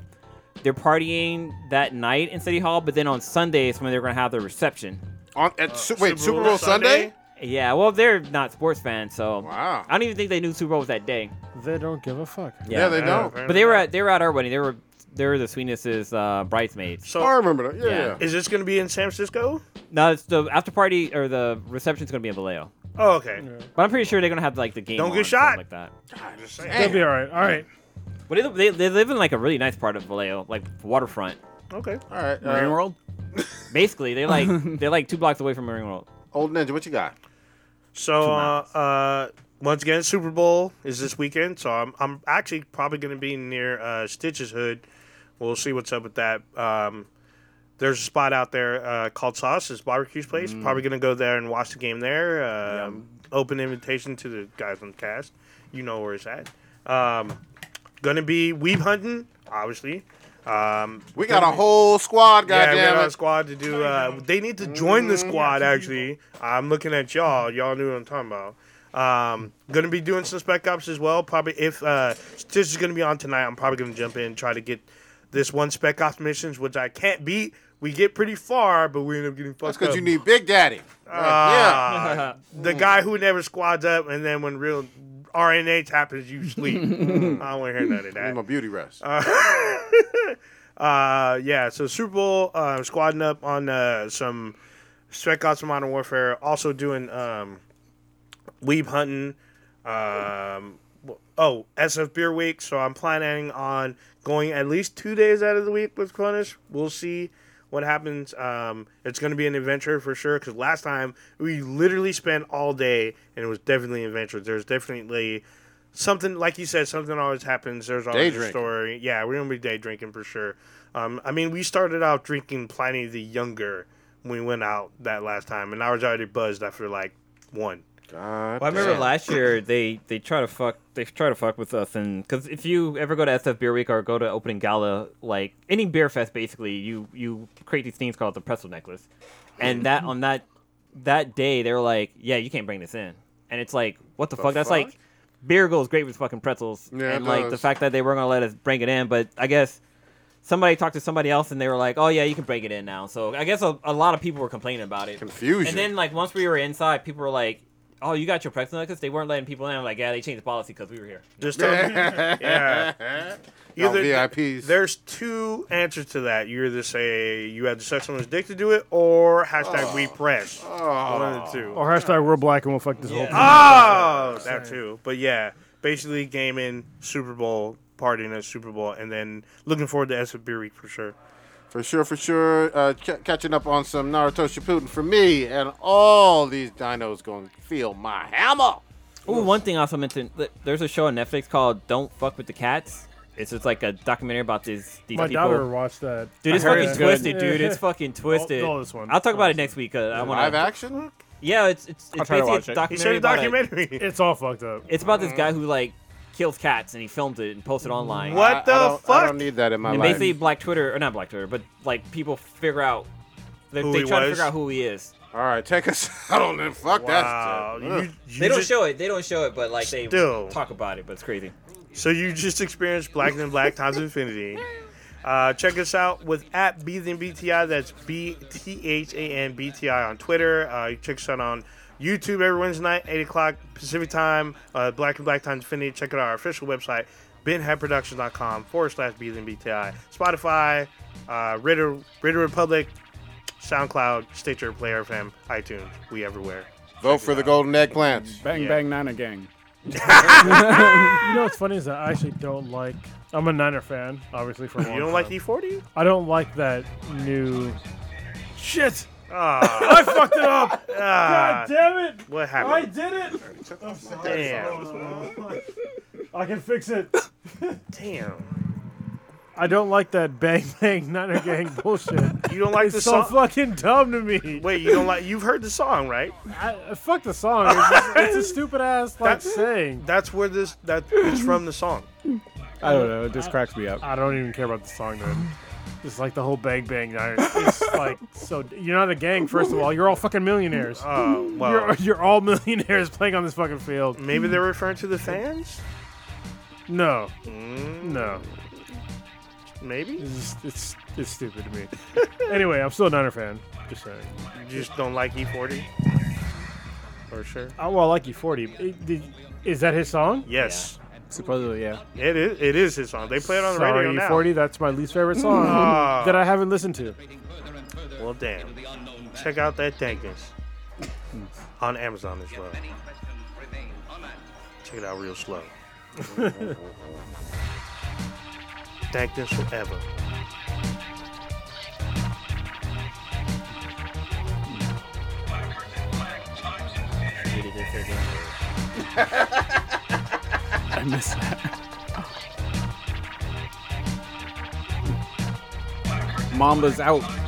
S8: They're partying that night in City Hall, but then on Sundays when they're gonna have their reception.
S4: On at su- wait Uh,
S7: Super
S4: Super
S7: Bowl
S4: Bowl Sunday?
S7: Sunday?
S8: Yeah, well, they're not sports fans, so
S4: Wow.
S8: I don't even think they knew Super Bowl was that day.
S6: They don't give a fuck.
S4: Yeah, they don't.
S8: But they were at they were at our wedding. They were they were the Sweetness's uh, bridesmaids.
S4: Oh, I
S7: So
S4: remember that. Yeah,
S8: Yeah.
S4: yeah.
S7: is this going to be in San Francisco?
S8: No, it's the after party or the reception's gonna be in Vallejo.
S7: Oh, okay.
S8: But I'm pretty sure they're gonna have like the game.
S7: Don't
S8: on
S7: get
S8: or something
S7: shot.
S8: like that.
S7: Just saying.
S6: They'll be all right. All right.
S8: But they, they, they live in like a really nice part of Vallejo, like waterfront.
S7: Okay.
S4: All right.
S5: Marine
S4: Uh,
S5: World.
S8: Basically, they're like they're like two blocks away from Marine World.
S4: old Ninja, what you got?
S7: So uh, uh, once again, Super Bowl is this weekend, so I'm I'm actually probably going to be near uh, Stitch's Hood. We'll see what's up with that. Um, there's a spot out there uh, called Sauce's Barbecue's place. Probably going to go there and watch the game there. Um, Open invitation to the guys on the cast. You know where it's at. Um, going to be weeb hunting, obviously. Um,
S4: We got a whole squad,
S7: yeah, we got
S4: goddamn
S7: a
S4: it.
S7: squad to do. Uh, they need to join the squad. Actually, I'm looking at y'all. Y'all knew what I'm talking about. Um, gonna be doing some spec ops as well. Probably if uh, Stitch is gonna be on tonight, I'm probably gonna jump in and try to get this one spec ops missions, which I can't beat. We get pretty far, but we end up getting
S4: That's
S7: fucked
S4: because
S7: up.
S4: you need Big Daddy. Like, yeah.
S7: Ah, the guy who never squads up, and then when real RNH happens, you sleep. I don't want to hear none of
S4: Need
S7: that.
S4: my beauty rest.
S7: Ah. Uh, yeah, so Super Bowl, uh, squadding up on uh, some Spec Ops Modern Warfare, also doing um, weeb hunting. Um, w- oh, SF Beer Week, so I'm planning on going at least two days out of the week with Clonish. We'll see what happens. Um, it's going to be an adventure for sure, because last time we literally spent all day, and it was definitely an adventure. There's definitely something, like you said, something always happens. There's always
S4: Day
S7: a
S4: drinking.
S7: story. Yeah, we're going to be day drinking for sure. Um, I mean, we started out drinking Pliny the Younger when we went out that last time, and I was already buzzed after like one.
S8: Well, I remember last year they they try to fuck they try to fuck with us and because if you ever go to SF Beer Week or go to opening gala like any beer fest basically you you create these things called the pretzel necklace, and that on that that day they were like yeah you can't bring this in and it's like what the, fuck? that's
S4: fuck?
S8: like beer goes great with fucking pretzels
S4: Yeah,
S8: and
S4: it
S8: like the
S4: does.
S8: fact that they weren't gonna let us bring it in but I guess. Somebody talked to somebody else and they were like, "Oh yeah, you can break it in now." So I guess a, a lot of people were complaining about it.
S4: Confusion.
S8: And then like once we were inside, people were like, "Oh, you got your pretzel necklace?" They weren't letting people in. I'm like, "Yeah, they changed the policy because we were here."
S7: Just tell yeah.
S4: Y'all
S7: Either
S4: VIPs.
S7: There's two answers to that. You either say you had the sex someone's dick to do it, or hashtag
S4: Oh.
S7: we press. One of the two.
S6: Or hashtag we're black and we'll fuck this whole thing.
S7: Oh, that too. But yeah, basically gaming, Super Bowl, partying at Super Bowl, and then looking forward to SF Beer Week for sure.
S4: For sure, for sure. Uh, ch- catching up on some Naruto Shippuden for me, and all these dinos going to feel my hammer.
S8: Ooh, one thing I also mentioned: th- there's a show on Netflix called "Don't Fuck with the Cats," It's just like a documentary about these these
S6: My
S8: people.
S6: daughter watched that.
S8: Dude, it's
S5: I heard
S8: fucking
S5: it's good.
S8: twisted, dude. It's fucking twisted.
S6: all this one.
S8: I'll talk about it
S6: Honestly.
S8: next week. 'cause I want
S4: Live action?
S8: Yeah, it's it's, it's
S5: try to
S8: basically
S5: watch
S8: a
S5: it.
S8: documentary.
S7: He showed a
S8: about a-
S7: documentary.
S6: It's all fucked up.
S8: it's about this guy who like kills cats, and he filmed it and posted online.
S7: What
S4: I- I
S7: the
S4: don't- I
S7: fuck?
S4: don't need that in my
S8: And
S4: life.
S8: basically, Black Twitter or not Black Twitter, but like people figure out they,
S7: Who
S8: they
S7: he
S8: try to
S7: was?
S8: figure out who he is.
S4: All right, take us out on them. Fuck
S7: Wow.
S4: that shit.
S7: You,
S4: Ugh.
S7: you
S8: They don't
S7: just-
S8: show it. They don't show it, but like they
S7: Still.
S8: talk about it. But it's crazy.
S7: So you just experienced Black and Black times infinity. Uh, check us out with at BTI. That's B T H A N B T I on Twitter. Uh, you check us out on YouTube every Wednesday night, 8 o'clock Pacific time, uh, Black and Black Times Infinity. Check out our official website, benhatproductions.com forward slash BTI. Spotify, uh, Ritter, Ritter Republic, SoundCloud, Stitcher, Player FM, iTunes. We everywhere.
S4: Vote for the golden eggplants.
S5: Bang
S7: Yeah.
S5: bang Nana gang.
S6: You know what's funny is that I actually don't like. I'm a Niner fan, obviously. For
S7: You don't like E E40?
S6: I don't like that new. Shit!
S7: Ah,
S6: I fucked it up.
S7: ah,
S6: God damn it!
S7: what
S6: I
S7: happened?
S6: did it.
S7: Damn.
S6: I can fix it.
S7: Damn.
S6: I don't like that bang bang Niner gang bullshit.
S7: You don't like
S6: It's
S7: the
S6: so
S7: song?
S6: fucking dumb to me.
S7: Wait, you don't like? You've heard the song, right?
S6: I, I- fuck the song. It's, just- it's a stupid ass like
S7: That's-
S6: saying.
S7: That's where this that it's from the song.
S5: I don't know. It just cracks me up.
S6: I don't even care about the song then. Just like the whole bang bang Niner. It's like so. You're not a gang, first of all. You're all fucking millionaires.
S7: Oh
S6: You're,
S7: well,
S6: you're all millionaires playing on this fucking field.
S7: maybe they're referring to the fans.
S6: No,
S7: Mm,
S6: no,
S7: maybe
S6: it's just- it's it's stupid to me. anyway, I'm still a Niner fan. Just saying.
S7: you just don't like E40. For sure.
S6: I, Uh, well, I like E40. It- did- Is that his song?
S7: Yes,
S5: Supposedly, yeah.
S7: it is. It is his song. They play it on the
S6: Sorry, E
S7: radio now.
S6: E40. That's my least favorite song
S7: Ah.
S6: that I haven't listened to.
S7: Well, damn. Check out that Dankness on Amazon as well. Check it out real slow. Dankness forever.
S5: I miss that. Mamba's out.